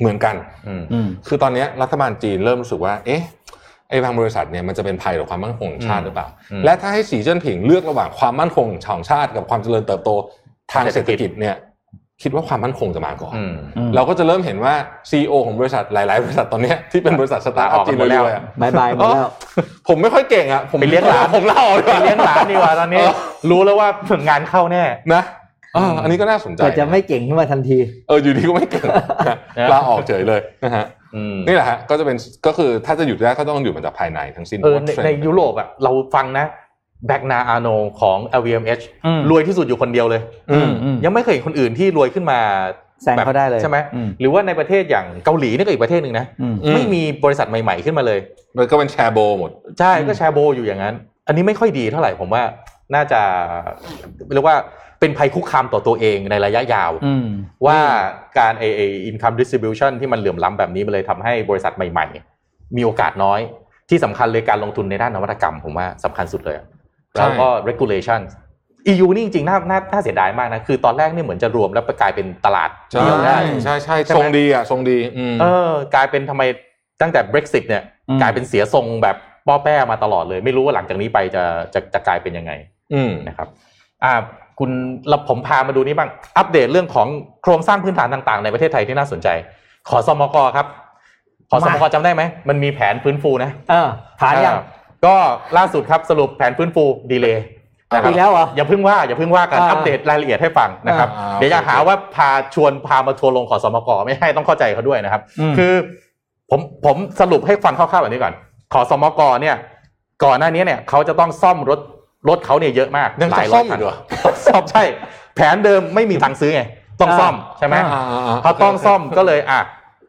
Speaker 3: เหมือนกัน
Speaker 4: อืม
Speaker 2: อืม
Speaker 3: คือตอนเนี้ยรัฐบาลจีนเริ่มรู้สึกว่า เอ๊ะ ไอ้บางบริษัทเนี่ยมันจะเป็นภัยต่อความมั่นคงของชาติหรือเปล่า
Speaker 4: อืม
Speaker 3: และถ้าให้สีเจิ้นผิงเลือกระหว่างความมั่นคงของชาติกับความเจริญเติบโตทางเศรษฐกิจเนี่ย คิดว่าความมั่นคงจะมาก่อน
Speaker 4: อืม
Speaker 2: อืม
Speaker 3: เราก็จะเริ่มเห็นว่าซีอของบริษัทหลาย ๆ บริษัทตอนเนี้ยที่เป็นบ ริษัทสตาร์ทอัพจีนเร็วๆอะ
Speaker 2: บายบายหมดแล้ว
Speaker 3: ผมไม่ค่อยเก่งอ่ะผม
Speaker 4: ไปเลี้ยงหลาน
Speaker 3: ผมเล่าออกดีก
Speaker 4: ไป
Speaker 3: ว่า
Speaker 4: เลี้ยงหลานดีกว่าตอนนี้
Speaker 3: เออ
Speaker 4: รู้แล้วว่าผลงานเข้าแน่
Speaker 3: นะเอออันนี้ก็น่าสนใจ
Speaker 2: แต่จะไม่เก่งขึ้นมาทันที
Speaker 3: เอออยู่ดีก็ไม่เก่ง
Speaker 4: นะ
Speaker 3: ลาออกเฉยเลยนะฮะ
Speaker 4: อืม
Speaker 3: นี่แหละฮะก็จะเป็นก็คือถ้าจะหยุดได้ก็ต้องหยุดมาจากภายในทั้งสิ้น
Speaker 4: เออ
Speaker 3: เพ
Speaker 4: ใน
Speaker 3: ราะว่า
Speaker 4: ใน
Speaker 3: เทด์มั
Speaker 4: ยุโรปอะเราฟังนะแบกนาอาโนของ LVMH
Speaker 2: อืม
Speaker 4: รวยที่สุดอยู่คนเดียวเลย
Speaker 3: อืม
Speaker 2: อืม
Speaker 4: ยังไม่เคยเห็นคนอื่นที่รวยขึ้นมา
Speaker 2: แซงเขาได้เลย
Speaker 4: ใช่ไหม
Speaker 2: อืม
Speaker 4: หรือว่าในประเทศอย่างเกาหลีนี่ก็อีกประเทศหนึ่งนะ
Speaker 2: อืม
Speaker 3: อืม
Speaker 4: ไม่มีบริษัทใหม่ๆขึ้นมาเลย
Speaker 3: มันก็เป็นแชร์โบหมด
Speaker 4: ใช่
Speaker 2: อืม
Speaker 4: ก็แชร์โบอยู่อย่างนั้น อันนี้ไม่ค่อยดีเท่าไหร่ผมว่าน่าจะเรียกว่าเป็นภัยคุกคามต่อตัวเองในระยะยาว
Speaker 2: อืม
Speaker 4: ว่าการไอไอ income distribution ที่มันเหลื่อมล้ำแบบนี้มันเลยทำให้บริษัทใหม่ๆ มีโอกาสน้อย ที่สำคัญเลยการลงทุนในด้านนวัตกรรมผมว่าสำคัญสุดเลย
Speaker 3: ใช่
Speaker 4: แล้วก็ regulation EU นี่จริงๆน่าน่าน่าเสียดายมากนะ คือตอนแรกนี่เหมือนจะรวมแล้วกลายเป็นตลาด
Speaker 3: ใช่
Speaker 4: เดียวได้
Speaker 3: ใช่ใช่
Speaker 4: ใช่ไหม
Speaker 3: ทรงดีอ่ะทรงดีอืม
Speaker 4: เออกลายเป็นทำไมตั้งแต่ Brexit เนี่ย
Speaker 2: อืม
Speaker 4: กลายเป็นเสียทรงแบบป้อแป้มาตลอดเลย ไม่รู้ว่าหลังจากนี้ไปจะจะจะกลายเป็นยังไง
Speaker 3: อืม
Speaker 4: นะครับอ่าคุณเราผมพามาดูนี้บ้าง อัปเดตเรื่องของโครงสร้างพื้นฐานต่างๆ ในประเทศไทยที่น่าสนใจ ขอสมกครับ ขอสมกจำได้ไหม มันมีแผนฟื้นฟูนะ
Speaker 2: เออผ่านยัง
Speaker 4: อ่ก็ล่าสุดครับสรุปแผนฟื้นฟูดีเลยนะครับ
Speaker 2: อีกแล้วเหรอ
Speaker 4: อย่าเพิ่งว่าอย่าเพิ่งว่ากัน
Speaker 2: อ่า
Speaker 4: อัปเดตรายละเอียดให้ฟังนะครับ
Speaker 3: อ่า
Speaker 4: เดี๋ยวอย่าหาว่าพาชวนพามาทัวร์ลงขอสมกไม่ให้ต้องเข้าใจเขาด้วยนะครับ คือผมผมสรุปให้ฟังคร่าวๆแบบนี้ก่อน ขอสมกเนี่ย ก่อนหน้านี้เนี่ยเขาจะต้องซ่อมรถรถเขาเนี่ยเยอะมาก
Speaker 3: ยัง
Speaker 4: ห
Speaker 3: จะ
Speaker 4: ลาย
Speaker 3: ซ่
Speaker 4: ร้
Speaker 3: อ
Speaker 4: อ
Speaker 3: มอี
Speaker 4: ยคัน
Speaker 3: กเหรอ
Speaker 4: ต้องซ่อมใช่ แผนเดิมไม่มีทางซื้อไง ต้องซ่อมใช่ไหม
Speaker 3: อ่อ่
Speaker 4: พอต้องซ่อมก็เลยอ่ะ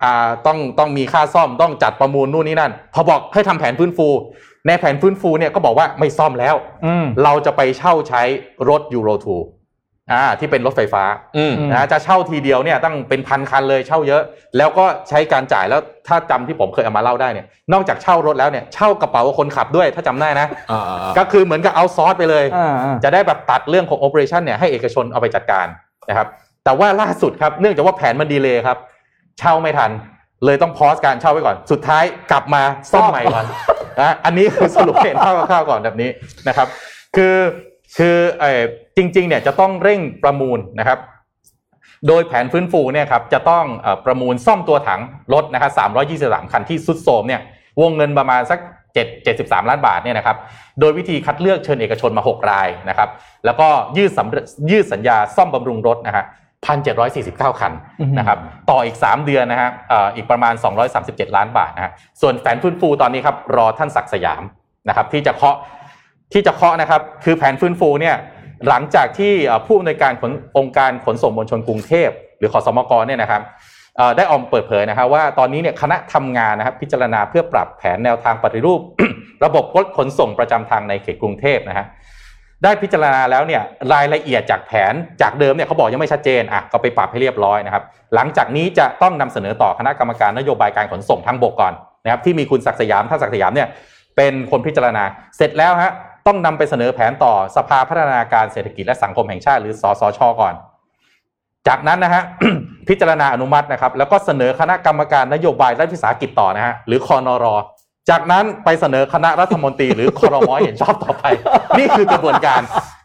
Speaker 4: อ่าต้องต้องมีค่าซ่อมต้องจัดประมูลนู่นนี่นั่น พอบอกให้ทำแผนฟื้นฟู ในแผนฟื้นฟูเนี่ยก็บอกว่าไม่ซ่อมแล้ว
Speaker 2: อืม
Speaker 4: เราจะไปเช่าใช้รถยูโรทูอ่าที่เป็นรถไฟฟ้า
Speaker 3: อืม
Speaker 2: อืม
Speaker 4: นะจะเช่าทีเดียวเนี่ยตั้งเป็นพันคันเลยเช่าเยอะ แล้วก็ใช้การจ่ายแล้วถ้าจำที่ผมเคยเอามาเล่าได้เนี่ยนอกจากเช่ารถแล้วเนี่ยเช่ากระเป๋าคนขับด้วยถ้าจำได้นะ
Speaker 3: อ่าอ่าอ่า
Speaker 4: ก็คือเหมือนกับเอาซอร์สไปเลย
Speaker 2: อ่าอ่า
Speaker 4: จะได้แบบตัดเรื่องของโอ e r a t i o n เนี่ยให้เอกชนเอาไปจัดการนะครับแต่ว่าล่าสุดครับเนื่องจากว่าแผนมันดีเลยครับ เช่าไม่ทัน เลยต้องพอสการเช่าไว้ก่อน สุดท้ายกลับมาซ่อมใหม่ ก่อนนะอันนี้คือสรุปเห็นภาพคร่าวๆก่อนแบบนี้นะครับ คือคือเออจริงๆเนี่ยจะต้องเร่งประมูลนะครับ โดยแผนฟื้นฟูเนี่ยครับจะต้องเอ่อประมูลซ่อมตัวถังรถนะครับ323 คันที่สุดโทรมเนี่ยวงเงินประมาณสัก7 73 ล้านบาทเนี่ยนะครับโดยวิธีคัดเลือกเชิญเอกชนมา 6 รายนะครับแล้วก็ยืดสำยืดสัญญาซ่อมบำรุงรถนะฮะ1,749 คันนะครับต่ออีก 3 เดือนนะฮะเอ่ออีกประมาณ 237 ล้านบาทนะฮะส่วนแผนฟื้นฟูตอนนี้ครับรอท่านศักดิ์สยามนะครับที่จะเคาะ ที่จะเคาะนะครับคือแผนฟื้นฟูเนี่ยหลังจากที่เอ่อผู้อำนวยการขนองค์การขนส่งมวลชนกรุงเทพ หรือขอสมกเนี่ยนะครับเอ่อได้ออกมาเปิดเผยนะครับว่าตอนนี้เนี่ยคณะทำงานนะครับพิจารณาเพื่อปรับแผนแนวทางปฏิรูป ระบบรถขนส่งประจำทางในเขตกรุงเทพนะฮะได้พิจารณาแล้วเนี่ยรายละเอียดจากแผนจากเดิมเนี่ยเขาบอกยังไม่ชัดเจนอ่ะก็ไปปรับให้เรียบร้อยนะครับหลังจากนี้จะต้องนำเสนอต่อคณะกรรมการนโยบายการขนส่งทางบกก่อนนะครับที่มีคุณศักดิ์สยามท่านศักดิ์สยามเนี่ย เป็นคนพิจารณาเสร็จแล้วฮะต้องนำไปเสนอแผนต่อสภาพัฒนาการเศรษฐกิจและสังคมแห่งชาติหรือสสชก่อน จากนั้นนะฮะ พิจารณาอนุมัตินะครับ แล้วก็เสนอคณะกรรมการนโยบายรัฐวิสาหกิจต่อนะฮะหรือคอนรจากนั้นไปเสนอคณะรัฐมนตรี หรือคอรมอเห็นชอบต่อไป นี่คือกระบวนการ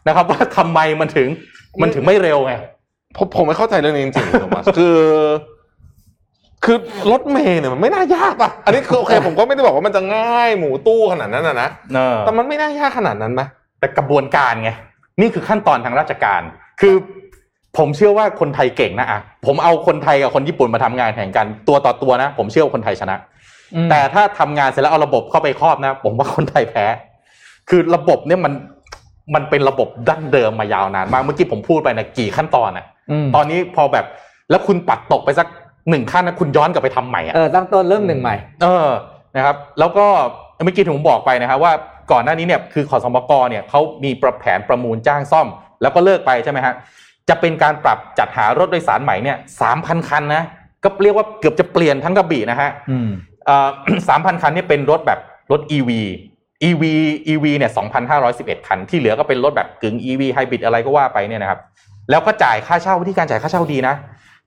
Speaker 4: นะครับ ว่าทำไมมันถึงมันถึงไม่เร็วไง
Speaker 3: ผมผมไม่เข้าใจเรื่องนี้จริงๆโทมัส คือ คือรถเมล์เนี่ยมันไม่น่ายากป่ะ อันนี้คือโอเค ผมก็ไม่ได้บอกว่ามันจะง่ายหมูตู้ขนาดนั้นนะนะ
Speaker 4: เออ
Speaker 3: แต่มันไม่น่ายากขนาดนั้นไหม
Speaker 4: แต่กระบวนการไงนี่คือขั้นตอนทางราชการ คือผมเชื่อว่าคนไทยเก่งนะอ่ะผมเอาคนไทยกับคนญี่ปุ่นมาทำงานแข่งกันตัวต่อตัวนะ ผมเชื่อว่าคนไทยชนะ
Speaker 2: อืม
Speaker 4: แต่ถ้าทำงานเสร็จแล้วเอาระบบเข้าไปครอบนะ ผมว่าคนไทยแพ้ คือระบบเนี่ยมันมันเป็นระบบดั้งเดิมมายาวนานมากเมื่อกี้ผมพูดไปนะกี่ขั้นตอนอ่ะ
Speaker 2: อืม
Speaker 4: ตอนนี้พอแบบแล้วคุณปัดตกไปสักหนึ่งขั้นนะคุณย้อนกลับไปทำใหม่อ่ะ
Speaker 2: เออตั้งต้นเริ่มหนึ่งใหม่
Speaker 4: เออ นะครับ แล้วก็เมื่อกี้ที่ผมบอกไปนะครับว่าก่อนหน้านี้เนี่ยคือขอสมกเนี่ยเขามีประแผนประมูลจ้างซ่อม แล้วก็เลิกไปใช่ไหมฮะ จะเป็นการปรับจัดหารถโดยสารใหม่เนี่ยสามพันคันนะ ก็เรียกว่าเกือบจะเปลี่ยนทั้งกระบี่นะฮะ
Speaker 2: อืม
Speaker 4: สามพัน คันนี่เป็นรถแบบรถ EV EV EV เนี่ย2,511 คัน ที่เหลือก็เป็นรถแบบกึ่ง EV ไฮบริดอะไรก็ว่าไปเนี่ยนะครับ แล้วก็จ่ายค่าเช่าวิธีการจ่ายค่าเช่าดีนะ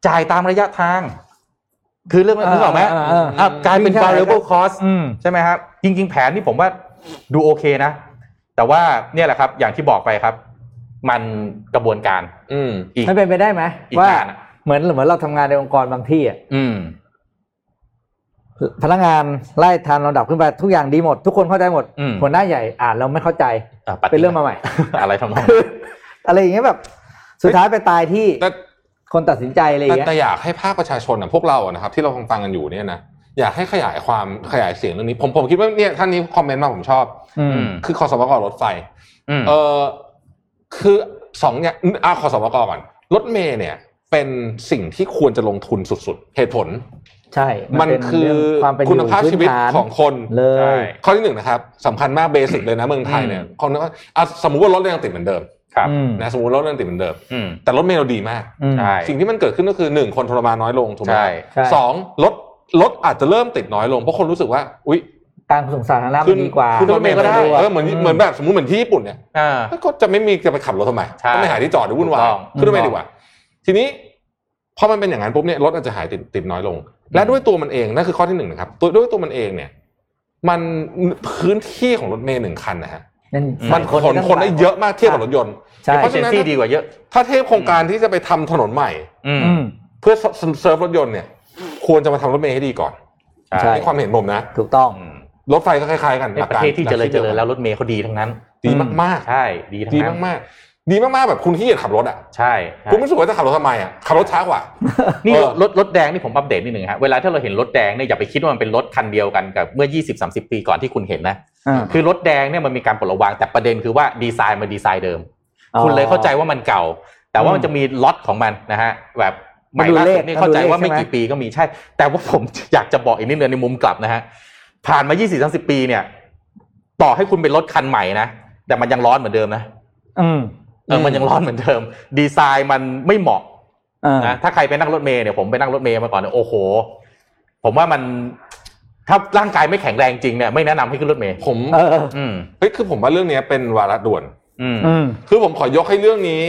Speaker 4: จ่ายตามระยะทาง คือเรื่องนึกออกไหม
Speaker 2: อ่าอ่าอ่า
Speaker 4: อ่ะกลายเป็น variable cost
Speaker 2: อืม
Speaker 4: ใช่ไหมครับ จริง ๆ แผนนี่ผมว่าดูโอเคนะ แต่ว่าเนี่ยแหละครับ อย่างที่บอกไปครับ มันกระบวนการ
Speaker 3: อืม
Speaker 4: อีก
Speaker 2: มันเป็นไปได้ไหม
Speaker 4: อีก
Speaker 2: ว่า
Speaker 4: การอะ
Speaker 2: เหมือนเหมือนเราทำงานในองค์กรบางที่อะ
Speaker 4: อืม
Speaker 2: พนักงานไล่ทานลำดับขึ้นไปทุกอย่างดีหมด ทุกคนเข้าใจหมด
Speaker 4: อืม
Speaker 2: หัวหน้าใหญ่อ่านเราไม่เข้าใจ
Speaker 4: อ่ะ
Speaker 2: เป็นเรื่องมาใหม่
Speaker 4: อะไรทำนอง
Speaker 2: คืออะไรอย่างเงี้ยแบบ สุดท้ายไปตายที่
Speaker 3: แต่
Speaker 2: คนตัดสินใจอะไรอย่าง
Speaker 3: แต่
Speaker 2: เงี้ย
Speaker 3: แต่อยากให้ภาคประชาชนอ่ะพวกเราอ่ะนะครับ ที่เราฟังฟังกันอยู่เนี่ยนะอยากให้ขยายความขยายเสียงเรื่องนี้ ผมผมคิดว่าเนี่ยท่านนี้คอมเมนต์มาผมชอบ
Speaker 2: อื
Speaker 4: อื
Speaker 2: ม
Speaker 4: ม
Speaker 3: คือคอสมกรถไฟ
Speaker 4: อืม
Speaker 3: เออคือสองอย่างอ่ะขอสมกก่อนรถเมย์เนี่ย เป็นสิ่งที่ควรจะลงทุนสุดๆ เหตุผล
Speaker 2: ใช่
Speaker 3: มัน
Speaker 2: เป็
Speaker 3: คือ
Speaker 2: เรื่องความเป็นอ
Speaker 3: คุณ
Speaker 2: ยู่
Speaker 3: ภาพ
Speaker 2: พื้น
Speaker 3: ชีวิต
Speaker 2: ฐาน
Speaker 3: ของคน
Speaker 2: เล
Speaker 4: ใช่
Speaker 2: ย
Speaker 3: ข้อที่หนึ่งนะครับสำคัญมากเบสิกเลยนะเมืองไทยเนี่ยคนก็อ่ะสมมุติว่ารถเรายังติดเหมือนเดิม
Speaker 4: ครับ
Speaker 2: อืม
Speaker 3: นะสมมติรถเรายังติดเหมือนเดิม
Speaker 4: อืม
Speaker 3: แต่รถเมล์เราดีมาก
Speaker 2: อืม
Speaker 4: ใช่
Speaker 3: สิ่งที่มันเกิดขึ้นก็คือหนึ่งคนทรมานน้อยลงถูกไหม
Speaker 4: ใช่
Speaker 2: ใช่
Speaker 3: สองรถรถอาจจะเริ่มติดน้อยลงเพราะคนรู้สึกว่า อุ๊ย
Speaker 2: การขนส่งสาธารณะมันดีกว่า
Speaker 3: ขึ้นรถเมล์ก็ได้เออเหมือนเหมือนแบบสมมติเหมือนที่ญี่ปุ่นเนี่ย
Speaker 4: อ่า
Speaker 3: ก็จะไม่มีจะไปขับรถทำไม
Speaker 4: ใช่
Speaker 3: ก็ไม่หาที่จอดหรือวุ่นวาย
Speaker 4: ถูกต้อง
Speaker 3: ขึ้นรถเมล์
Speaker 4: ถูกต้อง
Speaker 3: ดีกว่า ทีนี้พอมันเป็นอย่างนั้นปุ๊บเนี่ยรถอาจจะหายติดติดน้อยลง และด้วยตัวมันเองนั่นคือข้อที่หนึ่งนะครับตัวด้วยตัวมันเองเนี่ย มันพื้นที่ของรถเมล์หนึ่งคันนะฮะ
Speaker 2: นั่น
Speaker 4: มั
Speaker 3: มันขนคนได้เยอะมากเทียบกับรถยนต์
Speaker 2: ใช่
Speaker 3: เพราะฉะ
Speaker 4: เจ
Speaker 3: นั้น
Speaker 4: นซี่ดีกว่าเยอะ
Speaker 3: ถ้าเทียบโครงการที่จะไปทำถนนใหม่
Speaker 4: อืม
Speaker 2: อืม
Speaker 3: เพื่อเซิร์ฟรถยนต์เนี่ย ควรจะมาทำรถเมล์ให้ดีก่อน
Speaker 2: ใช่
Speaker 3: นี่ความเห็นผมนะ
Speaker 2: ถูกต้อง
Speaker 4: อืม
Speaker 3: รถไฟก็คล้ายๆกัน
Speaker 4: ในประเทศที่เจริญเจริญแล้วรถเมล์เขาดีทั้งนั้น
Speaker 3: ดีมาก
Speaker 4: ใช่ดีทั้
Speaker 3: ๆ
Speaker 4: ง
Speaker 3: ดี
Speaker 4: นั้น
Speaker 3: มากๆดีมากๆแบบคุณขี้เกียจขับรถอ่ะ
Speaker 4: ใช่ใช่
Speaker 3: คุณรู้สึกว่าจะขับรถทำไมอ่ะขับรถช้ากว่า
Speaker 4: นี่
Speaker 3: เอ
Speaker 4: ร
Speaker 3: อ
Speaker 4: ถรถรถแดงนี่ผมอัปเดตนิดหนึ่งฮะเวลาที่เราเห็นรถแดงเนี่ยอย่าไปคิดว่ามันเป็นรถคันเดียวกันกับเมื่อ 20 30 ปีก่อนที่คุณเห็นนะ คือรถแดงเนี่ยมันมีการปลดระวางแต่ประเด็นคือว่าดีไซน์มันดีไซน์เดิม คุณเลยเข้าใจว่ามันเก่า แต่ว่ามันจะมีล็อตของมันนะฮะแบบใหม่ล่าสุดนี่
Speaker 2: มันดู
Speaker 4: เข้าใจ
Speaker 2: เลข
Speaker 4: ว่าไม่
Speaker 2: ใช่ไหม
Speaker 4: กี่ปีก็มีใช่ แต่ว่าผม อยากจะบอกอีกนิดนึงในมุมกลับนะฮะผ่านมา 20 30 ปีเนี่ย ต่อให้คุณเป็นรถคันใหม่นะแต่มันยังร้อนเหมือนเดิมนะ
Speaker 2: อืม
Speaker 4: เออมันยังร้อนเหมือนเดิม ดีไซน์มันไม่เหมาะ
Speaker 2: อ่า
Speaker 4: นะถ้าใครไปนั่งรถเมล์เนี่ยผมไปนั่งรถเมล์มาก่อนเนี่ยโอ้โห ผมว่ามันถ้าร่างกายไม่แข็งแรงจริงเนี่ยไม่แนะนำให้ขึ้นรถเมล์
Speaker 3: ผม
Speaker 2: เออ
Speaker 4: อืม
Speaker 3: เฮ้ยคือผมว่าเรื่องเนี้ยเป็นวาระด่วน
Speaker 4: อืม
Speaker 2: อืม
Speaker 3: คือผมขอยกให้เรื่องนี้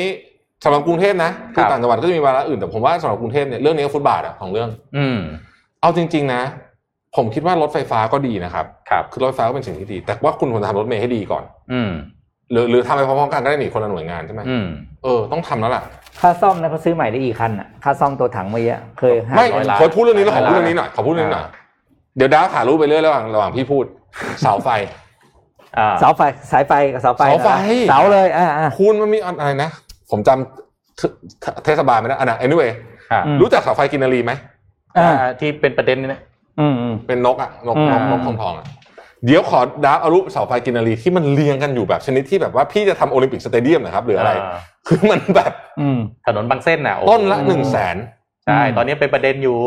Speaker 3: สำหรับกรุงเทพนะคือ
Speaker 4: ครับ
Speaker 3: ต่างจังหวัดก็จะมีวาระอื่นแต่ผมว่าสำหรับกรุงเทพเนี่ยเรื่องนี้ก็ฟุตบาทอะของเรื่อง
Speaker 4: อืม
Speaker 3: เอาจริง ๆ นะ ผมคิดว่ารถไฟฟ้าก็ดีนะครับ
Speaker 4: ครับ
Speaker 3: คือรถไฟฟ้าก็เป็นสิ่งที่ดี แต่ว่าคุณควรจะทำรถเมล์ให้ดีก่อน
Speaker 4: อืม
Speaker 3: หรือหรือทำไปพร้อมๆกันก็ได้หนีคนละหน่วยงานใช่ไหม
Speaker 4: อืม
Speaker 3: เออต้องทำแล้วล่ะ
Speaker 2: ค่าซ่อมนะเขาซื้อใหม่ได้อีกคันอ่ะ ค่าซ่อมตัวถังมาเยอะเคยหา
Speaker 3: ไม่
Speaker 4: ร้อยล้าน
Speaker 3: ขอพูดเรื่องนี้แล้วขอพูด
Speaker 4: ร้อยล้าน
Speaker 3: เรื่องนี้หน่อยขอพูดเรื่องนี้หน่อยเดี๋ยวดาวขารู้ไปเรื่อยระหว่างระหว่างพี่พูด เสา ไฟ
Speaker 4: อ่า
Speaker 2: เสาไฟสายไฟกับเสาไฟ
Speaker 3: เสาไฟ
Speaker 2: เสาเลยอ่าอ่า
Speaker 3: คุณมันมีอะไรนะ ผมจำเทเทศบาลไม่ได้อันนะ anyway
Speaker 4: อ่า
Speaker 2: อืม
Speaker 3: รู้จักเสาไฟกินนารีไหม
Speaker 2: อ่า
Speaker 4: อ่าที่เป็นประเด็นนี่นะ
Speaker 2: อืมอืม
Speaker 3: เป็นนกอะนก
Speaker 2: อืม
Speaker 3: นกนกทองทองอะเดี๋ยวขอดาร์ฟเอารูปเสาไฟกินนารีที่มันเรียงกันอยู่แบบชนิดที่แบบว่าพี่จะทำโอลิมปิกสเตเดียมนะครับ หรืออะไร
Speaker 4: อ่า
Speaker 3: คือมันแบบ
Speaker 2: อืม
Speaker 4: ถนนบางเส้นน่ะโอ้โ
Speaker 3: ต้นละหนึ่งแสน
Speaker 4: ใช่ตอนนี้เป็นประเด็นอยู่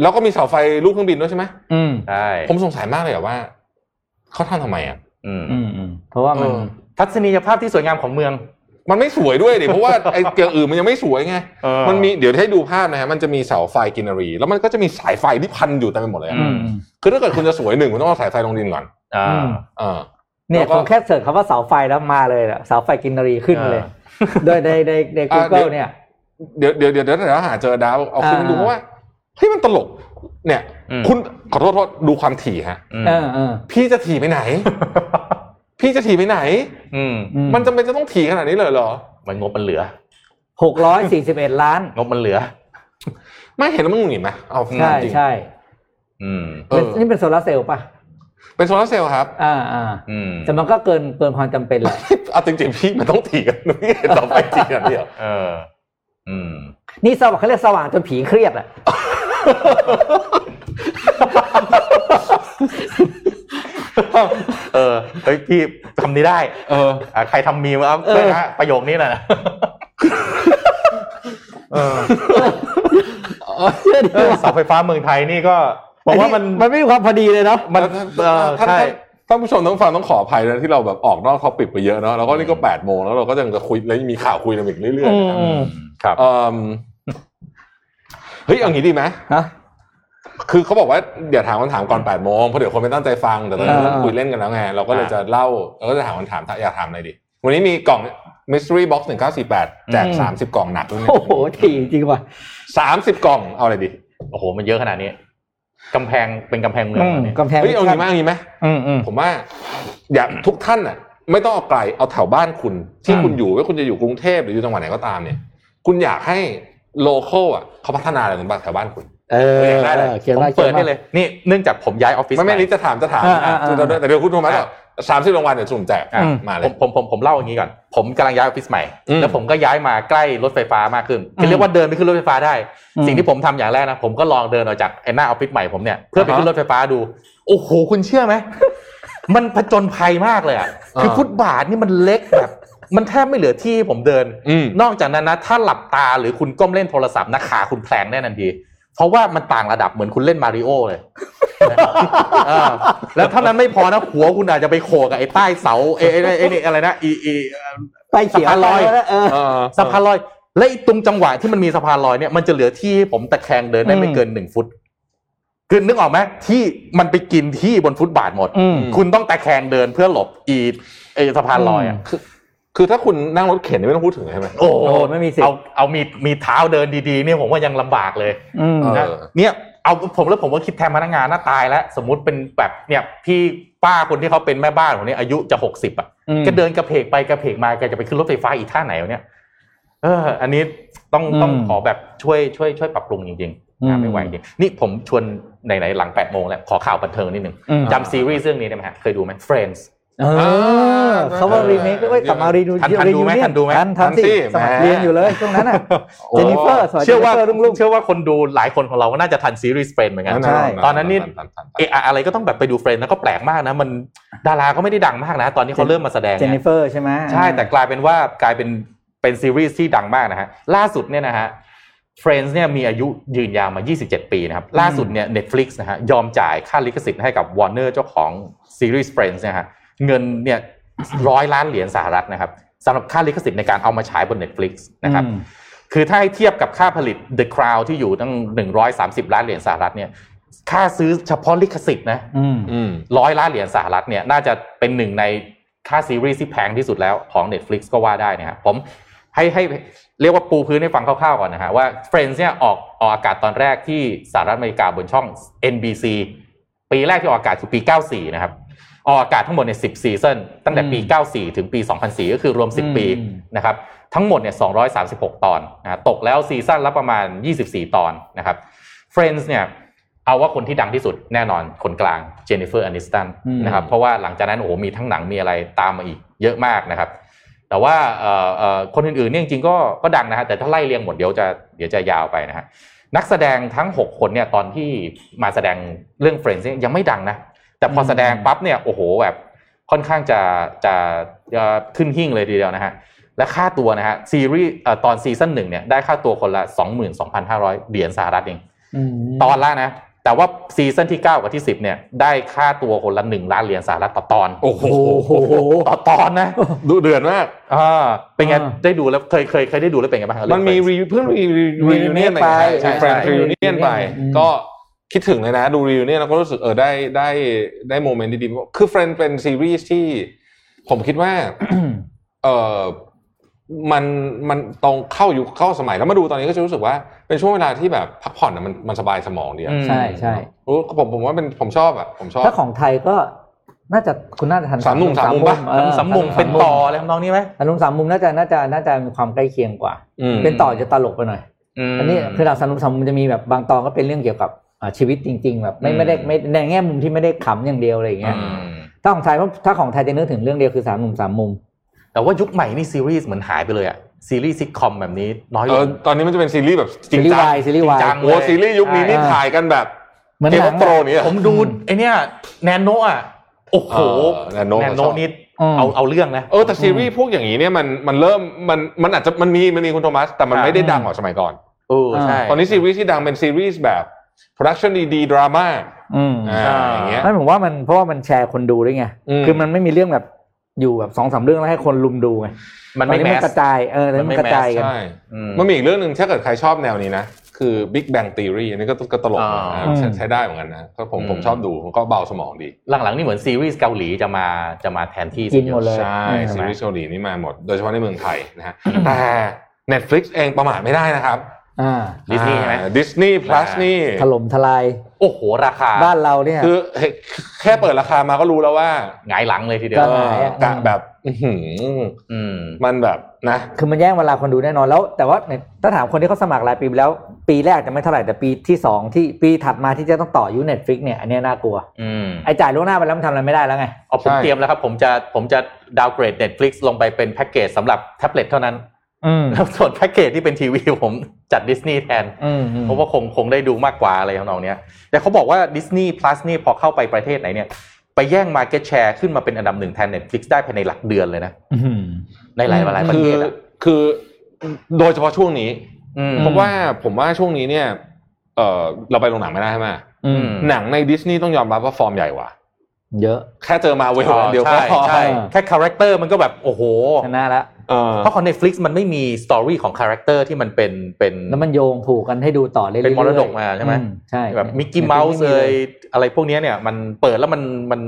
Speaker 3: แล้วก็มีเสาไฟลูกเครื่องบินด้วยใช่ไหม
Speaker 2: อืม
Speaker 4: ใช่
Speaker 3: ผมสงสัยมากเลยอะว่าเขาทำทำไมอะ
Speaker 4: อืม
Speaker 2: อืมอืมเพราะว่ามัน
Speaker 3: เออ
Speaker 4: ทัศนียภาพที่สวยงามของเมือง
Speaker 3: มันไม่สวยด้วยดิเพราะว่า ไอ้เกลืออื่นมันยังไม่สวยไง
Speaker 4: เออ
Speaker 3: มันมีเดี๋ยวให้ดูภาพนะฮะมันจะมีเสาไฟกินนารี แล้วมันก็จะมีสายไฟที่พันอยู่เต็มไปหมดเลยอะ
Speaker 4: อืม
Speaker 3: คือถ้าเกิดคุณจะสวยหนึ่งคุณต้องเอาสายไฟลงดินก่อน
Speaker 4: อ่า
Speaker 3: เออ
Speaker 2: เนี่ย
Speaker 3: แล้วก็
Speaker 2: ผมแค่เสิร์ชคำว่าเสาไฟแล้วมาเลยอะเสาไฟกินรีขึ้นมาเลยโดยในในใน Google เนี่ย
Speaker 3: เดี๋ยวเดี๋ยวเดี๋ยวเดี๋ยวเราหาเจอดาวเอาขึ้นมาดู
Speaker 2: อ่า
Speaker 3: เพราะว่าเฮ้ยมันตลก เนี่ย
Speaker 4: อืม
Speaker 3: คุณขอโทษโทษดูความถี่ฮะ
Speaker 4: อืม
Speaker 2: เออเออ
Speaker 3: พี่จะถี่ไปไหน พี่จะถี่ไปไหน
Speaker 4: อืม
Speaker 2: อื
Speaker 3: มันจำเป็นจะต้องถี่ขนาดนี้เลยเหรอ
Speaker 4: มันงบมันเหลือ
Speaker 2: หกร้อยสี่สิบเอ็ดล้าน
Speaker 4: งบมันเหลือ
Speaker 3: ไม่เห็นแล้วมันหงุดหงิดไหมเอา
Speaker 2: ใช่
Speaker 3: จริง
Speaker 2: ใช่
Speaker 4: อืม
Speaker 3: เอ
Speaker 2: เป็น
Speaker 3: อ
Speaker 2: นี่เป็นโซลาร์เซลล์ป่ะ
Speaker 3: เป็นโซลาร์เซลล์ครับ
Speaker 2: อ่าอ่า
Speaker 4: อืม
Speaker 2: แต่มันก็เกินเกินความจำเป็นแหละ
Speaker 3: เอาจริงๆพี่มันต้องถี่กันพี่เห็นต่อไปถี่กันเดียว
Speaker 4: เออ อืม
Speaker 2: นี่สว่างเขาเรียกสว่างจนผีเครียดอ่ะ
Speaker 4: เออเฮ้ยพี่ทำนี้ได้
Speaker 3: เออ
Speaker 4: อ่ะใครทำมีมครับเพื่อนฮะประโยคนี้นะเออเออเสาไฟฟ้าเมืองไทยนี่ก็ผมว่ามัน
Speaker 2: มันไม่มีความพอดีเลยเนาะ
Speaker 4: มันเออ
Speaker 3: ท่าน
Speaker 4: ใช่
Speaker 3: ท่านท่านผู้ชมต้องฟังต้องขออภัยนะที่เราแบบออกนอกท็อปิกไปเยอะเนาะแล้วก็นี่ก็แปดโมงแล้วเราก็ยังจะคุยและยังมีข่าวคุยกันอีกเรื่อยๆนะครับ
Speaker 2: อืม
Speaker 4: ครับ
Speaker 3: เอิ่มเฮ้ยเอางี้ดีไหม
Speaker 2: ฮะ
Speaker 3: คือเขาบอกว่าเดี๋ยวถามคำถามก่อน8โมงเพราะเดี๋ยวคนไม่ตั้งใจฟังแต่ตอนนี้
Speaker 2: อ่า
Speaker 3: เราคุยเล่นกันแล้วไงเราก็เลยจะเล่าเราก็จะถามคำถามถ้าอยากถามอะไรดี วันนี้มีกล่อง mystery box 1948 แจก 30 กล่องหนักด้วยนะ
Speaker 2: โอ้โหถี่จริงว่ะ
Speaker 3: 30 กล่องเอาอะไรดี
Speaker 4: โอ้โห มันเยอะขนาดนี้กำแพงเป็นกำแพงเมือง
Speaker 2: อืม
Speaker 4: เหรอเนี่ย
Speaker 2: กำแพง
Speaker 3: เฮ้ยเอางี้ไหมเอางี้ไหม
Speaker 2: อืมอืม
Speaker 3: ผมว่า อย่าทุกท่านอ่ะ ไม่ต้องเอาไกลเอาแถวบ้านคุณ ที่
Speaker 2: อืม
Speaker 3: คุณอยู่ว่าคุณจะอยู่กรุงเทพหรืออยู่จังหวัดไหนก็ตามเนี่ย คุณอยากให้ โลเคอลอ่ะเขาพัฒนาอะไรกันบ้างแถวบ้านคุณ
Speaker 6: เออ
Speaker 3: เขียนได้เลย
Speaker 6: เขียน
Speaker 4: ผม
Speaker 6: มา
Speaker 4: เปิด
Speaker 6: ขี
Speaker 4: ให้
Speaker 6: นมา
Speaker 4: เลยนี่เนื่องจากผมย้ายออฟฟิศ
Speaker 3: ไม่ไม่
Speaker 4: ให
Speaker 3: ลิจะถามจะถาม
Speaker 6: อ่าอ่าอ่า
Speaker 3: แต่เดี๋ยวแต่เดี๋ยวคุณโทมัสบอกสามสิบรางวัลเดี๋ยวสุ่มแจก
Speaker 4: อ่ะ
Speaker 3: มาเล
Speaker 4: ผ
Speaker 3: ย
Speaker 4: มผมผมผมเล่าอย่างนี้ก่อน ผมกำลังย้ายออฟฟิศใหม่
Speaker 3: อืม
Speaker 4: แล้วผมก็ย้ายมาใกล้รถไฟฟ้ามากขึ้นคือเรียกว่าเดินไปขึ้นรถไฟฟ้าได้
Speaker 6: อืม
Speaker 4: สิ่งที่ผมทำอย่างแรกนะ ผมก็ลองเดินออกจากไอ้หน้าออฟฟิศใหม่ผมเนี่ยเพื่อไปขึ้นรถไฟฟ้าดู โอ้โห คุณเชื่อไหม มันผจญภัยมากเลยอ่ะคือฟุตบาทนี่มันเล็กแบบ มันแทบไม่เหลือที่ให้ผมเดิน
Speaker 3: อืม
Speaker 4: นอกจากนั้นนะถ้าหลับตาหรือคุณก้มเล่นโทรศัพท์นะขาคุณแพลงแน่นันที เพราะว่ามันต่างระดับเหมือนคุณเล่นมาริโอเลย เออแล้วเท่านั้นไม่พอนะหัวคุณอาจจะไปโขกกับไอ้ใต้เสาเอ้ไอ้ไอ้ไอ้นี่อะไรนะอีอี
Speaker 6: ไปเขียว
Speaker 4: สะพานลอย
Speaker 6: เออ
Speaker 3: เออ
Speaker 4: สะพานลอย และไอ้ตรงจังหวะที่มันมีสะพานลอยเนี่ยมันจะเหลือที่ให้ผมตะแคงเดินได้ไม่
Speaker 6: อืม
Speaker 4: เกินหนึ่งฟุตคือนึกออกไหมที่มันไปกินที่บนฟุตบาทหมด
Speaker 6: อืม
Speaker 4: คุณต้องตะแคงเดินเพื่อหลบอีไอ้สะพานลอยอ่ะ
Speaker 3: คือถ้าคุณนั่งรถเข็นนี่ไม่ต้องพูดถึงเลยใช่ไหม
Speaker 4: โอ้โห
Speaker 2: โอ้ไม่มีสิทธิ์
Speaker 4: เอาเอามีมีเท้าเดินดีๆเนี่ยผมว่ายังลำบากเลย
Speaker 6: อืม
Speaker 3: เออ
Speaker 4: นะเนี่ยเอาผมแล้วผมก็คิดแทนพนักงานน่าตายแล้ว สมมติเป็นแบบเนี่ยพี่ป้าคนที่เขาเป็นแม่บ้านผมเนี่ยอายุจะหกสิบอ่ะ
Speaker 6: อืม
Speaker 4: ก็เดินกระเพกไปกระเพกมาแกจะไปขึ้นรถไฟฟ้าอีกท่าไหนวะเนี่ยเออ อันนี้ต้องต้อง
Speaker 6: อืม
Speaker 4: ขอแบบช่วยช่วยช่วยปรับปรุงจริงๆ
Speaker 6: อืม
Speaker 4: นะไม่ไหวจริงนี่ผมชวนไหนๆหลังแปดโมงแล้วขอข่าวบันเทิงนิดนึง
Speaker 6: อืม
Speaker 4: จำซีรีส์เรื่องนี้ได้ไหมฮะเคยดูไหม Friends
Speaker 6: เออเขาว่ารีเมคด้วยกลับมารีนู
Speaker 4: ทันทันดูไหมทันดูไหม
Speaker 6: ทันทัน
Speaker 3: ทันสิ
Speaker 6: สิสมัย
Speaker 3: แหม
Speaker 6: เรียนอยู่เลยช่วงนั้นอ่ะเจนนิเฟอร์สมัยเจ
Speaker 4: เชื่
Speaker 6: น
Speaker 4: อ
Speaker 6: นิ
Speaker 4: ว่า
Speaker 6: เฟอร์รุ่งรุ่ง
Speaker 4: เชื่อว่าคนดูหลายคนของเราก็น่าจะทันซีรีส์ Friends เหมือนกัน
Speaker 6: ใช่
Speaker 4: ตอนนั้นนี่ เอะอะอะไรก็ต้องแบบไปดูเฟรนด์แล้วก็แปลกมากนะ มันดาราก็ไม่ได้ดังมากนะ ตอนนี้เขาเริ่มมาแสดง
Speaker 6: เจนนิ
Speaker 4: นะ
Speaker 6: เฟอร์ใช่ไหม
Speaker 4: ใช่แต่กลายเป็นว่ากลายเป็นเป็นซีรีส์ที่ดังมากนะฮะ ล่าสุดเนี่ยนะฮะ Friends เนี่ยมีอายุยืนยาวมา 27 ปีนะครับ ล่าสุดเนี่ย Netflix นะฮะยอมจ่ายค่าลิขสิทธิ์ให้กับ Warner เจ้าของซีรีส์ Friends เนี่ยฮะเงินเนี่ยร้อยล้านเหรียญสหรัฐนะครับสำหรับค่าลิขสิทธิ์ในการเอามาฉายบน Netflix นะครับ
Speaker 6: อืม
Speaker 4: คือถ้าให้เทียบกับค่าผลิต The Crown ที่อยู่ตั้ง 130 ล้านเหรียญสหรัฐเนี่ยค่าซื้อเฉพาะลิขสิทธิ์นะ
Speaker 6: อืม
Speaker 3: อืม
Speaker 4: ร้อยล้านเหรียญสหรัฐเนี่ยน่าจะเป็นหนึ่งในค่าซีรีส์ที่แพงที่สุดแล้วของ Netflix ก็ว่าได้นะครับผมให้ให้เรียกว่าปูพื้นให้ฟังคร่าวๆก่อนนะฮะว่า Friends เนี่ยออกออกอากาศตอนแรกที่สหรัฐอเมริกาบนช่อง NBC ปีแรกที่ออกอากาศคือปี 94 นะครับ ออกอากาศทั้งหมดในย10 ซีซั่นตั้งแต่ปี 94 ถึงปี 2004 ก็คือรวม 10 ปี
Speaker 6: อืม
Speaker 4: นะครับทั้งหมดเนี่ย236 ตอนนะฮะตกแล้วซีซั่นละประมาณ 24 ตอนนะครับ Friends เนี่ย เอาว่าคนที่ดังที่สุดแน่นอนคนกลางเจนนิเฟอร์แอนิสตัน
Speaker 6: อืม
Speaker 4: นะครับเพราะว่าหลังจากนั้นโอ้โหมีทั้งหนังมีอะไรตามมาอีกเยอะมากนะครับ แต่ว่าเอ่อเอ่อคนอื่นๆเนี่ยจริงๆก็ก็ดังนะฮะแต่ถ้าไล่เรียงหมดเดี๋ยวจะเดี๋ยวจะยาวไปนะฮะนักแสดงทั้ง 6 คนเนี่ยตอนที่มาแสดงเรื่องเฟรนซ์เนี่ยยังไม่ดังนะ แต่พอแสดงปั๊บเนี่ยโอ้โหแบบค่อนข้างจะจะจะขึ้นหิ่งเลยทีเดียวนะฮะและค่าตัวนะฮะซีรีส์เอ่อตอนซีซั่นหนึ่งเนี่ยได้ค่าตัวคนละ 22,500เหรียญสหรัฐเอง
Speaker 6: ม
Speaker 4: ตอนละนะ แต่ว่าซีซั่นที่ 9 กับที่ 10 เนี่ย ได้ค่าตัวคนละ 1 ล้านเหรียญสหรัฐต่อตอน
Speaker 3: โอ้โห
Speaker 6: โอ้โห
Speaker 4: ต่อตอนนะ
Speaker 3: ดูเดือดมาก
Speaker 4: อ่าเป็นไง
Speaker 6: อ่า
Speaker 4: ได้ดูแล้วเคยเคยเคยได้ดูแล้วเป็นไงบ้างครับ
Speaker 3: มันมีรีเพื่อนรี
Speaker 6: มี
Speaker 3: รีวิวเนียนไป
Speaker 6: ใช่
Speaker 3: แฟน
Speaker 6: ใช่
Speaker 3: รีวิวเนียนไป
Speaker 6: อืม
Speaker 3: ก็คิดถึงเลยนะ ดูรีวิวเนียนแล้วก็รู้สึกเออได้ได้ได้โมเมนต์ดีๆ คือเฟรนเป็นซีรีส์ที่ผมคิดว่า เออมันมันตรงเข้ายุคเข้าสมัยแล้วมาดูตอนนี้ก็จะรู้สึกว่าเป็นช่วงเวลาที่แบบพักผ่อนนะมันมันสบายสมองดีอะ
Speaker 4: อืม
Speaker 6: ใช่ใช่
Speaker 3: รู้ผมผมว่าเป็นผมชอบอ่ะผมชอบ
Speaker 2: ถ้าของไทยก็น่าจะคุณน่าจะทัน
Speaker 3: สามหนุ่มสามมุมปะ
Speaker 2: เออ
Speaker 4: สำมุงเป็นต่ออะไรทำนองนี้ไหม
Speaker 2: สามหนุ่มสามมุมน่าจะน่าจะน่าจะมีความใกล้เคียงกว่า
Speaker 3: ม
Speaker 2: เป็นต่อจะตลกไปหน่อย
Speaker 4: ม
Speaker 2: อันนี้คือหลังสนุกสมมันจะมีแบบบางตอนก็เป็นเรื่องเกี่ยวกับอ่าชีวิตจริง ๆ แบบไม่
Speaker 4: อืม
Speaker 2: ไม่ได้ไม่ในแง่มุมที่ไม่ได้ขำอย่างเดียวอะไรอย่างเงี้ย
Speaker 4: อืม
Speaker 2: ถ้าของไทยเพราะถ้าของไทยจะนึกถึงเรื่องเดียวคือสามหนุ่มสามมุม
Speaker 4: แต่ว่ายุคใหม่นี่ซีรีส์เหมือนหายไปเลยอะซีรีส์ซิทคอมแบบนี้น้อยล
Speaker 3: เออง ตอนนี้มันจะเป็นซีรีส์แบบจ
Speaker 2: ซี
Speaker 3: ริง
Speaker 2: รีส์
Speaker 3: จัง
Speaker 2: วายซีรีส์วาย
Speaker 4: จริงจัง
Speaker 3: โอ้ซีรีส์ยุคนี้นี่
Speaker 2: ใช่
Speaker 3: ถ่ายกันแบบ
Speaker 2: เหมือน
Speaker 3: เกม
Speaker 2: หนั
Speaker 3: ว
Speaker 2: ง
Speaker 3: อโตรนี่อะ
Speaker 4: ผมดูไอเนี้ยแนนโนอะโอ้โห
Speaker 3: เออ Nano
Speaker 4: แนนโน
Speaker 3: ชอบ
Speaker 4: นี่
Speaker 2: อืม
Speaker 4: เอาเอาเรื่องนะ
Speaker 3: เออแต่ซีรีส์พวกอย่างนี้เนี่ยมันมันเริ่มมันมันอาจจะมันมีมันมีคุณโทมัส แต่มัน
Speaker 4: ครับ
Speaker 3: ไม่ได้ดังเหมือนสมัยก่อน
Speaker 4: เออใช่
Speaker 3: ตอนนี้ซีรีส์ที่ดังเป็นซีรีส์แบบโปรดักชันดีๆดราม่า
Speaker 2: อืม
Speaker 3: อ่า
Speaker 4: อ่า
Speaker 3: อย่างเงี้ย
Speaker 2: ไม่ผมว่ามันเพราะว่ามันแชร์คนดูด้วยไง
Speaker 3: อืม
Speaker 2: คือมันไม่มีเรื่องแบบอยู่แบบสองสามเรื่องแล้วให้คนลุมดูไง
Speaker 4: มันไม่
Speaker 2: ตอ
Speaker 4: แม
Speaker 2: มั
Speaker 4: ส
Speaker 2: กระจายเออตอนนี้
Speaker 4: มั
Speaker 2: มันนก
Speaker 4: ไม่
Speaker 2: ระจายกัน
Speaker 3: ใช่
Speaker 4: อื
Speaker 3: มันมีอีกเรื่องหนึ่งถ้าเกิดใครชอบแนวนี้นะ คือ Big Bang Theory อันนี้ก็ก็ตลกนะ
Speaker 4: อ่า
Speaker 3: เออใช้ใช้ได้เหมือนกันนะก็ผม
Speaker 4: อืม
Speaker 3: ผมชอบดูมันก็เบาสมองดี
Speaker 4: หลังๆนี่เหมือนซีรีส์เกาหลีจะมาจะมาแทนที่ซะ
Speaker 2: กินหมดเลย
Speaker 3: ใช่
Speaker 2: อืม
Speaker 3: ซีรีส์เกาหลีนี่มาหมด โดยเฉพาะในเมืองไทยนะฮะแต่ Netflix เองประมาทไม่ได้นะครับ
Speaker 2: อ่า
Speaker 4: ดิสนีย์ใช่ไหม
Speaker 3: ดิสนีย์พลัส
Speaker 4: อ่านี่
Speaker 3: นี่
Speaker 2: ถล่มทลาย
Speaker 4: โอ้โห ราคา
Speaker 2: บ้านเราเนี่ย
Speaker 3: คือเฮ้ยแค่เปิดราคามาก็รู้แล้วว่า
Speaker 4: หงายหลังเลยทีเดีย
Speaker 2: ก็
Speaker 4: ว
Speaker 2: หงายอะ
Speaker 3: กะแบบ อื้อหือ
Speaker 4: อืม
Speaker 3: มันแบบนะ
Speaker 2: คือมันแย่งเวลาคนดูแน่นอนแล้ว แต่ว่าเนี่ยถ้าถามคนที่เขาสมัครรายปีไปแล้ว ปีแรกจะไม่เท่าไหร่แต่ปีที่สองที่ปีถัดมาที่จะต้องต่อยูเน็ตฟิกเนี่ยอันเนี้ยน่ากลัว
Speaker 4: อืม
Speaker 2: ไอ้จ่ายล่วงหน้าไปแล้วมันทำอะไรไม่ได้แล้วไง
Speaker 4: เอาผม
Speaker 3: ใช่
Speaker 4: เตรียมแล้วครับ ผมจะผมจะดาวน์เกรด Netflix ลงไปเป็นแพ็กเกจสำหรับแท็บเล็ตเท่านั้น
Speaker 2: อืม
Speaker 4: แล้วส่วนแพ็กเกจที่เป็นที วีผมจัดดิสนีย์แทน
Speaker 2: อืม
Speaker 4: เพราะว่าคงคงได้ดูมากกว่าอะไรทำนองเนี้ย แต่เขาบอกว่า Disney Plus นี่พอเข้าไปประเทศไหนเนี่ย ไปแย่ง Market Share ขึ้นมาเป็นอันดับหนึ่งแทน Netflix ได้ภายในหลักเดือนเลยนะ
Speaker 2: อืม
Speaker 4: ในหลายหลายประ
Speaker 3: คื
Speaker 4: เท
Speaker 3: อ
Speaker 4: ศอะ
Speaker 3: คือโดยเฉพาะช่วงนี้
Speaker 4: ม
Speaker 3: เพราะว่าผมว่าช่วงนี้เนี่ย เออเราไปโรงหนังไม่ได้ใช่ไหม
Speaker 2: อื
Speaker 4: อื
Speaker 2: ม
Speaker 4: ม
Speaker 3: หนังในดิสนีย์ต้องยอมรับว่าฟอร์มใหญ่กว่า
Speaker 2: เยอะ
Speaker 3: แค่เจอมาเวล
Speaker 4: อ๋อ
Speaker 3: เดียวก็
Speaker 4: ใช่
Speaker 3: พอ
Speaker 4: ใช่แค่คาแรคเตอร์มันก็แบบ โอ้โห
Speaker 2: ชนะแล้ว
Speaker 3: เออ
Speaker 4: เพราะของ Netflix มันไม่มีสตอรี่ของคาแรคเตอร์ที่มันเป็นเป็น
Speaker 2: แล้วมันโยงผูกกันให้ดูต่อเรื่อยๆ
Speaker 4: เป็นมรดกมาใช่ไหม
Speaker 2: อืใช่
Speaker 4: แบบมิกกี้เมาส์เลยอะไรพวกเนี้ยเนี่ย มันเปิดแล้วมันมัน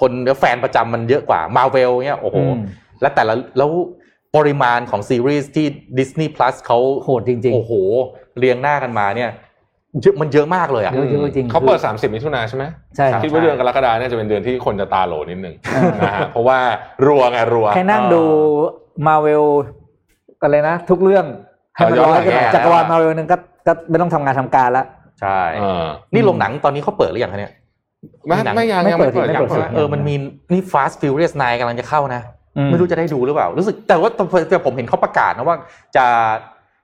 Speaker 4: คนแฟนประจำมันเยอะกว่ามาเวลเนี่ยโอ้โห
Speaker 2: อืม
Speaker 4: และแต่ละแล้วปริมาณของซีรีส์ที่ Disney Plus เขา
Speaker 2: โหดจริง
Speaker 4: โอ้โห เรียงหน้ากันมาเนี่ยเยอะมันเยอะมากเลยอะ
Speaker 2: เยอะ จริงๆ
Speaker 3: เขาเปิด
Speaker 2: คือ
Speaker 3: 30 มิถุนาใช่ไหม
Speaker 2: ๆ ใช่
Speaker 4: ครับ
Speaker 3: คิดว่าเดือนกรกฎาเนี่ยจะเป็นเดือนที่คนจะตาโหลนิดนึงนะฮะเพราะว่ารัวไงรัว
Speaker 2: แค่นั่งดูมาเวลอะไรนะ ทุกเรื่องให้มัน
Speaker 3: เอาย้อน
Speaker 2: ร้อย
Speaker 3: หลังแย่
Speaker 2: จักรวาล
Speaker 4: แล้วอะ
Speaker 2: มาเวลหนึงก็ก็ไม่ต้องทำงานทำการละ
Speaker 4: ใช่
Speaker 3: เออ
Speaker 4: นี่โรงหนังตอนนี้เขาเปิดหรือยังคะเนี่ย
Speaker 3: ไม่
Speaker 4: หนัง
Speaker 3: ไม่ยังยัง
Speaker 2: ไม่
Speaker 3: ไม่
Speaker 2: เปิ
Speaker 3: เปิ
Speaker 2: ด
Speaker 3: ด
Speaker 2: ไม่
Speaker 3: ยัง
Speaker 2: เปิด
Speaker 3: เปิด
Speaker 4: เออมันมีนี่ Fast Furious 9กำลังจะเข้านะ ไม่รู้จะได้ดูหรือเปล่า รู้สึกแต่ว่าแต่ผมเห็นเขาประกาศนะว่าจะ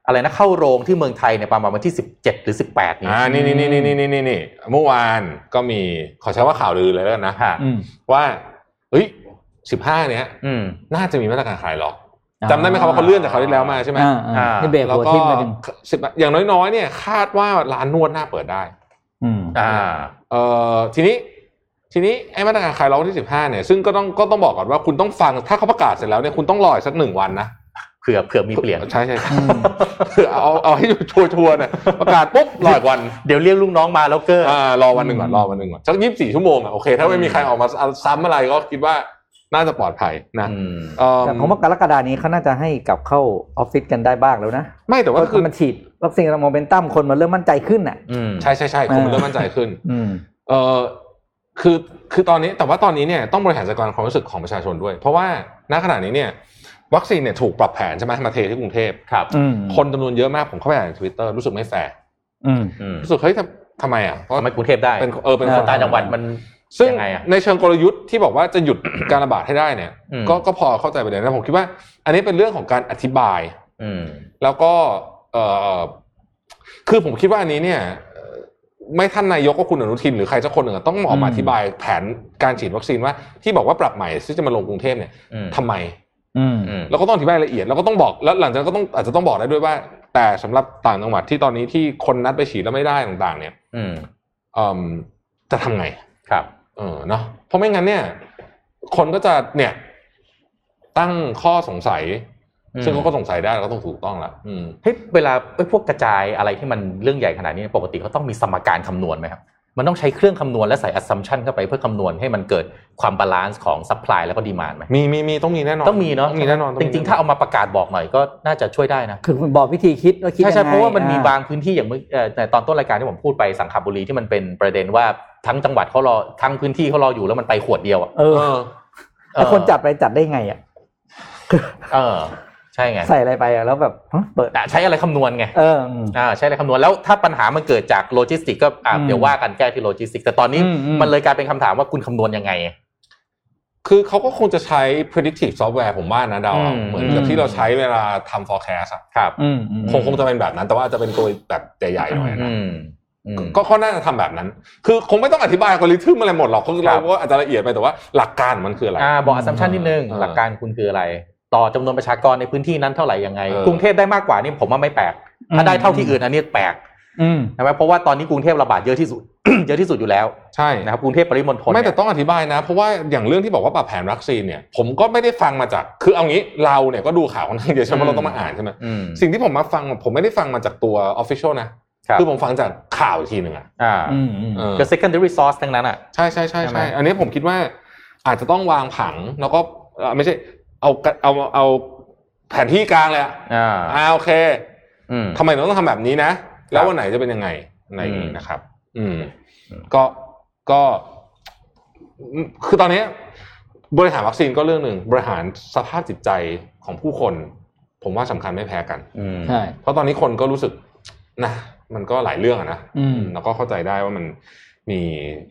Speaker 4: อะไรนะเข้าโรงที่เมืองไทยเนี่ยประมาณวันที่ 17 หรือ 18 นี้
Speaker 3: อ่านี่นี่นี่นี่นี่นี่นี่เมื่อวานก็มีขอใช้ว่าข่าวลือเลยแล้วกันนะ
Speaker 4: ฮะ
Speaker 2: อืม
Speaker 3: ว่าเฮ้ย15 เนี้ย
Speaker 4: อืม
Speaker 3: น่าจะมีมาตรการขายล็อกจำได้ไหมครับว่าเขาเลื่อนจากคราวที่แล้วมาใช่ไหม
Speaker 2: อ่า
Speaker 4: อ่า
Speaker 2: อ่านี่เบรก
Speaker 3: แล้ว
Speaker 2: หัว
Speaker 3: ก็
Speaker 2: ทิ่มไปหนึ่ง
Speaker 3: สิบอย่างน้อยๆเนี่ยคาดว่าร้านนวดน่าเปิดได้
Speaker 2: อืม
Speaker 4: อ่า
Speaker 3: เอ่อทีนี้ทีนี้ไอ้มาตรการคลายล็อกวันที่สิบห้าเนี่ยซึ่งก็ต้องก็ต้องบอกก่อนว่าคุณต้องฟังถ้าเขาประกาศเสร็จแล้วเนี่ยคุณต้องรออีกสักหนึ่งวันนะ
Speaker 4: เผื่อเผื่อมีเปลี่ยน
Speaker 3: ใช่ใช่คือเอาเอาเอาให้ชัวร์ชัวร์ๆเนี่ยประกาศปุ๊บรออีกวัน
Speaker 4: เดี๋ยวเรียกลูกน้องมาแล้วเกอร์
Speaker 3: อ่ารอวันหนึ่งก่อนรอวันหนึ่งก่อนสักยี่สิบสี่ชั่วโมงอ่ะโอเคถ้าไม่มีใครออกมาซ้ำอะไรก็คิดว่าน่าจะปลอดภัยนะ
Speaker 4: อืม
Speaker 3: เอิ่ม
Speaker 2: แต่ผมว่ากรกฎานี้เขาน่าจะให้กลับเข้าออฟฟิศกันได้บ้างแล้วนะ
Speaker 3: ไม่แต่
Speaker 2: เพราะ
Speaker 3: ว่าคือ
Speaker 2: มันฉีดวัคซีนโมเมนตัมคนมันเริ่มมั่นใจขึ้นอ่ะ
Speaker 4: อืม
Speaker 3: ใช่ใช่ใช่คุณเริ่มมั่นใจขึ้น
Speaker 2: อืม
Speaker 3: เออคือคือตอนนี้แต่ว่าตอนนี้เนี่ยต้องบริหารจัดการความรู้สึกของประชาชนด้วย เพราะว่าณขณะนี้เนี่ยวัคซีนเนี่ยถูกปรับแผนใช่ไหมมาเทที่กรุงเทพครับ
Speaker 2: อืม
Speaker 3: คนจำนวนเยอะมากผมเข้าไปอ่านในทวิตเตอร์รู้สึกไม่แฟร์
Speaker 2: อืม
Speaker 4: อืม
Speaker 3: รู้สึกเฮ้ยทำทำไมอ่ะเพราะ
Speaker 4: ทำไมกรุงเทพได้
Speaker 3: เป็นเออเป็น
Speaker 2: เออ
Speaker 3: คน
Speaker 4: ต่างจังหวัดมัน
Speaker 3: ซึ่ง
Speaker 4: ยังไงอ่ะ
Speaker 3: ในเชิงกลยุทธ์ที่บอกว่าจะห ยุด การระบาดให้ได้เนี่ย
Speaker 4: อืม
Speaker 3: ก็ก็พอเข้าใจประเด็นนะผมคิดว่า อันนี้เป็นเรื่องของการอธิบาย
Speaker 4: อืม
Speaker 3: แล้วก็เออคือผมคิดว่าอันนี้เนี่ยเอ่อไม่ท่านนายกก็คุณอนุทินหรือใครสักคนหนึ่งอะต้องออกมา
Speaker 2: อืม
Speaker 3: อธิบายแผนการฉีดวัคซีนว่าที่บอกว่าปรับใหม่ซึ่งจะมาลงกรุงเทพเนี่ย
Speaker 4: อืม
Speaker 3: ทำไม
Speaker 2: อืม
Speaker 4: อืม
Speaker 3: เราก็ต้องอธิบายละเอียดแล้วก็ต้องบอกแล้วหลังจากนั้นก็ต้องอาจจะต้องบอกได้ด้วยว่า แต่สำหรับต่างจังหวัดที่ตอนนี้ที่คนนัดไปฉีดแล้วไม่ได้ต่าง ๆ เนี่ย
Speaker 4: อืม
Speaker 3: เอิ่มจะทำไง
Speaker 4: ครับ
Speaker 3: เออเนาะเพราะไม่งั้นเนี่ย คนก็จะเนี่ย ตั้งข้อสงสัย
Speaker 4: อืม
Speaker 3: ซึ่งเขาก็สงสัยได้แล้วก็ต้องถูกต้องละอืม
Speaker 4: เฮ้ยเวลาเอ้ยพวกกระจายอะไรที่มันเรื่องใหญ่ขนาดนี้ปกติเขาต้องมีสมการคำนวณไหมครับ มันต้องใช้เครื่องคำนวณและใส่ assumption เข้าไปเพื่อคำนวณให้มันเกิดความบาลานซ์ของ supply แล้วก็ demand ไหม
Speaker 3: มีมีมีต้องมีแน่นอน
Speaker 4: ต้องมีเนาะ
Speaker 3: มีแน่นอน
Speaker 4: จริง ๆ ถ้าเอามาประกาศบอกหน่อยก็น่าจะช่วยได้นะ
Speaker 2: คือคุณบอกวิธีคิดว่าคิด
Speaker 4: ใช่ใช่
Speaker 2: ยังไง
Speaker 4: เพราะว่ามันมี
Speaker 2: อ่
Speaker 4: บางพื้นที่อย่างเมื่อเอ่อในตอนต้นรายการที่ผมพูดไปสังขบุรีที่มันเป็นประเด็นว่าทั้งจังหวัดเขารอทั้งพื้นที่เขารออยู่แล้วมันไปขวดเดียวอะ
Speaker 2: เออ
Speaker 3: เออ
Speaker 4: เออ
Speaker 2: แล้วคนจัดไปจัดได้ไงอ่ะ
Speaker 4: เออ ใช่ไง
Speaker 2: ใส่อะไรไปอ่ะแล้วแบบฮะเปิด
Speaker 4: อ่ะใช้อะไรคำนวณไง
Speaker 2: เอออืม
Speaker 4: อ่าใช้อะไรคำนวณแล้วถ้าปัญหามันเกิดจากโลจิสติกก็อ่ะ
Speaker 2: อืม
Speaker 4: เดี๋ยวว่ากันแก้ที่โลจิสติก แต่ตอนนี้
Speaker 2: อืมอืม
Speaker 4: มันเลยกลายเป็นคำถามว่าคุณคำนวณยังไง
Speaker 3: คือเขาก็คงจะใช้ predictive software ผมว่านะเดาอะ
Speaker 4: อืม
Speaker 3: เหมือนกับที่เราใช้เวลาทำ forecast อะ
Speaker 4: ครับ
Speaker 2: อืมอืม
Speaker 3: คงคงจะเป็นแบบนั้น แต่ว่าอาจจะเป็นตัวแบบใหญ่ๆหน่อยนะ
Speaker 4: อืมอืม
Speaker 3: ก็ก็น่าจะทำแบบนั้น คือคงไม่ต้องอธิบายกริทึมอะไรหมดหรอกคือ
Speaker 4: ครั
Speaker 3: เรา
Speaker 4: บ
Speaker 3: ก็อาจจะละเอียดไปแต่ว่าหลักการมันคืออะไร
Speaker 4: อ่าบอก assumption นิดนึง
Speaker 3: เออ
Speaker 4: หลักการคุณคืออะไร ต่อจำนวนประชากรในพื้นที่นั้นเท่าไหร่ยังไง
Speaker 3: เออ
Speaker 4: กรุงเทพได้มากกว่านี่ผมว่าไม่แปลกถ้าได้เท่าที่อื่นอันนี้แปลก
Speaker 2: อืม
Speaker 4: ใช่ไหมเพราะว่าตอนนี้กรุงเทพระบาดเยอะที่สุด เยอะที่สุดอยู่แล้ว
Speaker 3: ใช่
Speaker 4: นะครับกรุงเทพปริมณฑล
Speaker 3: ไม่แต่
Speaker 4: เนี่ย
Speaker 3: ต้องอธิบายนะ เพราะว่าอย่างเรื่องที่บอกว่าปรับแผนวัคซีนเนี่ย ผมก็ไม่ได้ฟังมาจาก คือเอางี้เราเนี่ยก็ดูข่าวค่อนข้างเยอะใช่ไหมเราต้องมาอ่านใช่ไหม
Speaker 4: อืม
Speaker 3: สิ่งที่ผมมาฟังผมไม่ได้ฟังมาจากตัว official นะ
Speaker 4: รับ
Speaker 3: คือผมฟังจากข่าวอีกทีหนึ่งอะ
Speaker 4: อ่า
Speaker 2: อืมอืม
Speaker 3: เออ
Speaker 4: ก็ secondary source ทั้งนั้นอ่ะ
Speaker 3: ใช่ใช่ใช่
Speaker 4: ใช่ไหม
Speaker 3: ใช่อันนี้ผมคิดว่าอาจจะต้องวางผังแล้วก็เอ่อไม่ใช่เอากระเอาเอาแผนที่กลางเลยอะ
Speaker 4: อ่า
Speaker 3: อ่าโอเค
Speaker 4: อืม
Speaker 3: ทำไมเราต้องทำแบบนี้นะ แล้ววันไหนจะเป็นยังไงอะไรอย่างนี้นะครับ อืม ก็ก็อืมคือตอนนี้ บริหารวัคซีนก็เรื่องหนึ่งบริหารสภาพจิตใจของผู้คน ผมว่าสำคัญไม่แพ้กัน
Speaker 4: อืม
Speaker 2: ใช่
Speaker 3: เพราะตอนนี้คนก็รู้สึกนะมันก็หลายเรื่องอะนะ
Speaker 2: อืม
Speaker 3: แล้วก็เข้าใจได้ว่ามันมี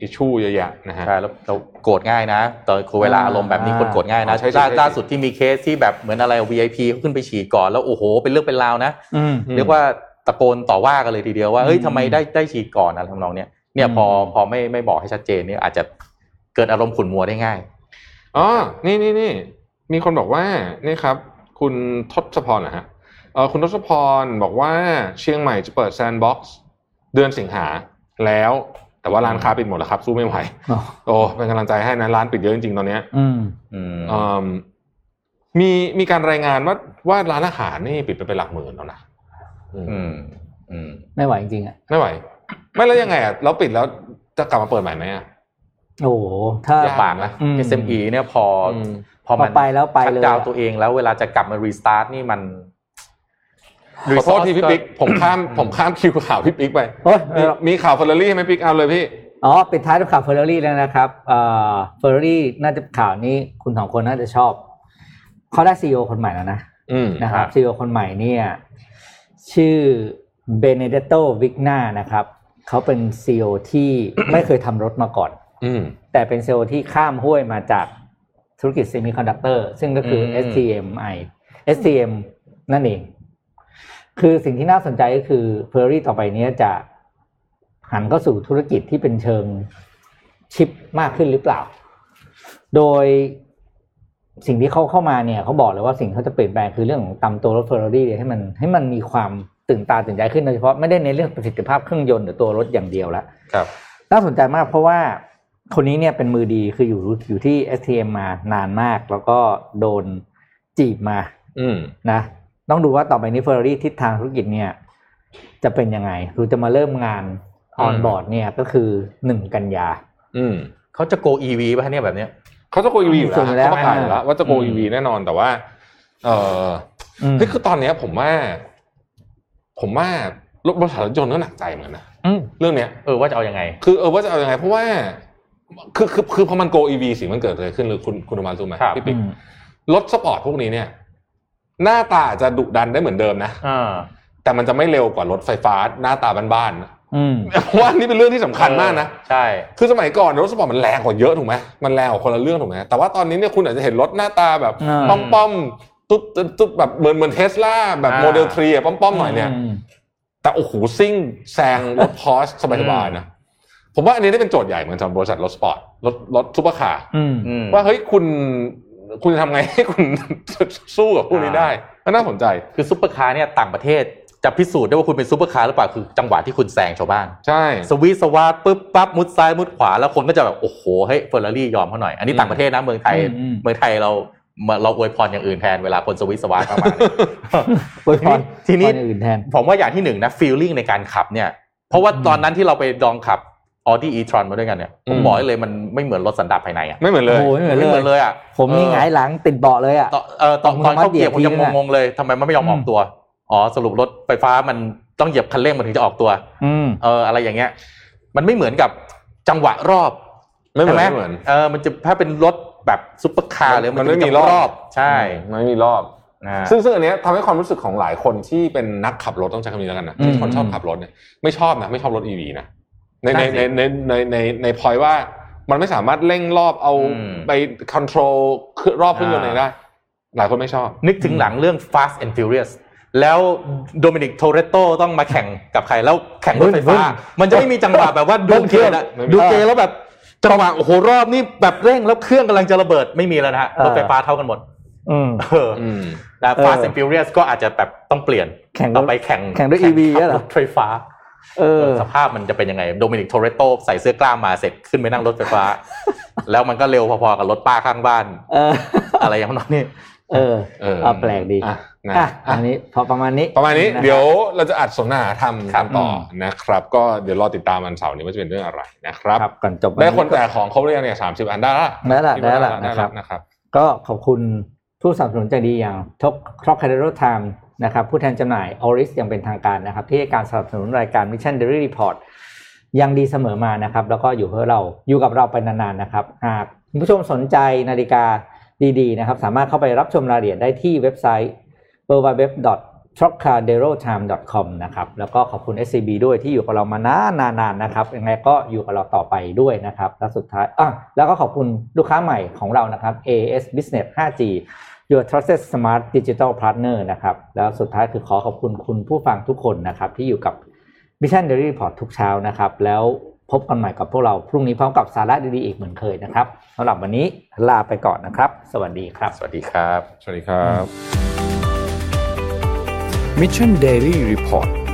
Speaker 3: อิชชูเยอะแยะนะฮะ
Speaker 4: ใช่แล้วเราโกรธง่ายนะตอนคือเวลาอารมณ์แบบนี้
Speaker 2: อ่า
Speaker 4: คนโกรธง่ายนะ
Speaker 3: ใช่ใช่
Speaker 4: ล่า
Speaker 3: ใช่
Speaker 4: ล่าสุดที่มีเคสที่แบบเหมือนอะไร VIP เขาขึ้นไปฉีดก่อนแล้วโอ้โห เป็นเรื่องเป็นราวนะ
Speaker 6: อืม
Speaker 4: เรียกว่าตะโกนต่อว่ากันเลยทีเดียวว่าเฮ้ยทำไมได้ได้ฉีดก่อนอะไรทำนองเนี้ยเนี่ยพอพอไม่ไม่บอกให้ชัดเจนเนี่ยอาจจะเกิดอารมณ์ขุ่นมัวได้ง่าย
Speaker 3: อ๋อ นี่นี่นี่ มีคนบอกว่า นี่ครับ คุณทศพรนะฮะเออคุณทศพรบอกว่าเชียงใหม่จะเปิดแซนด์บ็อกซ์เดือนสิงหาแล้ว แต่ว่าร้านค้าปิดหมดแล้วครับ สู้ไม่ไหว
Speaker 6: อ๋อ
Speaker 3: โอ้ เป็นกำลังใจให้นะ ร้านปิดเยอะจริงๆ ตอนเนี้ย
Speaker 6: อืม
Speaker 4: อืม
Speaker 3: เอิ่มมีมีการรายงานว่าว่าร้านอาหารนี่ปิดไปเป็นหลักหมื่นแล้วนะอืม
Speaker 4: อืมอืม
Speaker 2: ไม่ไหวจริงๆอ่ะ
Speaker 3: ไม่ไหว ไม่แล้วยังไงอ่ะเราปิดแล้วจะกลับมาเปิดใหม่ไหมอ่ะ
Speaker 2: โอ้โหถ้า
Speaker 3: ย
Speaker 4: ลำบากนะ
Speaker 6: อืม
Speaker 4: SME เนี่ยพออ
Speaker 3: ม
Speaker 4: พอมัน
Speaker 2: พอไปแล้วไปเลย
Speaker 4: ชักดาวน์ตัวเองแล้วเวลาจะกลับมารีสตาร์ทนี่มัน
Speaker 3: ขอโทษทีพี่ปิ๊กผมข้ามผมข้ามคิวข่าวพี่ปิ๊กไป
Speaker 2: โอ้ย
Speaker 3: มีมีข่าวเฟอร์รารี่ไหมปิ๊กเอาเลยพี่
Speaker 2: อ๋อปิดท้ายด้วยข่าวเฟอร์รารี่แล้วนะครับเอ่อฟอร์รารี่น่าจะข่าวนี้คุณสองคนน่าจะชอบเขาได้ซีอคนใหม่แล้วนะ
Speaker 3: อืม
Speaker 2: นะครับ
Speaker 4: ครับ
Speaker 2: ซีอคนใหม่เนี่ยชื่อเบเนเดโตวิกนานะครับเขาเป็นซีอที่ ไม่เคยทำรถมาก่อน
Speaker 3: อืม
Speaker 2: แต่เป็นซีอที่ข้ามห้วยมาจากธุรกิจเซมิคอนดักเตอร์ซึ่งก็คือ
Speaker 3: อืม
Speaker 2: STMI STM นั่นเอง คือสิ่งที่น่าสนใจก็คือเฟอร์รี่ต่อไปเนี้ยจะหันเข้าสู่ธุรกิจที่เป็นเชิงชิปมากขึ้นหรือเปล่า โดยสิ่งที่เขาเข้ามาเนี่ยเขาบอกเลยว่าสิ่งที่เขาจะเปลี่ยนแปลงคือเรื่องของตำตัวรถเฟอร์รารี่ยให้มันให้มันมีความตื่นตาตื่นใจขึ้นโดยเฉพาะไม่ได้ในนเรื่องประสิทธิภาพเครื่องยนต์หรือตัวรถอย่างเดียวละ
Speaker 3: ครับ
Speaker 2: น่าสนใจมากเพราะว่าคนนี้เนี่ยเป็นมือดีคืออยู่อยู่ที่ STM มานานมาก แล้วก็โดนจีบมา
Speaker 3: อืม
Speaker 2: นะต้องดูว่าต่อไปนี้เฟอร์รารี่ทิศทางธุรกิจเนี่ยจะเป็นยังไงดูจะมาเริ่มงานออนบอร์ดเนี่ยก็คือหนึ่งกันยา
Speaker 3: อืม
Speaker 4: เขาจะ go EV ป่ะเนี่ยแบบเนี้ย
Speaker 3: เขาจะโกอีวีอยู่แล้ว
Speaker 2: ส่งไปแล้ว
Speaker 3: เขาประกาศอยู่แล้ว
Speaker 2: อ่า
Speaker 3: ว่าจะโก
Speaker 4: อืม
Speaker 3: อีวีแน่นอนแต่ว่า เออ
Speaker 2: อืม
Speaker 3: นี่คือตอนเนี้ยผมว่า ผมว่ารถบริษัทรถยนต์ก็หนักใจเหมือนกันนะ
Speaker 2: อืม
Speaker 3: เรื่องเนี้ย
Speaker 4: เออว่าจะเอายังไง
Speaker 3: คือเออว่าจะเอายังไง เพราะว่า คือคือคือพอมันโกอีวีสิงมันเกิดอะไรขึ้นหรือคุณคุณอนุมารู้ไหม
Speaker 4: ครับ
Speaker 3: พี่
Speaker 2: อื
Speaker 3: ปิ๊ก
Speaker 2: ม
Speaker 3: รถสปอร์ตพวกนี้เนี่ย หน้าตาอาจจะดุดันได้เหมือนเดิมนะ
Speaker 4: อ่า
Speaker 3: แต่มันจะไม่เร็วกว่ารถไฟฟ้า หน้าตาบ้านๆ นะ
Speaker 2: อืม
Speaker 3: เพราะว่านี่เป็นเรื่องที่สำคัญมากนะ
Speaker 4: ใช่
Speaker 3: คือสมัยก่อนรถสปอร์ตมันแรงกว่าเยอะถูกไหมมันแรงกว่าคนละเรื่องถูกไหมแต่ว่าตอนนี้เนี่ยคุณอาจจะเห็นรถหน้าตาแบบ
Speaker 2: อ่า
Speaker 3: ป้อมป้อมๆตุ๊บตุ๊บตุ๊บแบบเหมือนเหมือนเทสลาแบบ
Speaker 4: อ่า
Speaker 3: โมเดลทรีอะป้อมป้อมๆหน่อยเนี่ย
Speaker 2: อืม
Speaker 3: แต่โอ้โหซิ่งแซงรถพอสสบายๆนะ ผมว่าอันนี้ได้เป็นโจทย์ใหญ่เหมือนสำหรับบริษัทรถสปอร์ตรถรถซุปเปอร์คาร์
Speaker 2: อืม
Speaker 4: อืม
Speaker 3: ว่าเฮ้ยคุณคุณจะทำไงให้คุณ สู้กับพวกนี้ได้ก็น่าสนใจ
Speaker 4: คือซุปเปอร์คาร์เนี่ยต่างประเทศจะพิสูจน์ได้ว่าคุณเป็นซุปเปอร์คาร์หรือเปล่าคือจังหวะที่คุณแซงชาวบ้าน
Speaker 3: ใช่
Speaker 4: สวีทสวาร์ทปุ๊บปั๊บมุดซ้ายมุดขวาแล้วคนก็จะแบบ โอ้โหเฮ้ยเฟอร์รารี่ยอมเขาหน่อย อันนี้ต่างประเทศนะเมืองไทย
Speaker 2: อืม
Speaker 4: เมืองไทยเราเราอวยพรอย่างอื่นแทนเวลาคนสวีทสวาร์ทเข้ามา
Speaker 2: อวยพร
Speaker 4: ทีนี้
Speaker 2: พรอย่างอื่นแทน
Speaker 4: ผมว่าอย่างที่หนึ่งนะฟีลลิ่งในการขับเนี่ย เพราะว่า
Speaker 2: อืม
Speaker 4: ตอนนั้นที่เราไปลองขับ Audi e-tron มาด้วยกันเนี่ยผม
Speaker 3: อืม
Speaker 4: บอกได้เลยมันไม่เหมือนรถสันดาปภายในอ่ะ
Speaker 3: ไม่เหมือนเลย
Speaker 2: โอ้ยไม่
Speaker 4: ไม่
Speaker 2: เห
Speaker 4: เห
Speaker 2: มื
Speaker 4: มื
Speaker 2: อ
Speaker 4: อน น
Speaker 2: เลย
Speaker 4: เลยอ่ะ
Speaker 2: ผมนี่หงายหลังติดเบาะเลยอ่ะ
Speaker 4: ตอนเอ่อตอนตอนเข้าเกียร์ผมยังงงๆเลยทำไมมันไม่ยอมออกตัวอ๋อสรุปรถไฟฟ้ามันต้องเหยียบคันเร่งมันถึงจะออกตัว
Speaker 2: อืม
Speaker 4: เอออะไรอย่างเงี้ย มันไม่เหมือนกับจังหวะรอบ
Speaker 3: ไม่เหมือน
Speaker 4: ใช่
Speaker 3: ไม่เหมือน
Speaker 4: เออมันจะถ้าเป็นรถแบบซุปเปอร์คาร์เลย
Speaker 3: มันไม่
Speaker 4: จะ
Speaker 3: มีรอบ
Speaker 4: จังหวะใช่
Speaker 3: มันไม่มีรอบ
Speaker 4: อ่า
Speaker 3: ซึ่งซึ่งอันเนี้ยทำให้ความรู้สึกของหลายคนที่เป็นนักขับรถต้องใช้คำนี้แล้วกันนะ
Speaker 2: อืม
Speaker 3: ที่คนชอบขับรถเนี่ยไม่ชอบนะไม่ชอบรถอีวีนะในในในในในในในพอยว่ามันไม่สามารถเร่งรอบเอาไปค o n t r o l รอบเครื่องยนต์เองได้ หลายคนไม่ชอบ
Speaker 4: นึกถึงหลังเรื่อง Fast and Furious แล้วโดมินิกโทเรโตต้องมาแข่งกับใครแล้วแข่งรถไฟฟ้า มันจะไม่มีจังหวะแบบว่าดูเกมนะ
Speaker 3: ไม่มี
Speaker 4: ดูเกมแล้วแบบจังหวะโอ้โหรอบนี่แบบเร่งแล้วเครื่องกำลังจะระเบิดไม่มีแล้วนะฮะรถไฟฟ้าเท่ากันหมด
Speaker 2: อืม
Speaker 4: เออ
Speaker 3: อืม
Speaker 4: แล้ว
Speaker 2: เออ
Speaker 4: Fast and Furious ก็อาจจะแบบต้องเปลี่ยน
Speaker 2: แข่งรถ
Speaker 4: เอาไปแข่ง
Speaker 2: แข่งด้วย EV
Speaker 4: ขับ
Speaker 2: เหรอ
Speaker 4: ถไฟฟ้า
Speaker 2: เออ
Speaker 4: สภาพมันจะเป็นยังไง โดมินิกโทเรโตใส่เสื้อกล้ามมาเสร็จขึ้นไปนั่งรถไฟฟ้า แล้วมันก็เร็วพอๆกับรถป้าข้างบ้าน
Speaker 2: เออ
Speaker 4: อะไรอย่างนั้นนี่
Speaker 2: เออ
Speaker 3: เออ
Speaker 2: เอาแปลกดี
Speaker 3: อ่ะนะ
Speaker 2: อ่ะ
Speaker 3: อ่ะ
Speaker 2: อันนี้พอประมาณนี้
Speaker 3: ประมาณนี้
Speaker 2: คบ
Speaker 3: เดี๋ยวเราจะอัดสนทนาทำ
Speaker 4: ค
Speaker 3: กั
Speaker 4: รั
Speaker 3: บ นต่อนะครับ ก็เดี๋ยวรอติดตามวันเสาร์นี้ว่าจะเป็นเรื่องอะไรนะครับ
Speaker 2: ครับก่อนจบวั
Speaker 3: ได้คนแต่ของเขาเรียงเนี่ยสามสิบอันได้ละ
Speaker 2: ได้ละได้ละ
Speaker 3: ได้
Speaker 2: นะค
Speaker 3: ละ
Speaker 2: รับ
Speaker 3: นะครับ
Speaker 2: ก็ขอบคุณผู้สนับสนุนใจดีอย่างทกครอกคาเดโรไทม์นะครับผู้แทนจำหน่ายออริสอย่างเป็นทางการนะครับ ที่ให้การสนับสนุนรายการ Mission Daily Report ยังดีเสมอมานะครับ แล้วก็อยู่เพื่อเราอยู่กับเราไปนานๆนะครับ หาก คุณผู้ชมสนใจนาฬิกาดีๆนะครับ สามารถเข้าไปรับชมรายละเอียดได้ที่เว็บไซต์ w w w t r o c a d e r o t i m e c o m นะครับแล้วก็ขอบคุณ SCB ด้วยที่อยู่กับเรามานานๆๆนะครับยังไงก็อยู่กับเราต่อไปด้วยนะครับและสุดท้ายอ่ะแล้วก็ขอบคุณลูกค้าใหม่ของเรานะครับ AS Business 5G Your Trusted Smart Digital Partner นะครับแล้วสุดท้ายคือขอขอบคุณคุณผู้ฟังทุกคนนะครับที่อยู่กับ Mission Daily Report ทุกเช้านะครับแล้วพบกันใหม่กับพวกเราพรุ่งนี้พร้อมกับสาระดีๆอีกเหมือนเคยนะครับสำหรับวันนี้ลาไปก่อนนะครับ สวัสดีครับ
Speaker 4: สวัสดีครับ
Speaker 3: สวัสดีครับ
Speaker 1: Mission Daily Report